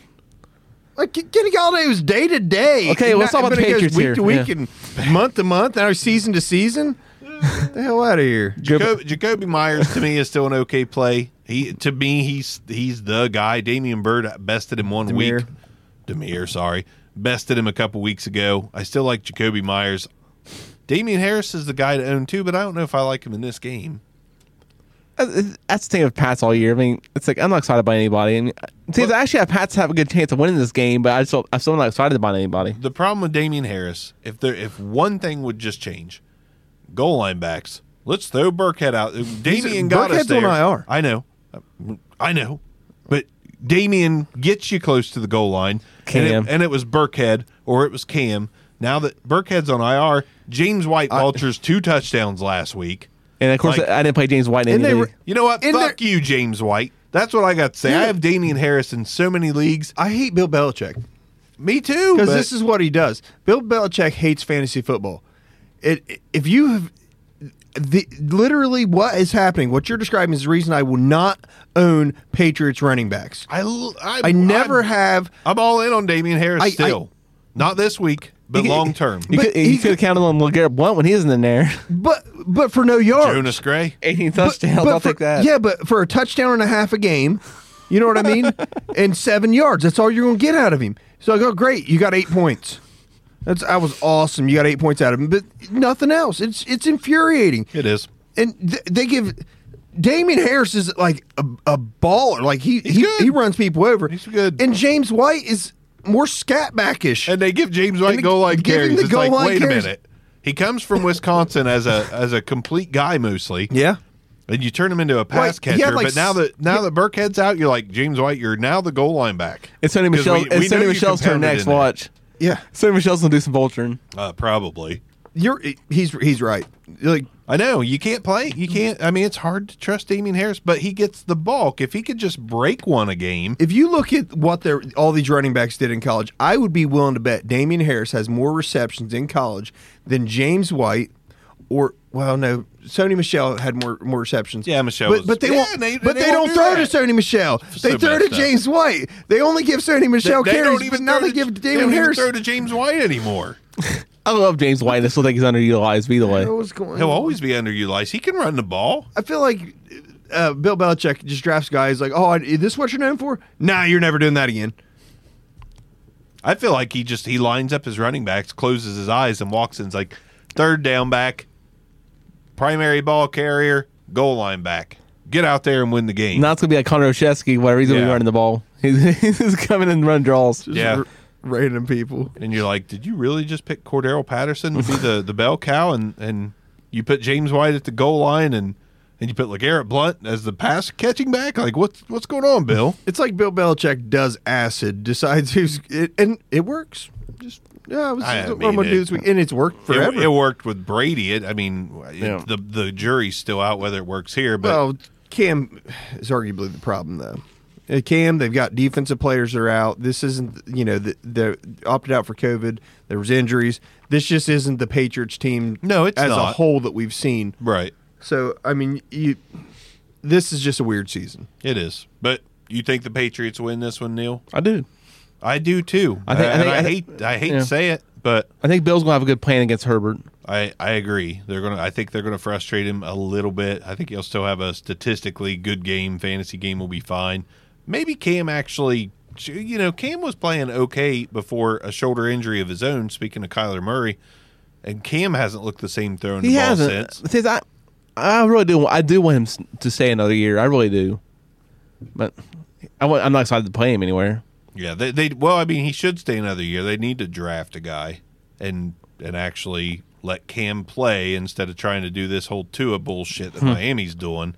[SPEAKER 3] Like Ke- Kenny Galladay was day to day.
[SPEAKER 4] Okay, let's
[SPEAKER 3] Not-
[SPEAKER 4] talk about
[SPEAKER 3] but
[SPEAKER 4] the
[SPEAKER 3] it goes
[SPEAKER 4] Patriots
[SPEAKER 3] week
[SPEAKER 4] here.
[SPEAKER 3] to week
[SPEAKER 4] Yeah.
[SPEAKER 3] and month to month. Now season to season. Get the hell out of here.
[SPEAKER 1] Jacob, Jacoby Myers to me is still an okay play. He to me he's he's the guy. Damian Bird bested him one week.
[SPEAKER 3] Demir.
[SPEAKER 1] Demir, sorry, bested him a couple weeks ago. I still like Jacoby Myers. Damian Harris is the guy to own too, but I don't know if I like him in this game.
[SPEAKER 4] that's uh, that's the thing of Pats all year. I mean, it's like I'm not excited by anybody. And see, I actually, have Pats have a good chance of winning this game, but I just don't- I'm still not excited about anybody.
[SPEAKER 1] The problem with Damian Harris, if there if one thing would just change, goal line backs. Let's throw Burkhead out. Damian got us
[SPEAKER 3] Burkhead's on
[SPEAKER 1] there.
[SPEAKER 3] IR.
[SPEAKER 1] I know, I know, but Damian gets you close to the goal line.
[SPEAKER 4] Cam.
[SPEAKER 1] and it, and it was Burkhead or it was Cam. Now that Burkhead's on IR, James White vultures two touchdowns last week.
[SPEAKER 4] And of course,
[SPEAKER 1] Like-
[SPEAKER 4] I didn't play James White in
[SPEAKER 3] And
[SPEAKER 4] any
[SPEAKER 3] they
[SPEAKER 4] league.
[SPEAKER 3] were-
[SPEAKER 1] You know what?
[SPEAKER 3] In
[SPEAKER 1] Fuck you, James White. That's what I got to say. I have Damian Harris in so many leagues.
[SPEAKER 3] I hate Bill Belichick.
[SPEAKER 1] Me too.
[SPEAKER 3] Because
[SPEAKER 1] but-
[SPEAKER 3] this is what he does. Bill Belichick hates fantasy football. It if you have the literally what is happening, what you're describing is the reason I will not own Patriots running backs.
[SPEAKER 1] I, l- I,
[SPEAKER 3] I never
[SPEAKER 1] I'm-
[SPEAKER 3] have.
[SPEAKER 1] I'm all in on Damian Harris
[SPEAKER 3] I- I-
[SPEAKER 1] still. Not this week, but
[SPEAKER 4] You-
[SPEAKER 1] long term.
[SPEAKER 4] You
[SPEAKER 3] But
[SPEAKER 4] could, you
[SPEAKER 3] he-
[SPEAKER 4] could have counted on LeGarrette Blunt when he isn't in there.
[SPEAKER 3] But but for no yards,
[SPEAKER 1] Jonas Gray.
[SPEAKER 4] 18
[SPEAKER 3] But-
[SPEAKER 4] touchdowns.
[SPEAKER 3] but
[SPEAKER 4] I'll
[SPEAKER 3] for-
[SPEAKER 4] take that.
[SPEAKER 3] Yeah, but for a touchdown and a half a game, you know what I mean, and seven yards. That's all you're going to get out of him. So I go, great, you got eight points. That's that was awesome. You got eight points out of him, but nothing else. It's it's infuriating.
[SPEAKER 1] It is.
[SPEAKER 3] and th- they give Damian Harris is like a, a baller. Like he he,
[SPEAKER 1] good.
[SPEAKER 3] he runs people over. He's
[SPEAKER 1] good.
[SPEAKER 3] And James White is more scat backish.
[SPEAKER 1] And they give James White
[SPEAKER 3] And the-
[SPEAKER 1] goal line
[SPEAKER 3] give him
[SPEAKER 1] carries.
[SPEAKER 3] the
[SPEAKER 1] It's
[SPEAKER 3] goal
[SPEAKER 1] like,
[SPEAKER 3] line
[SPEAKER 1] wait
[SPEAKER 3] carries.
[SPEAKER 1] a minute. He comes from Wisconsin as a as a complete guy mostly.
[SPEAKER 3] yeah,
[SPEAKER 1] And you turn him into a pass
[SPEAKER 3] Right, he had
[SPEAKER 1] catcher.
[SPEAKER 3] like
[SPEAKER 1] but now
[SPEAKER 3] s-
[SPEAKER 1] that now that Burkhead's out, you're like, James White, you're now the goal line back.
[SPEAKER 4] It's Sony
[SPEAKER 1] 'Cause
[SPEAKER 4] Michelle.
[SPEAKER 1] we- we
[SPEAKER 4] it's
[SPEAKER 1] know
[SPEAKER 4] Sony
[SPEAKER 1] you
[SPEAKER 4] Michelle's turn
[SPEAKER 1] compounded
[SPEAKER 4] next.
[SPEAKER 1] in there.
[SPEAKER 4] Watch.
[SPEAKER 3] yeah.
[SPEAKER 4] Sony Michelle's gonna do some vulturing.
[SPEAKER 1] Uh, probably.
[SPEAKER 3] You're he's he's right. Like
[SPEAKER 1] I know you can't play. You can't. I mean, it's hard to trust Damien Harris, but he gets the bulk. If he could just break one a game,
[SPEAKER 3] if you look at what their all these running backs did in college, I would be willing to bet Damian Harris has more receptions in college than James White. Or well, no, Sony Michelle had more more receptions.
[SPEAKER 1] Yeah, Michelle
[SPEAKER 3] but,
[SPEAKER 1] was-
[SPEAKER 3] but they
[SPEAKER 1] Yeah,
[SPEAKER 3] won't.
[SPEAKER 1] they-
[SPEAKER 3] but
[SPEAKER 1] they
[SPEAKER 3] they,
[SPEAKER 1] won't
[SPEAKER 3] don't
[SPEAKER 1] do
[SPEAKER 3] throw
[SPEAKER 1] that.
[SPEAKER 3] to Sony Michelle.
[SPEAKER 1] So
[SPEAKER 3] They throw to
[SPEAKER 1] messed up.
[SPEAKER 3] James White. They only give Sony Michelle carries, but now
[SPEAKER 1] throw
[SPEAKER 3] they
[SPEAKER 1] to-
[SPEAKER 3] give
[SPEAKER 1] they don't
[SPEAKER 3] Damian
[SPEAKER 1] even
[SPEAKER 3] Harris.
[SPEAKER 1] throw to James White anymore.
[SPEAKER 4] I love James White. I still think he's underutilized. Either way,
[SPEAKER 3] What's going
[SPEAKER 1] He'll
[SPEAKER 3] on?
[SPEAKER 1] always be underutilized. He can run the ball.
[SPEAKER 3] I feel like uh, Bill Belichick just drafts guys like, oh, I- is this what you're known for? Nah, you're never doing that again.
[SPEAKER 1] I feel like he just he lines up his running backs, closes his eyes, and walks in. It's like third down back, primary ball carrier, goal line back. Get out there and win the game.
[SPEAKER 4] now it's gonna be like Connor Oshesky, where he's gonna
[SPEAKER 1] Yeah.
[SPEAKER 4] be running the ball. He's, he's coming and run draws.
[SPEAKER 3] Just
[SPEAKER 1] Yeah.
[SPEAKER 3] r- random people.
[SPEAKER 1] and you're like, did you really just pick Cordero Patterson to be the the bell cow? And and you put James White at the goal line, and and you put Legarrette Blunt as the pass catching back. Like, what's what's going on, Bill?
[SPEAKER 3] It's like Bill Belichick does acid, decides who's, it, and it works. Just yeah, I was
[SPEAKER 1] I
[SPEAKER 3] this is what
[SPEAKER 1] mean,
[SPEAKER 3] I'm gonna
[SPEAKER 1] it-
[SPEAKER 3] do this week, and it's worked
[SPEAKER 1] It-
[SPEAKER 3] forever.
[SPEAKER 1] It, worked with Brady. It, I mean, it-
[SPEAKER 4] Yeah.
[SPEAKER 1] the the jury's still out whether it works here, but
[SPEAKER 3] well, Cam is arguably the problem though. Uh, Cam, they've got defensive players that are out. This isn't, you know, the, the opted out for COVID. There was injuries. This just isn't the Patriots team.
[SPEAKER 1] No, it's
[SPEAKER 3] as a
[SPEAKER 1] not.
[SPEAKER 3] whole that we've seen.
[SPEAKER 1] right,
[SPEAKER 3] So I mean, you. This is just a weird season.
[SPEAKER 1] it is. But you think the Patriots win this one, Neil?
[SPEAKER 4] I do.
[SPEAKER 1] I do too.
[SPEAKER 4] I think- I
[SPEAKER 1] and
[SPEAKER 4] think-
[SPEAKER 1] I,
[SPEAKER 4] I
[SPEAKER 1] hate
[SPEAKER 4] think-
[SPEAKER 1] I hate
[SPEAKER 4] yeah.
[SPEAKER 1] to say it, but
[SPEAKER 4] I think Bill's gonna have a good plan against Herbert.
[SPEAKER 1] I, I agree. They're gonna. I think they're gonna frustrate him a little bit. I think he'll still have a statistically good game. Fantasy game will be fine. Maybe Cam actually. You know, Cam was playing okay before a shoulder injury of his own. Speaking of Kyler Murray, and Cam hasn't looked the same throwing
[SPEAKER 4] He
[SPEAKER 1] the ball
[SPEAKER 4] hasn't.
[SPEAKER 1] since.
[SPEAKER 4] Since I, I really do. I do want him s- to stay another year. I really do. But I want, I'm not excited to play him anywhere.
[SPEAKER 1] Yeah, they, they. Well, I mean, he should stay another year. They need to draft a guy and and actually let Cam play instead of trying to do this whole Tua bullshit that
[SPEAKER 3] Hmm.
[SPEAKER 1] Miami's doing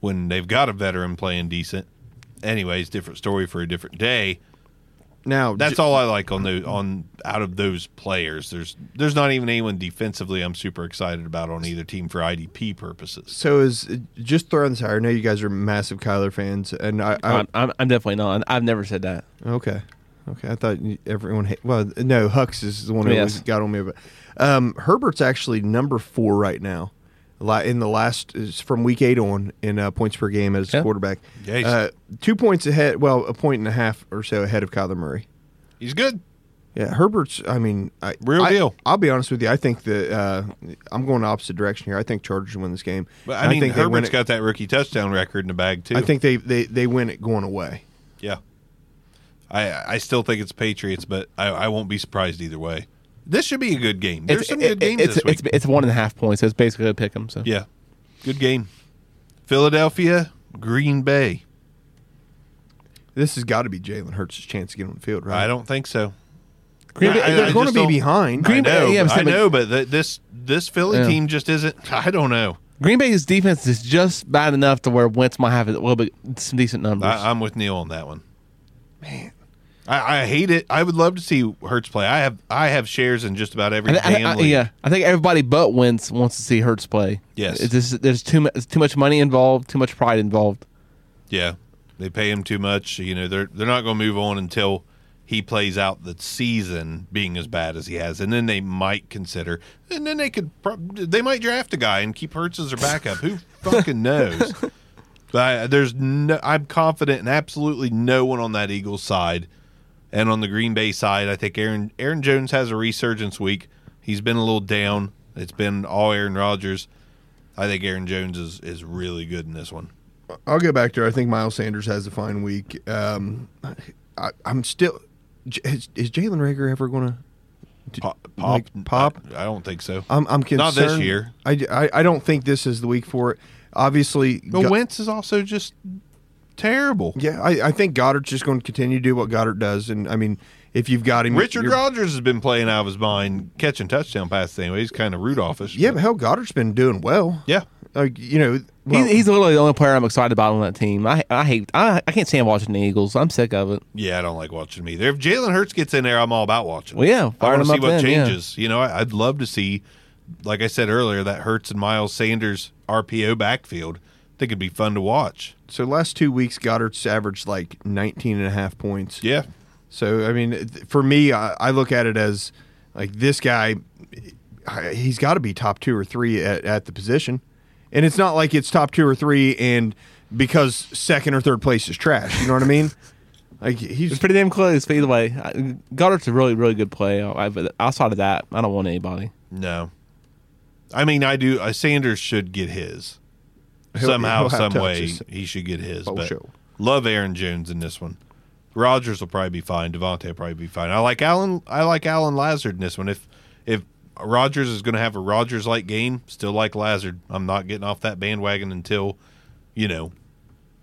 [SPEAKER 1] when they've got a veteran playing decent. Anyways, different story for a different day.
[SPEAKER 3] Now
[SPEAKER 1] That's all I like on the on out of those players. There's there's not even anyone defensively I'm super excited about on either team for IDP purposes.
[SPEAKER 3] So is just throwing this out. I know you guys are massive Kyler fans, and I, I
[SPEAKER 4] I'm, I'm, I'm definitely not. I've never said that.
[SPEAKER 3] okay, okay. I thought you- everyone. Hate, well, no, Hux is the one who always
[SPEAKER 4] Yes.
[SPEAKER 3] got on me. But um, Herbert's actually number four right now, Li- in the last is from week eight on in uh, points per game as
[SPEAKER 4] Yeah.
[SPEAKER 3] quarterback.
[SPEAKER 1] Yeah, he's-
[SPEAKER 3] Uh, two points ahead. Well, a point and a half or so ahead of Kyler Murray.
[SPEAKER 1] He's good.
[SPEAKER 3] Yeah, Herbert's. I mean, I,
[SPEAKER 1] Real
[SPEAKER 3] I-
[SPEAKER 1] deal.
[SPEAKER 3] I'll be honest with you. I think that uh, I'm going the opposite direction here. I think Chargers win this game.
[SPEAKER 1] But
[SPEAKER 3] And
[SPEAKER 1] I mean,
[SPEAKER 3] think they win
[SPEAKER 1] Herbert's
[SPEAKER 3] it-
[SPEAKER 1] got that rookie touchdown record in the bag too.
[SPEAKER 3] I think they, they they win it going away.
[SPEAKER 1] Yeah. I I still think it's Patriots, but I, I won't be surprised either way. This should be a good game. There's some good
[SPEAKER 4] it-
[SPEAKER 1] games
[SPEAKER 4] it's,
[SPEAKER 1] this week.
[SPEAKER 4] it's, it's one and a half points. So it's basically a pick 'em. So
[SPEAKER 1] yeah. Good game. Philadelphia, Green Bay.
[SPEAKER 3] This has got to be Jalen Hurts' chance to get on the field, right?
[SPEAKER 1] I don't think so.
[SPEAKER 4] Green Bay-
[SPEAKER 1] I- I-
[SPEAKER 3] They're
[SPEAKER 1] I
[SPEAKER 3] going to
[SPEAKER 1] just
[SPEAKER 3] be
[SPEAKER 1] don't-
[SPEAKER 3] behind.
[SPEAKER 4] Green-
[SPEAKER 1] I know,
[SPEAKER 4] yeah, I'm
[SPEAKER 1] but I
[SPEAKER 4] saying, but-
[SPEAKER 1] know, but th- this this Philly
[SPEAKER 4] Yeah.
[SPEAKER 1] team just isn't. I don't know.
[SPEAKER 4] Green Bay's defense is just bad enough to where Wentz might have a little bit some decent numbers.
[SPEAKER 1] I, I'm with Neil on that one. Man, I, I hate it. I would love to see Hertz play. I have I have shares in just about every
[SPEAKER 4] I, I-
[SPEAKER 1] damn
[SPEAKER 4] I-
[SPEAKER 1] league.
[SPEAKER 4] uh, yeah, I think everybody but Wentz wants to see Hertz play.
[SPEAKER 1] Yes.
[SPEAKER 4] it's just, there's too much too much money involved, too much pride involved.
[SPEAKER 1] Yeah, they pay him too much. You know, they're they're not going to move on until he plays out the season being as bad as he has, and then they might consider, and then they could prob- they might draft a guy and keep Hurts as their backup. Who fucking knows? But I, there's no, I'm confident in absolutely no one on that Eagles side, and on the Green Bay side, I think Aaron Aaron Jones has a resurgence week. He's been a little down. It's been all Aaron Rodgers. I think Aaron Jones is, is really good in this one.
[SPEAKER 3] I'll go back to. I think Miles Sanders has a fine week. Um, I, I'm still. J- Is, is Jalen Rager ever going to?
[SPEAKER 1] pop, pop,
[SPEAKER 3] like, pop?
[SPEAKER 1] I, I don't think so.
[SPEAKER 3] I'm, I'm concerned.
[SPEAKER 1] Not this year.
[SPEAKER 3] I, I, I don't think this is the week for it. Obviously,
[SPEAKER 1] But
[SPEAKER 3] Go-
[SPEAKER 1] Wentz is also just terrible.
[SPEAKER 3] yeah, I, I think Goddard's just going to continue to do what Goddard does, and I mean, if you've got him,
[SPEAKER 1] Richard
[SPEAKER 3] you're-
[SPEAKER 1] Rodgers has been playing out of his mind, catching touchdown passes anyway. He's kind of Rudolphish.
[SPEAKER 3] yeah,
[SPEAKER 1] but-
[SPEAKER 3] but hell, Goddard's been doing well.
[SPEAKER 1] yeah.
[SPEAKER 3] like you know, well,
[SPEAKER 4] he's, he's literally the only player I'm excited about on that team. I I hate I, I can't stand watching the Eagles. I'm sick of it.
[SPEAKER 1] Yeah, I don't like watching him either. If Jalen Hurts gets in there, I'm all about watching.
[SPEAKER 4] Well, yeah,
[SPEAKER 1] I
[SPEAKER 4] fire
[SPEAKER 1] want
[SPEAKER 4] him
[SPEAKER 1] to see
[SPEAKER 4] up
[SPEAKER 1] what
[SPEAKER 4] then, yeah.
[SPEAKER 1] changes. You know, I, I'd love to see, like I said earlier, that Hurts and Miles Sanders RPO backfield. I think it'd be fun to watch.
[SPEAKER 3] So last two weeks, Goddard's averaged like 19 and a half points.
[SPEAKER 1] Yeah,
[SPEAKER 3] So I mean, th- for me, I, I look at it as like this guy, I- he's got to be top two or three at, at the position, and it's not like it's top two or three and because second or third place is trash. You know what I mean? Like he's
[SPEAKER 4] It's pretty damn close. But either way, I- Goddard's a really really good play. I, but outside of that, I don't want anybody.
[SPEAKER 1] no. I mean, I do. Uh, Sanders should get his.
[SPEAKER 3] He'll-
[SPEAKER 1] somehow,
[SPEAKER 3] he'll have
[SPEAKER 1] some way,
[SPEAKER 3] touches.
[SPEAKER 1] he should get his.
[SPEAKER 3] Oh,
[SPEAKER 1] but
[SPEAKER 3] sure.
[SPEAKER 1] love Aaron Jones in this one. Rogers will probably be fine. Devontae will probably be fine. I like Allen. I like Allen Lazard in this one. If if Rogers is going to have a Rogers like game, still like Lazard. I'm not getting off that bandwagon until you know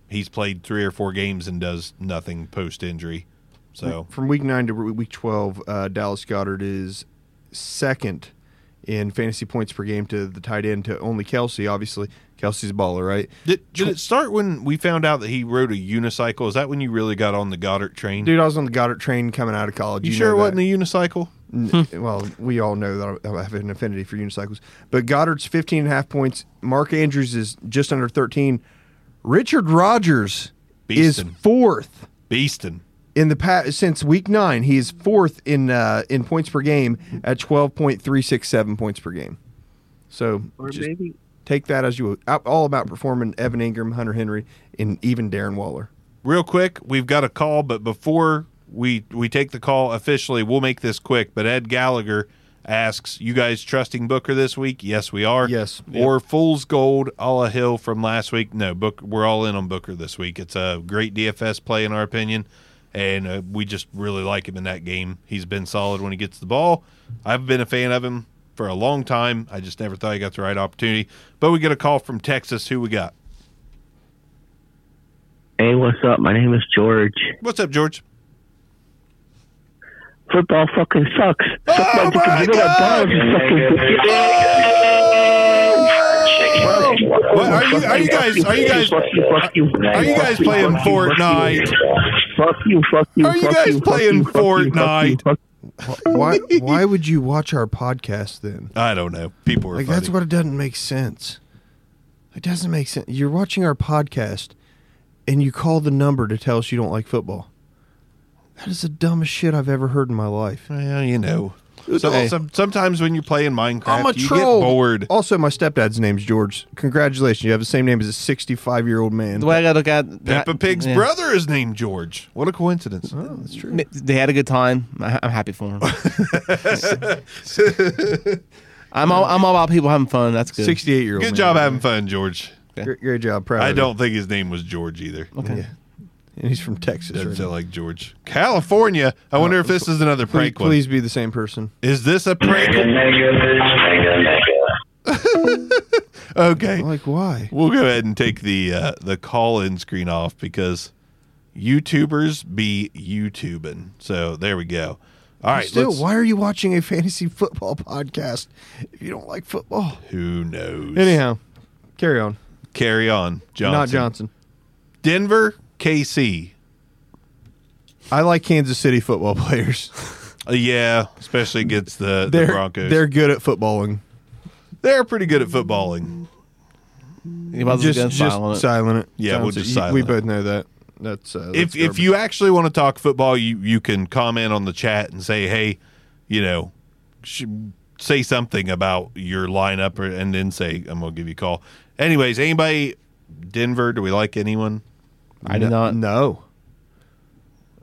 [SPEAKER 1] he's played three or four games and does nothing post injury. So
[SPEAKER 3] from week nine to re- week 12, uh, Dallas Goddard is second in fantasy points per game to the tight end to only Kelsey. Obviously, Kelsey's a baller, right?
[SPEAKER 1] did, did it start when we found out that he rode a unicycle? Is that when you really got on the Goddard train?
[SPEAKER 3] Dude, I was on the Goddard train coming out of college.
[SPEAKER 1] you,
[SPEAKER 3] know
[SPEAKER 1] sure it
[SPEAKER 3] that.
[SPEAKER 1] wasn't a unicycle?
[SPEAKER 3] N- well, we all know that I have an affinity for unicycles. But Goddard's 15 and a half points. Mark Andrews is just under 13. Richard Rodgers is
[SPEAKER 1] Beastin'.
[SPEAKER 3] fourth
[SPEAKER 1] Beastin.
[SPEAKER 3] in the past since week nine. He is fourth in uh, in points per game at 12.367 points per game. So
[SPEAKER 6] Or
[SPEAKER 3] just
[SPEAKER 6] maybe
[SPEAKER 3] take that as you will. Out- all about performing Evan Ingram, Hunter Henry, and even Darren Waller.
[SPEAKER 1] real quick, we've got a call, but before we we take the call officially, we'll make this quick. But Ed Gallagher asks, "You guys trusting Booker this week?" Yes, we are.
[SPEAKER 3] Yes.
[SPEAKER 1] Or Fool's Gold, a la Hill from last week. No, Book. We're all in on Booker this week. It's a great DFS play in our opinion, and uh, we just really like him in that game. He's been solid when he gets the ball. I've been a fan of him for a long time. I just never thought he got the right opportunity. But we get a call from Texas. Who we got?
[SPEAKER 6] Hey, what's up? My name is George.
[SPEAKER 1] What's up, George?
[SPEAKER 6] Football fucking sucks. Suck
[SPEAKER 1] Oh
[SPEAKER 6] dick
[SPEAKER 1] my
[SPEAKER 6] and you know
[SPEAKER 1] God!
[SPEAKER 6] what balls you fucking-
[SPEAKER 1] What are you? Are you guys? Are you guys?
[SPEAKER 6] Fuck you, fuck you, fuck you.
[SPEAKER 1] Are you guys
[SPEAKER 6] Fuck you,
[SPEAKER 1] playing
[SPEAKER 6] fuck you,
[SPEAKER 1] Fortnite?
[SPEAKER 6] Fuck you, fuck you.
[SPEAKER 1] Are you
[SPEAKER 6] fuck
[SPEAKER 1] guys
[SPEAKER 6] fuck
[SPEAKER 1] playing
[SPEAKER 6] fuck you, fuck you,
[SPEAKER 1] Fortnite?
[SPEAKER 6] fuck
[SPEAKER 3] Why? Why would you watch our podcast then?
[SPEAKER 1] I don't know. People are
[SPEAKER 3] Like
[SPEAKER 1] funny.
[SPEAKER 3] that's what it doesn't make sense. It doesn't make sense. You're watching our podcast, and you call the number to tell us you don't like football. That is the dumbest shit I've ever heard in my life.
[SPEAKER 1] Well, you know. So,
[SPEAKER 3] Hey.
[SPEAKER 1] some- sometimes when you're playing Minecraft,
[SPEAKER 3] I'm a
[SPEAKER 1] you
[SPEAKER 3] troll. Oh,
[SPEAKER 1] get bored.
[SPEAKER 3] Also, my stepdad's name's George. Congratulations, you have the same name as a 65 year old man.
[SPEAKER 4] The way I got to look at
[SPEAKER 1] Peppa Pig's
[SPEAKER 4] yeah.
[SPEAKER 1] brother is named George. Oh. What a coincidence.
[SPEAKER 3] That's true.
[SPEAKER 4] They had a good time. I- I'm happy for them. I'm all, I'm all about people having fun. That's good.
[SPEAKER 3] 68 year old.
[SPEAKER 1] Good job having fun, George.
[SPEAKER 3] Great, great job. Proud.
[SPEAKER 1] I
[SPEAKER 3] of
[SPEAKER 1] don't think his name was George either.
[SPEAKER 3] you. Yeah. And he's from Texas.
[SPEAKER 1] Doesn't
[SPEAKER 3] right?
[SPEAKER 1] sound like George. California. I wonder if this is another
[SPEAKER 3] Uh, Please,
[SPEAKER 1] prank
[SPEAKER 3] please be the same person.
[SPEAKER 1] one. Is this a prank? Okay.
[SPEAKER 3] Like why?
[SPEAKER 1] We'll go ahead and take the uh, the call in screen off because YouTubers be YouTubing. So there we go. All right.
[SPEAKER 3] Still,
[SPEAKER 1] let's-
[SPEAKER 3] why are you watching a fantasy football podcast if you don't like football?
[SPEAKER 1] Who knows?
[SPEAKER 3] Anyhow, carry on.
[SPEAKER 1] Carry on, Johnson.
[SPEAKER 3] Not Johnson.
[SPEAKER 1] Denver, KC.
[SPEAKER 3] I like Kansas City football players.
[SPEAKER 1] Uh, yeah, especially against the, the
[SPEAKER 3] They're
[SPEAKER 1] Broncos.
[SPEAKER 3] they're good at footballing.
[SPEAKER 1] They're pretty good at footballing.
[SPEAKER 4] He wasn't
[SPEAKER 3] Just
[SPEAKER 4] gonna
[SPEAKER 3] just
[SPEAKER 4] smile
[SPEAKER 3] silent
[SPEAKER 4] on
[SPEAKER 3] it.
[SPEAKER 4] it.
[SPEAKER 1] Yeah, we'll
[SPEAKER 3] Sounds-
[SPEAKER 1] just
[SPEAKER 3] you-
[SPEAKER 1] silent
[SPEAKER 3] We
[SPEAKER 1] it.
[SPEAKER 3] both know that. That's uh,
[SPEAKER 1] If
[SPEAKER 3] that's
[SPEAKER 1] if you actually want to talk football, you you can comment on the chat and say, hey, you know, sh- say something about your lineup, or, and then say I'm gonna give you a call. Anyways, anybody Denver? Do we like anyone?
[SPEAKER 4] I did
[SPEAKER 3] garbage.
[SPEAKER 4] not.
[SPEAKER 3] no,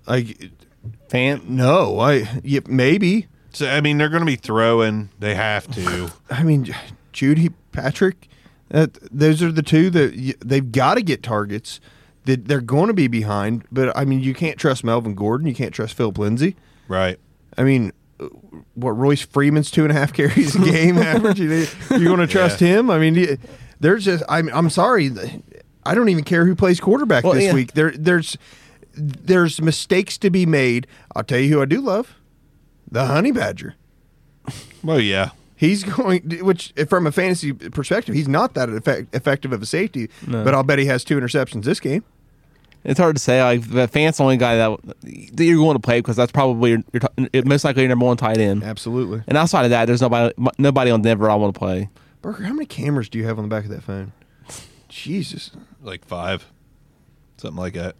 [SPEAKER 3] like
[SPEAKER 4] Fan.
[SPEAKER 3] no, I yeah, maybe.
[SPEAKER 1] So I mean, they're gonna be throwing. They have to.
[SPEAKER 3] I mean, Judy Patrick. That those are the two that y- they've got to get targets. That they're going to be behind, but I mean, you can't trust Melvin Gordon. You can't trust Philip Lindsay.
[SPEAKER 1] right.
[SPEAKER 3] I mean, uh, what Royce Freeman's two and a half carries a game average? You, you're going to trust him? I mean, y- there's just I'm I'm sorry, I don't even care who plays quarterback
[SPEAKER 4] Well,
[SPEAKER 3] this
[SPEAKER 4] yeah.
[SPEAKER 3] week. There there's there's mistakes to be made. I'll tell you who I do love, the Honey Badger.
[SPEAKER 1] Well, yeah.
[SPEAKER 3] He's going, which from a fantasy perspective, he's not that effect, effective of a safety. But I'll bet he has two interceptions this game.
[SPEAKER 4] It's hard to say. Like the fan's the only guy that, that you're going to play because that's probably your, your t- it- most likely your number one tight end.
[SPEAKER 3] Absolutely,
[SPEAKER 4] And outside of that, there's nobody nobody on Denver I want to play.
[SPEAKER 3] Barker. How many cameras do you have on the back of that phone? Jesus,
[SPEAKER 1] Like five, something like that.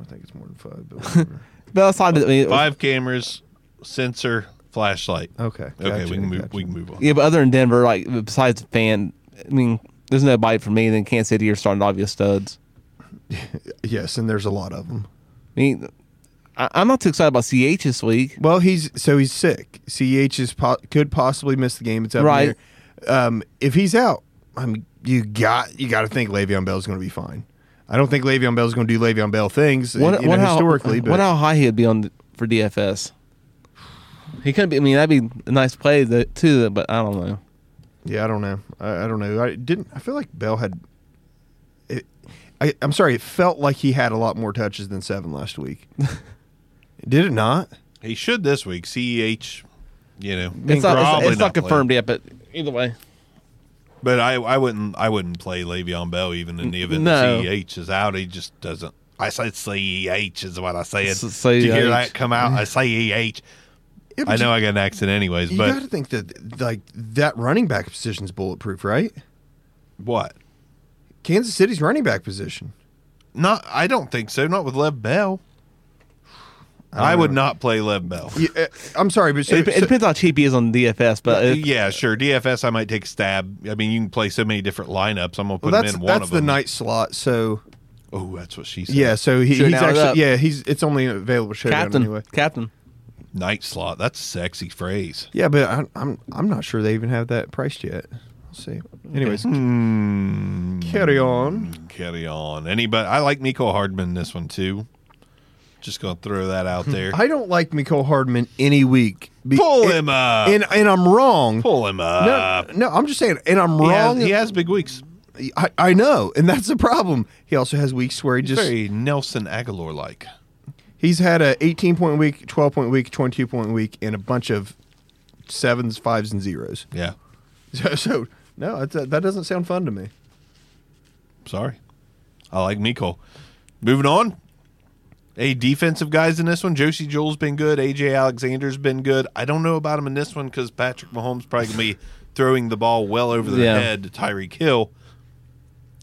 [SPEAKER 3] I think it's more than five. But whatever.
[SPEAKER 4] But outside of I mean,
[SPEAKER 1] Five cameras, sensor, flashlight.
[SPEAKER 3] Okay,
[SPEAKER 1] Okay,
[SPEAKER 3] gotcha,
[SPEAKER 1] we can move.
[SPEAKER 3] gotcha.
[SPEAKER 1] We can move on.
[SPEAKER 4] Yeah, but other than Denver, like besides the fan, I mean, there's nobody for me. Then Kansas City are starting obvious studs.
[SPEAKER 3] yes, and there's a lot of them.
[SPEAKER 4] I mean, I, I'm not too excited about CH this week.
[SPEAKER 3] Well, he's so he's sick. Ceh is po- could possibly miss the game. It's up
[SPEAKER 4] Right.
[SPEAKER 3] there. Um, if he's out, I'm you got you got to think Le'Veon Bell's going to be fine. I don't think Le'Veon Bell's going to do Le'Veon Bell things.
[SPEAKER 4] What,
[SPEAKER 3] you know,
[SPEAKER 4] what how, uh,
[SPEAKER 3] historically, but
[SPEAKER 4] what how high he'd be on for DFS? He could be. I mean, that'd be a nice play tho- too. But I don't know.
[SPEAKER 3] yeah, I don't know. I, I don't know. I didn't. I feel like Bell had. It, I, I'm sorry. It felt like he had a lot more touches than seven last week. Did it not?
[SPEAKER 1] He should this week. Ceh, you know,
[SPEAKER 4] It's not. It's,
[SPEAKER 1] probably
[SPEAKER 4] it's not
[SPEAKER 1] playing.
[SPEAKER 4] confirmed yet. But either way,
[SPEAKER 1] But I, I wouldn't, I wouldn't play Le'Veon Bell even in the event
[SPEAKER 4] No.
[SPEAKER 1] that Ceh is out. He just doesn't. I said Ceh is what I said.
[SPEAKER 4] S-
[SPEAKER 3] E
[SPEAKER 1] Did you hear
[SPEAKER 4] CEH.
[SPEAKER 1] that come out? I Ceh.
[SPEAKER 3] Yeah,
[SPEAKER 1] I
[SPEAKER 3] but
[SPEAKER 1] know I got an accent anyways,
[SPEAKER 3] You, you
[SPEAKER 1] but
[SPEAKER 3] got to think that like that running back position's bulletproof, right?
[SPEAKER 1] what?
[SPEAKER 3] Kansas City's running back position.
[SPEAKER 1] Not. I don't think so. Not with Lev Bell. I, would not play Lev Bell.
[SPEAKER 3] Yeah, uh, I'm sorry, but so,
[SPEAKER 4] it, dep- it
[SPEAKER 3] so-
[SPEAKER 4] depends how cheap he is on DFS. But it,
[SPEAKER 1] yeah, sure. DFS, I might take a stab. I mean, you can play so many different lineups. I'm gonna put
[SPEAKER 3] well,
[SPEAKER 1] him
[SPEAKER 3] that's
[SPEAKER 1] in one
[SPEAKER 3] that's
[SPEAKER 1] of
[SPEAKER 3] the
[SPEAKER 1] them.
[SPEAKER 3] night slot. So
[SPEAKER 1] Oh, that's what she said.
[SPEAKER 3] yeah, so he,
[SPEAKER 4] Shooting
[SPEAKER 3] he's
[SPEAKER 4] out it up.
[SPEAKER 3] actually yeah he's it's only available showdown
[SPEAKER 4] captain,
[SPEAKER 3] anyway.
[SPEAKER 4] captain.
[SPEAKER 1] Night slot. That's a sexy phrase.
[SPEAKER 3] Yeah, but I'm I'm, I'm not sure they even have that priced yet. We'll see. Anyways,
[SPEAKER 1] Hmm.
[SPEAKER 3] carry on.
[SPEAKER 1] Carry on. Anybody? I like Nico Hardman this one too. Just gonna throw that out there.
[SPEAKER 3] Hmm. I don't like Nicole Hardman any week. Be-
[SPEAKER 1] Pull
[SPEAKER 3] and,
[SPEAKER 1] him up.
[SPEAKER 3] and and I'm wrong.
[SPEAKER 1] Pull him
[SPEAKER 3] No,
[SPEAKER 1] up.
[SPEAKER 3] no, I'm just saying, and I'm
[SPEAKER 1] He has-
[SPEAKER 3] wrong.
[SPEAKER 1] He, has, big weeks.
[SPEAKER 3] I, I know, and that's the problem. He also has weeks where he just
[SPEAKER 1] Very Nelson Aguilar like.
[SPEAKER 3] he's had a 18 point week, 12 point week, 22 point week, and a bunch of sevens, fives, and zeros.
[SPEAKER 1] Yeah.
[SPEAKER 3] So, so no, that's, uh, that doesn't sound fun to me.
[SPEAKER 1] Sorry. I like Nico. Moving on. A defensive guys in this one. Josie Joel's been good. AJ Alexander's been good. I don't know about him in this one because Patrick Mahomes probably gonna be throwing the ball well over the
[SPEAKER 4] Yeah.
[SPEAKER 1] head to Tyreek Hill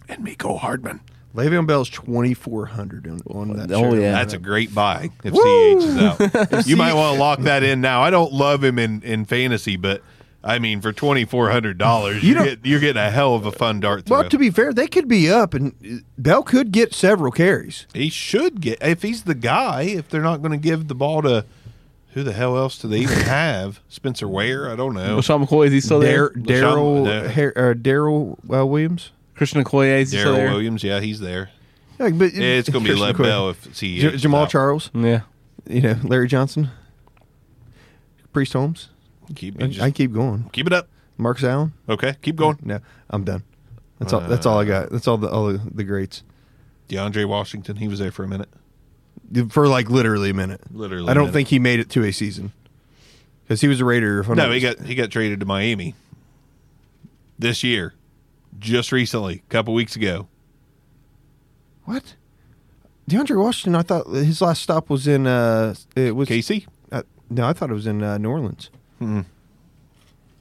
[SPEAKER 1] and Miko Hardman.
[SPEAKER 3] Le'Veon Bell's 2400 on, on that.
[SPEAKER 4] Oh,
[SPEAKER 3] shirt.
[SPEAKER 4] yeah.
[SPEAKER 1] That's a great buy if CH is out. you might want to lock that in now. I don't love him in, in fantasy, but I mean, for twenty four hundred dollars, you are
[SPEAKER 3] don't-
[SPEAKER 1] get, you're getting a hell of a fun dart throw.
[SPEAKER 3] Well, to be fair, they could be up, and uh, Bell could get several carries.
[SPEAKER 1] he should get if he's the guy. If they're not going to give the ball to who the hell else do they even have? Spencer Ware? I don't know.
[SPEAKER 4] Well, Sean McCoy, is he still
[SPEAKER 3] Dar-
[SPEAKER 4] there?
[SPEAKER 3] Daryl
[SPEAKER 1] Dar-
[SPEAKER 3] Har- uh, Daryl uh, Williams.
[SPEAKER 4] Christian McCoy, is he still
[SPEAKER 1] Daryl
[SPEAKER 4] there?
[SPEAKER 1] Williams, yeah, he's there.
[SPEAKER 3] Yeah, but
[SPEAKER 1] Yeah, it's going to be
[SPEAKER 3] Christian
[SPEAKER 1] Lev
[SPEAKER 3] Quinn.
[SPEAKER 1] Bell if CH
[SPEAKER 3] J-
[SPEAKER 1] is
[SPEAKER 3] Jamal
[SPEAKER 1] out.
[SPEAKER 3] Charles,
[SPEAKER 4] Yeah.
[SPEAKER 3] you know Larry Johnson, Priest Holmes.
[SPEAKER 1] Keep
[SPEAKER 3] I,
[SPEAKER 1] just-
[SPEAKER 3] I keep going.
[SPEAKER 1] keep it up.
[SPEAKER 3] Marcus Allen.
[SPEAKER 1] Okay, keep going.
[SPEAKER 3] No, I'm done. That's all. That's all I got. That's all the all the, the greats
[SPEAKER 1] DeAndre Washington, he was there for a minute.
[SPEAKER 3] for like literally a minute.
[SPEAKER 1] Literally
[SPEAKER 3] I
[SPEAKER 1] a
[SPEAKER 3] don't
[SPEAKER 1] minute.
[SPEAKER 3] think he made it to a season because he was a Raider. If I'm
[SPEAKER 1] No,
[SPEAKER 3] not-
[SPEAKER 1] he got he got traded to Miami this year, just recently, a couple weeks ago.
[SPEAKER 3] what? DeAndre Washington. I thought his last stop was in. Uh, it was
[SPEAKER 1] KC,
[SPEAKER 3] Uh, no, I thought it was in uh, New Orleans.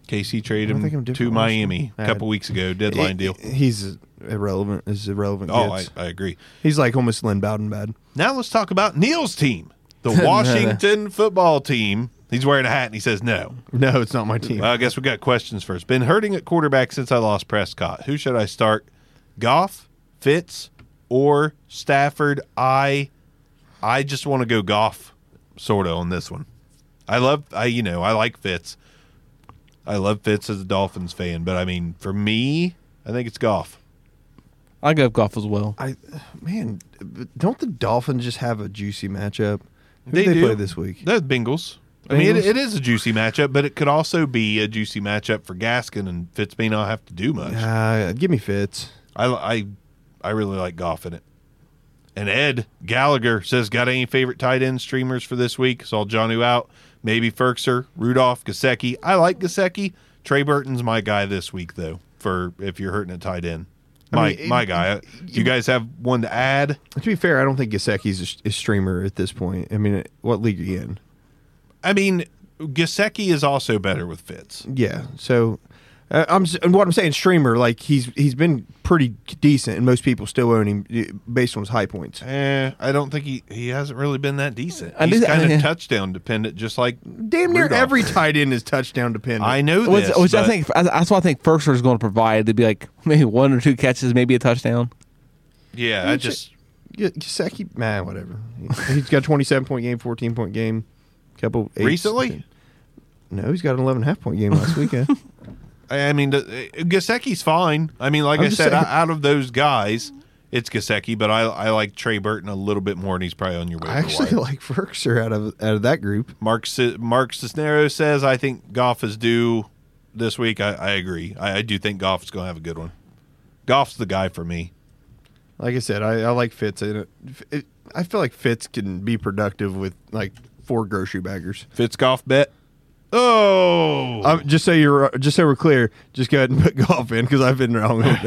[SPEAKER 1] KC traded
[SPEAKER 3] I think I'm
[SPEAKER 1] him to
[SPEAKER 3] different
[SPEAKER 1] Miami a
[SPEAKER 3] Washington.
[SPEAKER 1] couple
[SPEAKER 3] Uh,
[SPEAKER 1] weeks ago, deadline
[SPEAKER 3] He-
[SPEAKER 1] deal.
[SPEAKER 3] He's irrelevant. Is irrelevant.
[SPEAKER 1] Oh, I,
[SPEAKER 3] gets.
[SPEAKER 1] I agree.
[SPEAKER 3] he's like almost Lynn Bowden bad.
[SPEAKER 1] Now let's talk about Neil's team, the Washington football team. He's wearing a hat and he says no.
[SPEAKER 3] No, it's not my team.
[SPEAKER 1] Well, I guess we got questions first. Been hurting at quarterback since I lost Prescott. Who should I start? Goff, Fitz, or Stafford? I I just want to go Goff sort of on this one. I love I you know, I like Fitz. I love Fitz as a Dolphins fan, but I mean, for me, I think it's Goff.
[SPEAKER 4] I go golf as well.
[SPEAKER 3] I man, but don't the Dolphins just have a juicy matchup? Who
[SPEAKER 1] They
[SPEAKER 3] they,
[SPEAKER 1] do.
[SPEAKER 3] play this week?
[SPEAKER 1] The Bengals. I mean, it,
[SPEAKER 3] Bengals?
[SPEAKER 1] it is a juicy matchup, but it could also be a juicy matchup for Gaskin, and Fitz may not have to do much.
[SPEAKER 3] Uh, give me Fitz.
[SPEAKER 1] I, I, I really like golf in it. And Ed Gallagher says, got any favorite tight end streamers for this week? Saw Johnu out. Maybe Ferkser, Rudolph, Gasecki. I like Gasecki. Trey Burton's my guy this week, though, for if you're hurting a tight end. My
[SPEAKER 3] mean, it-
[SPEAKER 1] my guy. Do you guys have one to add?
[SPEAKER 3] To be fair, I don't think Gasecki's a, s- a streamer at this point. I mean, what league are you in?
[SPEAKER 1] I mean, Gasecki is also better with Fitz.
[SPEAKER 3] Yeah, so uh, I'm s- and what I'm saying, streamer. Like he's he's been pretty decent, and most people still own him eh, based on his high points.
[SPEAKER 1] Eh, I don't think he, he hasn't really been that decent.
[SPEAKER 4] I
[SPEAKER 1] He's
[SPEAKER 4] do-
[SPEAKER 1] kind of
[SPEAKER 4] I-
[SPEAKER 1] touchdown dependent, just like
[SPEAKER 3] Damn near
[SPEAKER 1] Rudolph.
[SPEAKER 3] every tight end is touchdown dependent.
[SPEAKER 1] I know
[SPEAKER 4] Which,
[SPEAKER 1] this,
[SPEAKER 4] which I
[SPEAKER 1] but-
[SPEAKER 4] think that's what I think Ferkser is going to provide. They'd be like maybe one or two catches, maybe a touchdown.
[SPEAKER 1] Yeah, I just
[SPEAKER 3] G- Gasecki, man, whatever. He- He's got a 27 point game, 14 point game, couple eights.
[SPEAKER 1] recently.
[SPEAKER 3] No, he's got an 11 half point game last weekend.
[SPEAKER 1] I I mean, the- uh, Gasecki's fine. I mean, like
[SPEAKER 3] I'm
[SPEAKER 1] I
[SPEAKER 3] just
[SPEAKER 1] said,
[SPEAKER 3] saying-
[SPEAKER 1] o- out of those guys, it's Gasecki, but I I like Trey Burton a little bit more, and he's probably on your way.
[SPEAKER 3] I actually like Ferkser out of out of that group.
[SPEAKER 1] Mark C- Mark Cisneros says I think Goff is due this week. I, I agree. I, I do think Goff is going to have a good one. Goff's the guy for me.
[SPEAKER 3] Like I said, I, I like Fitz in it. F- it. I feel like Fitz can be productive with like four grocery baggers.
[SPEAKER 1] Fitz Goff bet. Oh,
[SPEAKER 3] Um, just so you're just so we're clear, just go ahead and put golf in because I've been wrong.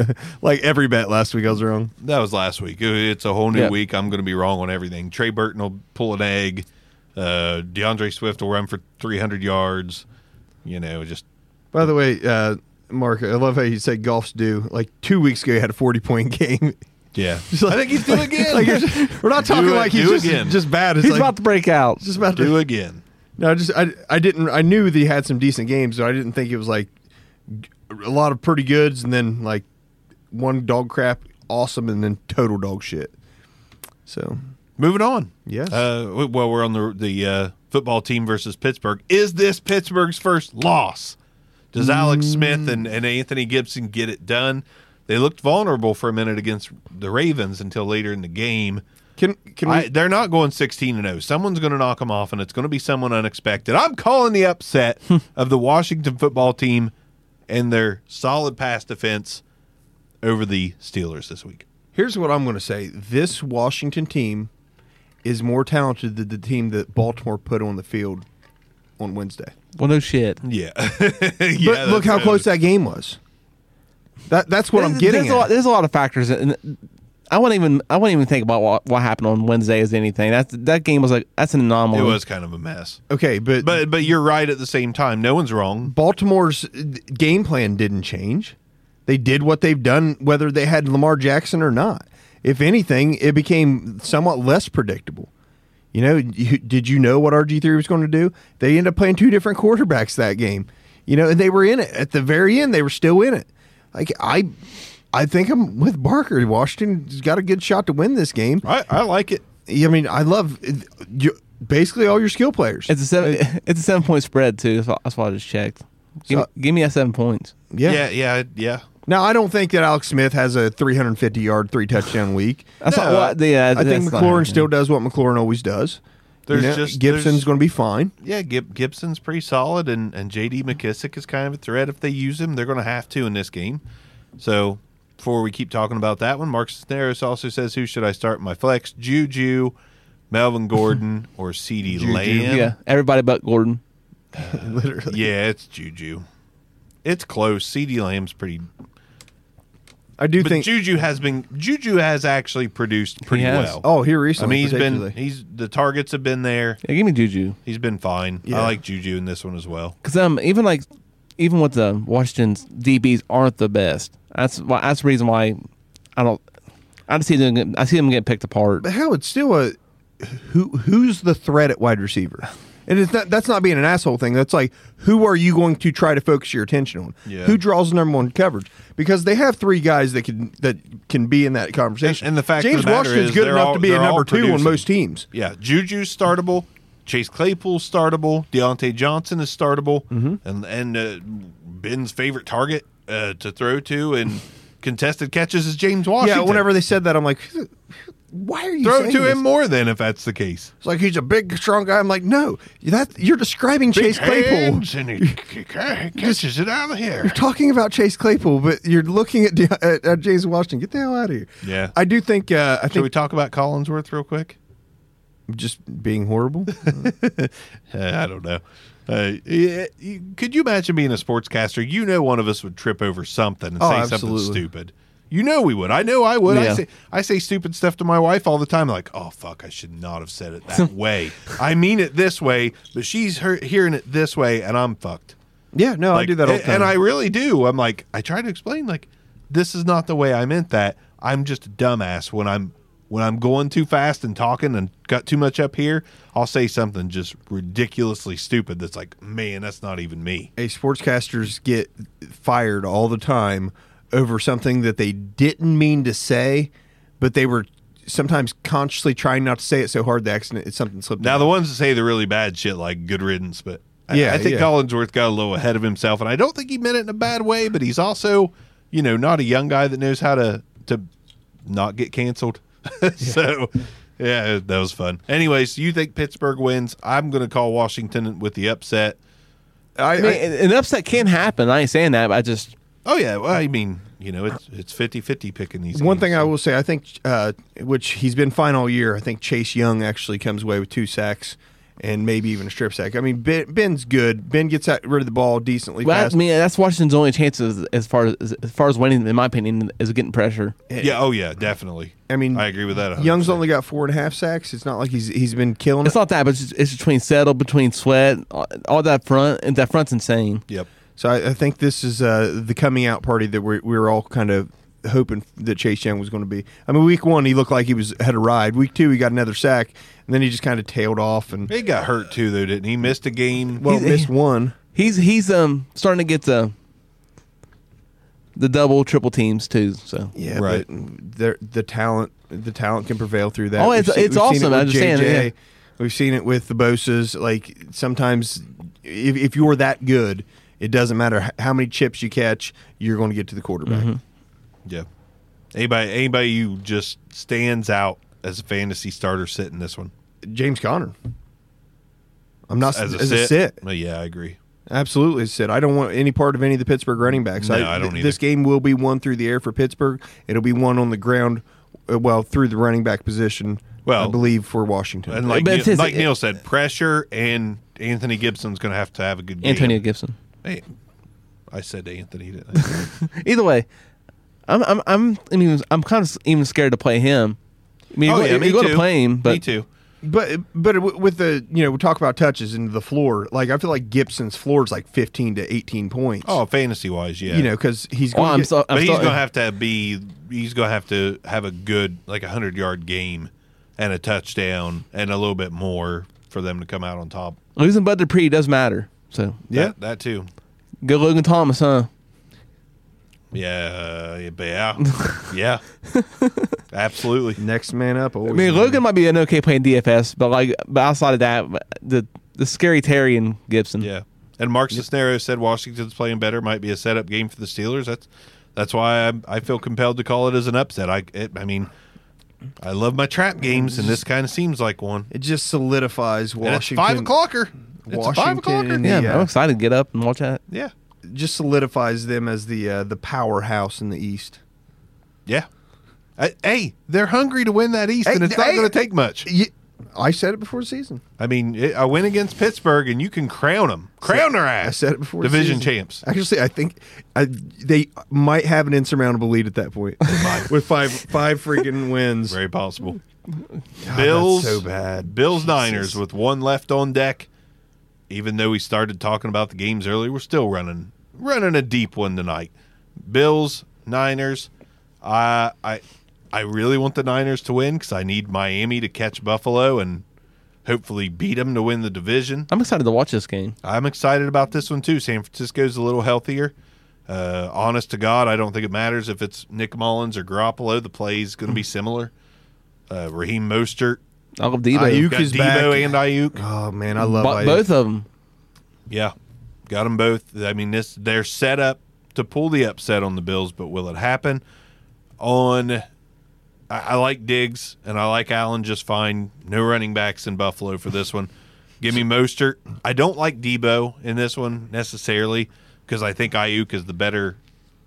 [SPEAKER 3] like every bet last week, I was wrong.
[SPEAKER 1] that was last week. It- It's a whole new
[SPEAKER 4] Yeah.
[SPEAKER 1] week. I'm going to be wrong on everything. Trey Burton will pull an egg. Uh, DeAndre Swift will run for 300 yards. You know, just
[SPEAKER 3] By the way, uh, Mark, I love how you said golf's due. Like two weeks ago, you had a 40 point game.
[SPEAKER 1] yeah.
[SPEAKER 3] Just like-
[SPEAKER 1] I think he's due again.
[SPEAKER 3] like, it's- we're not talking
[SPEAKER 1] Do it-
[SPEAKER 3] like he's
[SPEAKER 1] do
[SPEAKER 3] just,
[SPEAKER 1] again.
[SPEAKER 3] just bad. It's
[SPEAKER 4] He's
[SPEAKER 3] like,
[SPEAKER 4] about to break out.
[SPEAKER 3] just about to
[SPEAKER 1] do again.
[SPEAKER 3] No, I just I, I didn't I knew that he had some decent games, so I didn't think it was like g- a lot of pretty goods and then like one dog crap awesome and then total dog shit. So
[SPEAKER 1] Moving on.
[SPEAKER 3] Yes.
[SPEAKER 1] Uh, w- well, we're on the the uh, football team versus Pittsburgh. Is this Pittsburgh's first loss? Does Alex
[SPEAKER 3] Mm.
[SPEAKER 1] Smith and, and Anthony Gibson get it done? They looked vulnerable for a minute against the Ravens until later in the game.
[SPEAKER 3] Can can we?
[SPEAKER 1] I, they're not going 16 and 0. Someone's going to knock them off, and it's going to be someone unexpected. I'm calling the upset
[SPEAKER 3] Hmm.
[SPEAKER 1] of the Washington football team and their solid pass defense over the Steelers this week.
[SPEAKER 3] here's what I'm going to say: This Washington team is more talented than the team that Baltimore put on the field on Wednesday.
[SPEAKER 4] Well, no shit.
[SPEAKER 1] Yeah.
[SPEAKER 3] but look how close that game was. That that's what I'm
[SPEAKER 4] There's-
[SPEAKER 3] getting.
[SPEAKER 4] There's a, lot,
[SPEAKER 3] At.
[SPEAKER 4] there's a lot of factors, and I wouldn't even I wouldn't even think about what, what happened on Wednesday as anything. That that game was like that's an anomaly.
[SPEAKER 1] It was kind of a mess.
[SPEAKER 3] Okay, but
[SPEAKER 1] But but you're right at the same time. No one's wrong.
[SPEAKER 3] Baltimore's uh, game plan didn't change. They did what they've done, whether they had Lamar Jackson or not. If anything, it became somewhat less predictable. You know, you, did you know what RG three was going to do? They ended up playing two different quarterbacks that game. You know, and they were in it at the very end. They were still in it. Like I, I think I'm with Barker. Washington's got a good shot to win this game.
[SPEAKER 1] I, I like it.
[SPEAKER 3] I mean, I love uh, you, basically all your skill players.
[SPEAKER 4] It's a seven. It's a seven point spread too. That's what, that's what I just checked. Give,
[SPEAKER 3] So-
[SPEAKER 4] me, give me that seven points.
[SPEAKER 3] yeah.
[SPEAKER 1] yeah, yeah. yeah.
[SPEAKER 3] Now I don't think that Alex Smith has a 350 yard, three touchdown week.
[SPEAKER 4] That's
[SPEAKER 1] No,
[SPEAKER 4] not what the. Uh,
[SPEAKER 3] I think
[SPEAKER 4] that's
[SPEAKER 3] McLaurin
[SPEAKER 4] not happening.
[SPEAKER 3] still does what McLaurin always does.
[SPEAKER 1] There's just-
[SPEAKER 3] Gibson's
[SPEAKER 1] there's-
[SPEAKER 3] going to be fine.
[SPEAKER 1] Yeah, Gib- Gibson's pretty solid, and, and J.D. McKissick is kind of a threat. If they use him, they're going to have to in this game. So before we keep talking about that one, Mark Cisneros also says, who should I start in my flex? Juju, Melvin Gordon, or C.D. Lamb?
[SPEAKER 4] Yeah, everybody but Gordon.
[SPEAKER 3] Literally,
[SPEAKER 1] Yeah, it's Juju. It's close. C.D. Lamb's pretty
[SPEAKER 3] I do
[SPEAKER 1] but
[SPEAKER 3] think.
[SPEAKER 1] Juju has been Juju has actually produced pretty
[SPEAKER 4] has.
[SPEAKER 1] well.
[SPEAKER 3] oh, here
[SPEAKER 1] I
[SPEAKER 3] recently,
[SPEAKER 1] mean, he's been
[SPEAKER 3] particularly.
[SPEAKER 1] he's the targets have been there.
[SPEAKER 4] Yeah, give me Juju.
[SPEAKER 1] He's been fine.
[SPEAKER 3] Yeah.
[SPEAKER 1] I like Juju in this one as well.
[SPEAKER 4] Because um, even like, even with the Washington's DBs aren't the best. That's why. That's the reason why I don't. I just see them. get- I see them getting picked apart.
[SPEAKER 3] But hell, it's still a who who's the threat at wide receiver, and it's not, that's not being an asshole thing. That's like who are you going to try to focus your attention on?
[SPEAKER 1] Yeah.
[SPEAKER 3] Who draws the number one coverage? Because they have three guys that can that can be in that conversation.
[SPEAKER 1] And- and the fact of
[SPEAKER 3] James
[SPEAKER 1] the matter
[SPEAKER 3] Washington's
[SPEAKER 1] is
[SPEAKER 3] good
[SPEAKER 1] they're
[SPEAKER 3] enough
[SPEAKER 1] all-
[SPEAKER 3] to be a
[SPEAKER 1] they're all
[SPEAKER 3] number two on
[SPEAKER 1] producing.
[SPEAKER 3] most teams.
[SPEAKER 1] Yeah, Juju's startable. Chase Claypool's startable. Deontay Johnson is startable,
[SPEAKER 3] Mm-hmm.
[SPEAKER 1] and and uh, Ben's favorite target uh, to throw to and contested catches is James Washington.
[SPEAKER 3] Yeah, whenever they said that, I'm like, why are you
[SPEAKER 1] Oh, throw
[SPEAKER 3] saying
[SPEAKER 1] to
[SPEAKER 3] this?
[SPEAKER 1] him more then if that's the case.
[SPEAKER 3] It's like he's a big, strong guy. I'm like, no, that you're describing Chase Claypool.
[SPEAKER 1] Hands, and he c- c- catches it out of here.
[SPEAKER 3] You're talking about Chase Claypool, but you're looking at, De- at, at James Washington. Get the hell out of here.
[SPEAKER 1] Yeah.
[SPEAKER 3] I do think. Uh, I
[SPEAKER 1] Should
[SPEAKER 3] think
[SPEAKER 1] we talk about Collinsworth real quick?
[SPEAKER 3] just being horrible.
[SPEAKER 1] Uh, I don't know. Uh, yeah, you- could you imagine being a sportscaster? You know, one of us would trip over something and
[SPEAKER 3] Oh,
[SPEAKER 1] say something
[SPEAKER 3] absolutely.
[SPEAKER 1] stupid. You know, we would. I know I would. I
[SPEAKER 4] Yeah.
[SPEAKER 1] say I say stupid stuff to my wife all the time. Like, oh fuck, I should not have said it that way. I mean it this way, but she's her- hearing it this way, and I'm fucked.
[SPEAKER 3] yeah, no, I
[SPEAKER 1] Like,
[SPEAKER 3] do that all the
[SPEAKER 1] a-
[SPEAKER 3] time.
[SPEAKER 1] And I really do. I'm like, I try to explain, like, this is not the way I meant that. I'm just a dumbass when I'm when I'm going too fast and talking and got too much up here. I'll say something just ridiculously stupid that's like, man, that's not even me.
[SPEAKER 3] a sportscasters get fired all the time over something that they didn't mean to say, but they were sometimes consciously trying not to say it so hard the accident it's something slipped.
[SPEAKER 1] Now
[SPEAKER 3] out.
[SPEAKER 1] the ones that say the really bad shit, like good riddance, but I,
[SPEAKER 3] Yeah,
[SPEAKER 1] I think
[SPEAKER 3] yeah.
[SPEAKER 1] Collinsworth got a little ahead of himself, and I don't think he meant it in a bad way, but he's also, you know, not a young guy that knows how to to not get canceled. so yeah, that was fun. Anyways, you think Pittsburgh wins? I'm gonna call Washington with the upset.
[SPEAKER 3] I,
[SPEAKER 4] I mean, an upset can happen. I ain't saying that. But I just
[SPEAKER 1] Oh yeah, well, I mean, you know, it's it's 50-50 picking these.
[SPEAKER 3] One
[SPEAKER 1] games,
[SPEAKER 3] thing I
[SPEAKER 1] so.
[SPEAKER 3] will say, I think, uh, which he's been fine all year. I think Chase Young actually comes away with two sacks and maybe even a strip sack. I mean, ben, Ben's good. Ben gets out, rid of the ball decently
[SPEAKER 4] well,
[SPEAKER 3] fast.
[SPEAKER 4] I mean that's Washington's only chance as, as far as as far as winning, in my opinion, is getting pressure.
[SPEAKER 1] yeah, oh yeah, definitely.
[SPEAKER 3] I mean,
[SPEAKER 1] I agree with that. 100%.
[SPEAKER 3] Young's only got four and a half sacks. It's not like he's he's been killing
[SPEAKER 4] It's
[SPEAKER 3] it.
[SPEAKER 4] not that, but it's, just, it's between settle, between sweat, all, all that front, and that front's insane.
[SPEAKER 1] Yep.
[SPEAKER 3] So I, I think this is uh, the coming out party that we're, we were all kind of hoping that Chase Young was going to be. I mean, week one he looked like he was had a ride. Week two he got another sack, and then he just kind of tailed off and
[SPEAKER 1] He got hurt too, though, didn't he? Missed a game.
[SPEAKER 3] well
[SPEAKER 4] He's-
[SPEAKER 3] missed one.
[SPEAKER 4] He's he's um starting to get the the double, triple teams too. So
[SPEAKER 3] Yeah,
[SPEAKER 1] Right.
[SPEAKER 3] right. But the the talent the talent can prevail through that.
[SPEAKER 4] Oh,
[SPEAKER 3] We've
[SPEAKER 4] it's-
[SPEAKER 3] seen-
[SPEAKER 4] it's
[SPEAKER 3] we've seen
[SPEAKER 4] awesome.
[SPEAKER 3] it
[SPEAKER 4] I
[SPEAKER 3] with
[SPEAKER 4] understand,
[SPEAKER 3] JJ.
[SPEAKER 4] yeah.
[SPEAKER 3] We've seen it with the Boses. Like sometimes, if, if you're that good, it doesn't matter h- how many chips you catch, you're going to get to the quarterback.
[SPEAKER 4] Mm-hmm.
[SPEAKER 1] Yeah. Anybody anybody who just stands out as a fantasy starter sitting this one
[SPEAKER 3] James Conner. I'm not
[SPEAKER 1] as a
[SPEAKER 3] as
[SPEAKER 1] sit.
[SPEAKER 3] a sit.
[SPEAKER 1] Oh, yeah, I agree.
[SPEAKER 3] Absolutely sit. I don't want any part of any of the Pittsburgh running backs.
[SPEAKER 1] No, I don't
[SPEAKER 3] th- This
[SPEAKER 1] either.
[SPEAKER 3] game will be won through the air for Pittsburgh. It'll be won on the ground, uh, well, through the running back position.
[SPEAKER 1] Well,
[SPEAKER 3] I believe for Washington.
[SPEAKER 1] And like
[SPEAKER 4] But
[SPEAKER 1] Neil,
[SPEAKER 4] it's-
[SPEAKER 1] like Neil said, pressure and Anthony Gibson's going to have to have a good game.
[SPEAKER 4] Antonio Gibson.
[SPEAKER 1] Hey, I said Anthony. Didn't I?
[SPEAKER 4] Either way, I'm I'm I'm I mean I'm kind of even scared to play him. I mean, you, you go to play him, but
[SPEAKER 1] Oh, me too.
[SPEAKER 3] But but w- with the you know we talk about touches into the floor. Like I feel like Gibson's floor is like fifteen to eighteen points.
[SPEAKER 1] Oh, fantasy wise, yeah.
[SPEAKER 3] you know because he's
[SPEAKER 4] Oh,
[SPEAKER 3] going.
[SPEAKER 4] I'm, so, I'm
[SPEAKER 1] but he's
[SPEAKER 4] still-
[SPEAKER 1] going to have to be. He's going to have to have a good like a hundred yard game and a touchdown and a little bit more for them to come out on top.
[SPEAKER 4] losing Bud Dupree does matter. So
[SPEAKER 3] Yeah.
[SPEAKER 1] that, that too.
[SPEAKER 4] good Logan Thomas, huh?
[SPEAKER 1] Yeah, yeah, yeah. Absolutely.
[SPEAKER 3] next man up.
[SPEAKER 4] I mean, Logan might be an okay playing DFS, but like, but outside of that, the the scary Terry and Gibson.
[SPEAKER 1] Yeah. And Mark Cisneros said Washington's playing better might be a setup game for the Steelers. That's that's why I, I feel compelled to call it as an upset. I it, I mean, I love my trap games, and this kind of seems like one.
[SPEAKER 3] It just solidifies
[SPEAKER 1] And
[SPEAKER 3] Washington.
[SPEAKER 1] it's five o'clocker. It's a five
[SPEAKER 3] Washington
[SPEAKER 1] o'clocker.
[SPEAKER 3] and-
[SPEAKER 4] yeah,
[SPEAKER 3] Yeah.
[SPEAKER 4] I'm excited to get up and watch that.
[SPEAKER 1] Yeah.
[SPEAKER 3] Just solidifies them as the uh, the powerhouse in the East.
[SPEAKER 1] Yeah. I, hey, they're hungry to win that East,
[SPEAKER 3] Hey,
[SPEAKER 1] and it's not
[SPEAKER 3] hey.
[SPEAKER 1] going to take much.
[SPEAKER 3] Y- I said it before the season.
[SPEAKER 1] I mean, it, I win against Pittsburgh, and you can crown them, crown their ass.
[SPEAKER 3] I said it before. the
[SPEAKER 1] Division
[SPEAKER 3] season.
[SPEAKER 1] champs.
[SPEAKER 3] Actually, I think I, they might have an insurmountable lead at that point with five five freaking wins.
[SPEAKER 1] Very possible.
[SPEAKER 3] God, that's
[SPEAKER 1] Bills
[SPEAKER 3] so bad.
[SPEAKER 1] Bills
[SPEAKER 3] Jesus.
[SPEAKER 1] Niners with one left on deck. Even though we started talking about the games early, we're still running running a deep one tonight. Bills Niners. I I I really want the Niners to win because I need Miami to catch Buffalo and hopefully beat them to win the division.
[SPEAKER 4] I'm excited to watch this game.
[SPEAKER 1] I'm excited about this one too. San Francisco's a little healthier. Uh, honest to God, I don't think it matters if it's Nick Mullins or Garoppolo. The play's going to be similar. Uh, Raheem Mostert,
[SPEAKER 4] I love Debo.
[SPEAKER 3] Ayuk
[SPEAKER 1] got
[SPEAKER 3] is
[SPEAKER 1] Debo
[SPEAKER 3] back.
[SPEAKER 1] and Ayuk.
[SPEAKER 3] Oh man, I love
[SPEAKER 4] Bo-
[SPEAKER 3] Ayuk.
[SPEAKER 4] both of them.
[SPEAKER 1] Yeah, got them both. I mean, this they're set up to pull the upset on the Bills, but will it happen? On, I, I like Diggs and I like Allen just fine. No running backs in Buffalo for this one. Give me Mostert. I don't like Debo in this one necessarily because I think Ayuk is the better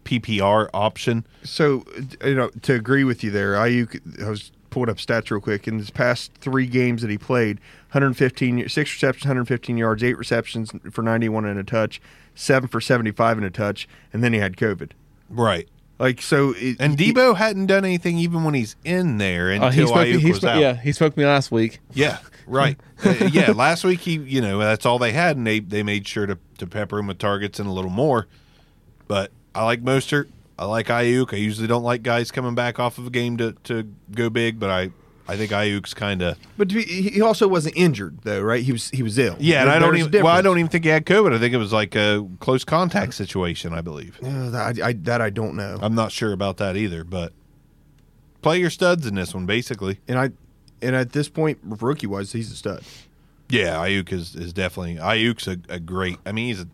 [SPEAKER 1] PPR option.
[SPEAKER 3] So, you know, to agree with you there, Ayuk, I was pulling up stats real quick. In his past three games that he played, 115, six receptions, 115 yards, eight receptions for 91 and a touch, seven for 75 and a touch, and then he had COVID.
[SPEAKER 1] Right.
[SPEAKER 3] Like, so. It,
[SPEAKER 1] And
[SPEAKER 3] he-
[SPEAKER 1] Debo hadn't done anything even when he's in there until
[SPEAKER 4] Uh, he spoke,
[SPEAKER 1] Ayuk
[SPEAKER 4] he
[SPEAKER 1] was
[SPEAKER 4] spoke-
[SPEAKER 1] out.
[SPEAKER 4] yeah, he spoke to me last week.
[SPEAKER 1] Yeah, right. Uh, yeah, last week he, you know, that's all they had, and they they made sure to to pepper him with targets and a little more. But I like Mostert. I like Ayuk. I usually don't like guys coming back off of a game to to go big, but I I think Ayuk's kind of
[SPEAKER 3] But to be, he he also wasn't injured, though, right? He was he was ill.
[SPEAKER 1] yeah. And
[SPEAKER 3] There-
[SPEAKER 1] I don't
[SPEAKER 3] there's a
[SPEAKER 1] even well, I
[SPEAKER 3] difference.
[SPEAKER 1] don't even think he had COVID. I think it was like a close contact situation. I believe.
[SPEAKER 3] Uh, that, I, I, that I don't know.
[SPEAKER 1] I'm not sure about that either, but play your studs in this one, basically.
[SPEAKER 3] and I. And at this point, rookie wise, he's a stud.
[SPEAKER 1] Yeah, Ayuk is, is definitely Ayuk's a, a great. I mean, he's a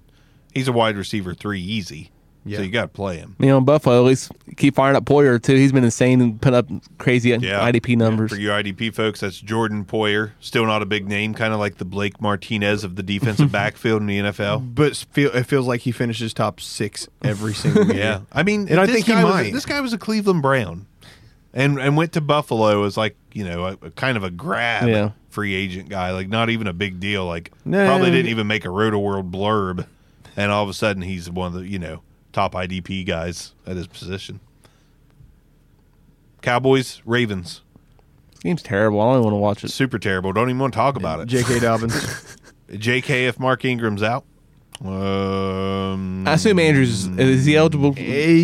[SPEAKER 1] he's a wide receiver three easy.
[SPEAKER 3] Yeah.
[SPEAKER 1] So you got to play him.
[SPEAKER 4] You know, in Buffalo, at least keep firing up Poyer too. He's been insane and put up crazy IDP numbers.
[SPEAKER 1] For you IDP folks, that's Jordan Poyer. Still not a big name, kind of like the Blake Martinez of the defensive backfield in the NFL.
[SPEAKER 3] But s- feel, it feels like he finishes top six every single year.
[SPEAKER 1] Yeah. I mean,
[SPEAKER 3] And I
[SPEAKER 1] this
[SPEAKER 3] think he
[SPEAKER 1] guy was a-
[SPEAKER 3] might.
[SPEAKER 1] this guy was a Cleveland Brown and and went to Buffalo as like, you know, a, a kind of a grab
[SPEAKER 4] Yeah.
[SPEAKER 1] free agent guy, like not even a big deal, like
[SPEAKER 3] No.
[SPEAKER 1] probably didn't even make a Roto World blurb and all of a sudden he's one of the, you know, top IDP guys at his position. Cowboys, Ravens.
[SPEAKER 4] This game's terrible. I don't even want to watch it.
[SPEAKER 1] Super terrible. Don't even want to talk about it.
[SPEAKER 3] J.K. Dobbins.
[SPEAKER 1] JK if Mark Ingram's out. Um,
[SPEAKER 4] I assume Andrews is- is he eligible?
[SPEAKER 3] Eh,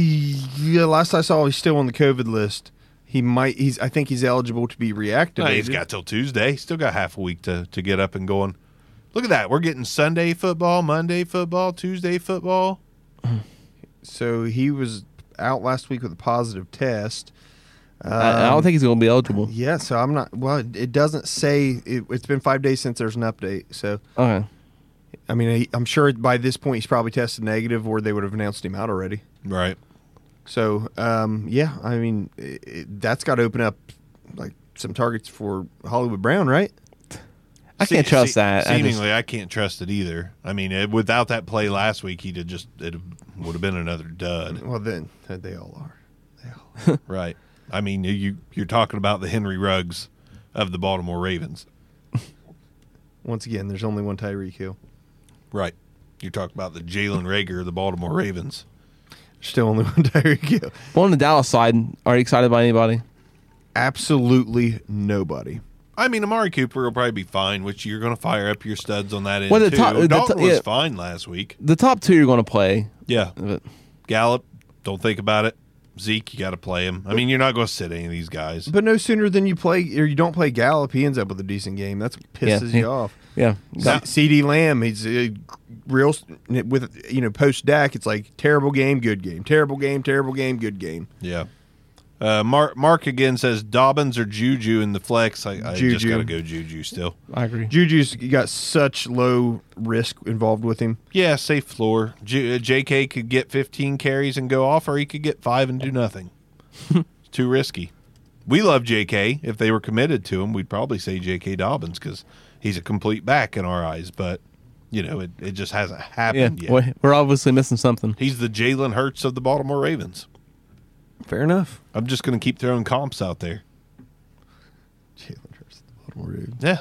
[SPEAKER 3] yeah, last I saw, he's still on the COVID list. He might. He's. I think he's eligible to be reactivated.
[SPEAKER 1] no, he's got till Tuesday. He's Still got half a week to, to get up and going. Look at that. We're getting Sunday football, Monday football, Tuesday football.
[SPEAKER 3] So he was out last week with a positive test.
[SPEAKER 4] I, I don't think he's going to be eligible.
[SPEAKER 3] Yeah, so I'm not. Well, it- it doesn't say. It, it's been five days since there's an update. So,
[SPEAKER 4] Okay.
[SPEAKER 3] I mean, he, I'm sure by this point he's probably tested negative, or they would have announced him out already.
[SPEAKER 1] Right.
[SPEAKER 3] So, um, yeah, I mean, it, it, that's got to open up like some targets for Hollywood Brown, right?
[SPEAKER 4] I can't
[SPEAKER 1] Se-
[SPEAKER 4] trust
[SPEAKER 1] se-
[SPEAKER 4] that. I just,
[SPEAKER 1] Seemingly, I, can't trust it either. I mean, it, without that play last week, he'd have just it would have been another dud,
[SPEAKER 3] Well, then uh, they all are. They all. Are.
[SPEAKER 1] right? I mean, you you're talking about the Henry Ruggs of the Baltimore Ravens,
[SPEAKER 3] Once again, there's only one Tyreek Hill.
[SPEAKER 1] right? You're talking about the Jalen Rager of the Baltimore Ravens.
[SPEAKER 3] Still only one Tyreek Hill.
[SPEAKER 4] well, on the Dallas side, are you excited by anybody?
[SPEAKER 3] Absolutely nobody.
[SPEAKER 1] I mean, Amari Cooper will probably be fine, which you're going to fire up your studs on that end
[SPEAKER 4] Well, the
[SPEAKER 1] too.
[SPEAKER 4] top- the
[SPEAKER 1] Dalton
[SPEAKER 4] top-
[SPEAKER 1] was
[SPEAKER 4] yeah.
[SPEAKER 1] fine last week.
[SPEAKER 4] The top two you're going to play,
[SPEAKER 1] Yeah,
[SPEAKER 4] but
[SPEAKER 1] Gallup, don't think about it. Zeke, you got to play him. I mean, you're not going to sit any of these guys.
[SPEAKER 3] But no sooner than you play or you don't play Gallup, he ends up with a decent game. That's what
[SPEAKER 4] yeah,
[SPEAKER 3] pisses
[SPEAKER 4] he-
[SPEAKER 3] you off.
[SPEAKER 4] Yeah,
[SPEAKER 3] C- CD Lamb, he's a real s- with you know post Dak. It's like terrible game, good game, terrible game, terrible game, good game.
[SPEAKER 1] Yeah. Uh, Mark Mark again says Dobbins or Juju in the flex. I, I just
[SPEAKER 3] Juju.
[SPEAKER 1] gotta go Juju still.
[SPEAKER 4] I agree.
[SPEAKER 3] Juju's got such low risk involved with him.
[SPEAKER 1] Yeah, safe floor. Ju- uh, J.K. could get 15 carries and go off, or he could get five and do nothing. it's too risky. We love J.K. If they were committed to him, we'd probably say J.K. Dobbins because he's a complete back in our eyes. But you know, it, it just hasn't
[SPEAKER 4] Yeah,
[SPEAKER 1] happened yet.
[SPEAKER 4] we- we're obviously missing something.
[SPEAKER 1] He's the Jalen Hurts of the Baltimore Ravens.
[SPEAKER 3] Fair enough.
[SPEAKER 1] I'm just gonna keep throwing comps out there.
[SPEAKER 3] Jalen Hurts, the Baltimore Ravens.
[SPEAKER 1] Yeah.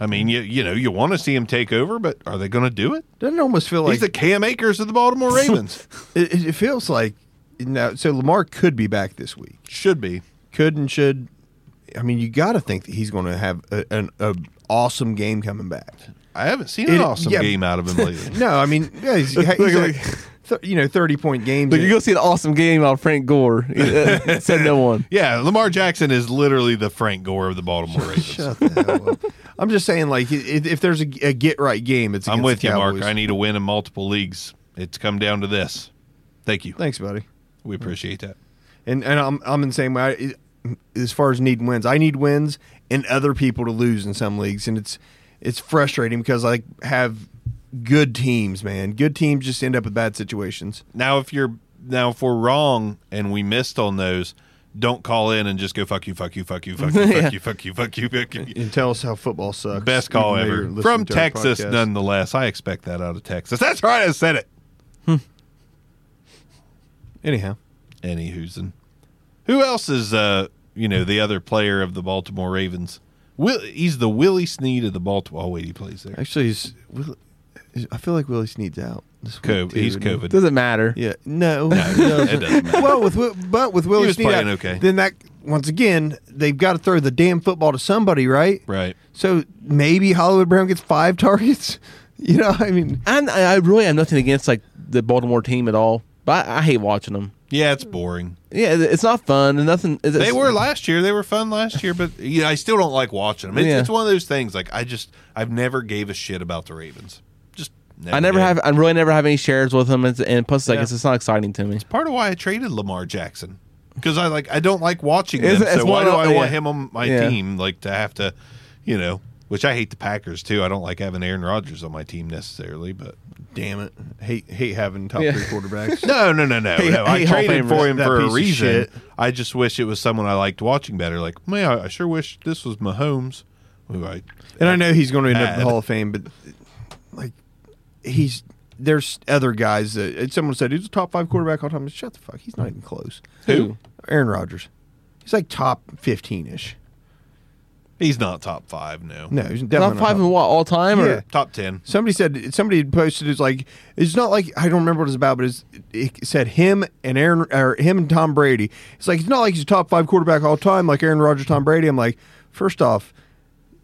[SPEAKER 1] I mean, you you know, you want to see him take over, but are they going to do it?
[SPEAKER 3] Doesn't it almost feel like
[SPEAKER 1] He's the Cam Akers of the Baltimore Ravens.
[SPEAKER 3] it, it- it feels like now. So Lamar could be back this week.
[SPEAKER 1] Should be.
[SPEAKER 3] Could and should. I mean, you got to think that he's going to have a, an a awesome game coming back.
[SPEAKER 1] I haven't seen
[SPEAKER 3] It-
[SPEAKER 1] an awesome
[SPEAKER 3] yeah.
[SPEAKER 1] game out of him lately.
[SPEAKER 3] No, I mean, yeah, he's, he's
[SPEAKER 4] Look,
[SPEAKER 3] a, you know, thirty point games.
[SPEAKER 4] Look, you're going to see an awesome game out of Frank Gore. Said no one.
[SPEAKER 1] yeah, Lamar Jackson is literally the Frank Gore of the Baltimore Ravens.
[SPEAKER 3] Shut the hell up. I'm just saying, like, i- if, if there's a, a get right game, it's.
[SPEAKER 1] I'm
[SPEAKER 3] against
[SPEAKER 1] with
[SPEAKER 3] the
[SPEAKER 1] you, Mark.
[SPEAKER 3] Cowboys.
[SPEAKER 1] I need a win in multiple leagues. It's come down to this. Thank you.
[SPEAKER 3] Thanks, buddy.
[SPEAKER 1] We appreciate that.
[SPEAKER 3] And and I'm I'm in the same way. I, as far as needing wins, I need wins and other people to lose in some leagues, and it's it's frustrating because I have good teams, man. Good teams just end up with bad situations.
[SPEAKER 1] Now, if you're now if we're wrong and we missed on those, don't call in and just go fuck you, fuck you, fuck you, fuck you, fuck you, fuck you, fuck you, fuck you.
[SPEAKER 3] And tell us how football sucks.
[SPEAKER 1] Best call
[SPEAKER 3] even though you're
[SPEAKER 1] ever
[SPEAKER 3] listening
[SPEAKER 1] from
[SPEAKER 3] to our
[SPEAKER 1] Texas,
[SPEAKER 3] podcast.
[SPEAKER 1] nonetheless. I expect that out of Texas. That's right, I said it.
[SPEAKER 3] Anyhow,
[SPEAKER 1] Anywho's who else is uh you know the other player of the Baltimore Ravens? Will he's the Willie Sneed of the Baltimore? Oh wait, he plays there.
[SPEAKER 3] actually, he's, Will- I feel like Willie Sneed's out. This week,
[SPEAKER 1] Co-
[SPEAKER 3] too,
[SPEAKER 1] he's
[SPEAKER 3] isn't he?
[SPEAKER 1] COVID.
[SPEAKER 4] Doesn't matter.
[SPEAKER 3] Yeah, no,
[SPEAKER 1] it doesn't matter.
[SPEAKER 3] well, with Wi- but with Willie
[SPEAKER 1] was
[SPEAKER 3] Snead,
[SPEAKER 1] playing okay.
[SPEAKER 3] Then that once again, they've got to throw the damn football to somebody, right?
[SPEAKER 1] Right.
[SPEAKER 3] So maybe Hollywood Brown gets five targets. You know, I mean,
[SPEAKER 4] And I I really have nothing against like the Baltimore team at all, but I, I hate watching them.
[SPEAKER 1] Yeah, it's boring.
[SPEAKER 4] Yeah, it- it's not fun. And nothing. It's,
[SPEAKER 1] They were last year. They were fun last year, but you know, I still don't like watching them. It's,
[SPEAKER 4] Yeah.
[SPEAKER 1] it's one of those things. Like I just, I've never gave a shit about the Ravens. Just never
[SPEAKER 4] I never
[SPEAKER 1] did.
[SPEAKER 4] have. I really never have any shares with them, and, and plus, like,
[SPEAKER 1] Yeah.
[SPEAKER 4] it's, it's not exciting to me.
[SPEAKER 1] Part of why I traded Lamar Jackson because I like, I don't like watching them.
[SPEAKER 4] It's- it's
[SPEAKER 1] so why
[SPEAKER 4] one
[SPEAKER 1] do
[SPEAKER 4] of-
[SPEAKER 1] I want
[SPEAKER 4] yeah.
[SPEAKER 1] him on my
[SPEAKER 4] Yeah.
[SPEAKER 1] team? Like to have to, you know. Which I hate the Packers too. I don't like having Aaron Rodgers on my team necessarily, but
[SPEAKER 3] damn it, hate hate having top
[SPEAKER 4] Yeah.
[SPEAKER 3] three quarterbacks.
[SPEAKER 1] No, no, no, no.
[SPEAKER 3] Hey,
[SPEAKER 1] no. I
[SPEAKER 3] hey, Hall of
[SPEAKER 1] traded
[SPEAKER 3] Famers.
[SPEAKER 1] for him
[SPEAKER 3] That
[SPEAKER 1] for
[SPEAKER 3] piece
[SPEAKER 1] a
[SPEAKER 3] of
[SPEAKER 1] reason.
[SPEAKER 3] shit.
[SPEAKER 1] I just wish it was someone I liked watching better. Like, man, I sure wish this was Mahomes. Who I
[SPEAKER 3] and I know he's going to end up in
[SPEAKER 1] Bad.
[SPEAKER 3] the Hall of Fame, but like he's there's other guys that and someone said he's a top five quarterback all time. Shut the fuck, he's not even close.
[SPEAKER 4] Who?
[SPEAKER 3] Aaron Rodgers. He's like top fifteen ish.
[SPEAKER 1] he's not top five. No,
[SPEAKER 3] No, he's definitely
[SPEAKER 4] Top
[SPEAKER 3] not
[SPEAKER 4] five
[SPEAKER 3] top-
[SPEAKER 4] and what all time?
[SPEAKER 3] Yeah.
[SPEAKER 4] Or?
[SPEAKER 1] top ten.
[SPEAKER 3] Somebody said somebody had posted it's like it's not like I don't remember what it's about, but it's, it said him and Aaron or him and Tom Brady. It's like it's not like he's a top five quarterback all time, like Aaron Rodgers, Tom Brady. I'm like, first off,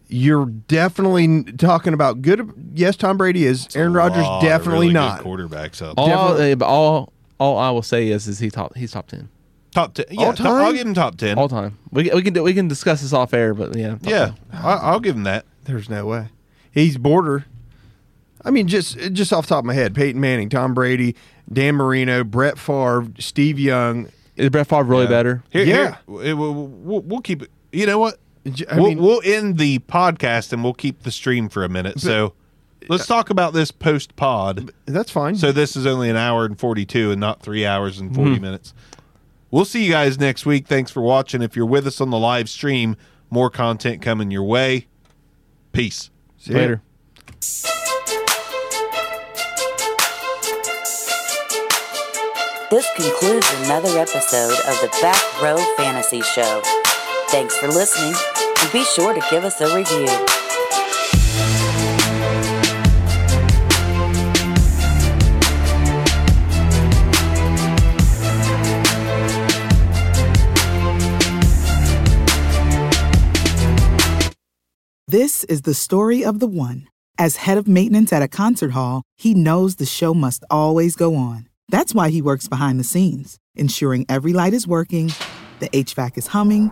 [SPEAKER 3] you're definitely n- talking about good. Yes, Tom Brady is. Aaron Rodgers
[SPEAKER 1] Lot of really
[SPEAKER 3] definitely
[SPEAKER 1] good
[SPEAKER 3] not.
[SPEAKER 1] quarterbacks out. there.
[SPEAKER 4] All,
[SPEAKER 3] Definitely-
[SPEAKER 4] uh, all, all I will say is, is he top? He's top ten
[SPEAKER 1] top ten. Yeah,
[SPEAKER 3] all
[SPEAKER 1] top- I'll
[SPEAKER 3] time?
[SPEAKER 1] give him top ten.
[SPEAKER 4] all time. We, can- we can do, we can discuss this off air, but yeah, top
[SPEAKER 1] yeah,
[SPEAKER 4] ten.
[SPEAKER 1] I, I'll give him that.
[SPEAKER 3] There's no way he's border. I mean, just just off the top of my head, Peyton Manning, Tom Brady, Dan Marino, Brett Favre, Steve Young.
[SPEAKER 4] Is Brett Favre really better?
[SPEAKER 1] Here,
[SPEAKER 3] Yeah.
[SPEAKER 1] here, it- we'll, we'll- we'll keep it. You know what?
[SPEAKER 3] J- I
[SPEAKER 1] we'll,
[SPEAKER 3] mean-
[SPEAKER 1] we'll end the podcast and we'll keep the stream for a minute. so let's
[SPEAKER 3] uh,
[SPEAKER 1] talk about this post pod.
[SPEAKER 3] That's fine.
[SPEAKER 1] So this is only an hour and 42 and not three hours and 40
[SPEAKER 3] Hmm.
[SPEAKER 1] minutes. We'll see you guys next week. Thanks for watching. If you're with us on the live stream, more content coming your way. Peace.
[SPEAKER 3] See ya.
[SPEAKER 4] Later.
[SPEAKER 2] This concludes another episode of the Back Row Fantasy Show. Thanks for listening, and be sure to give us a review.
[SPEAKER 5] This is the story of the one. As head of maintenance at a concert hall, he knows the show must always go on. That's why he works behind the scenes, ensuring every light is working, the HVAC is humming,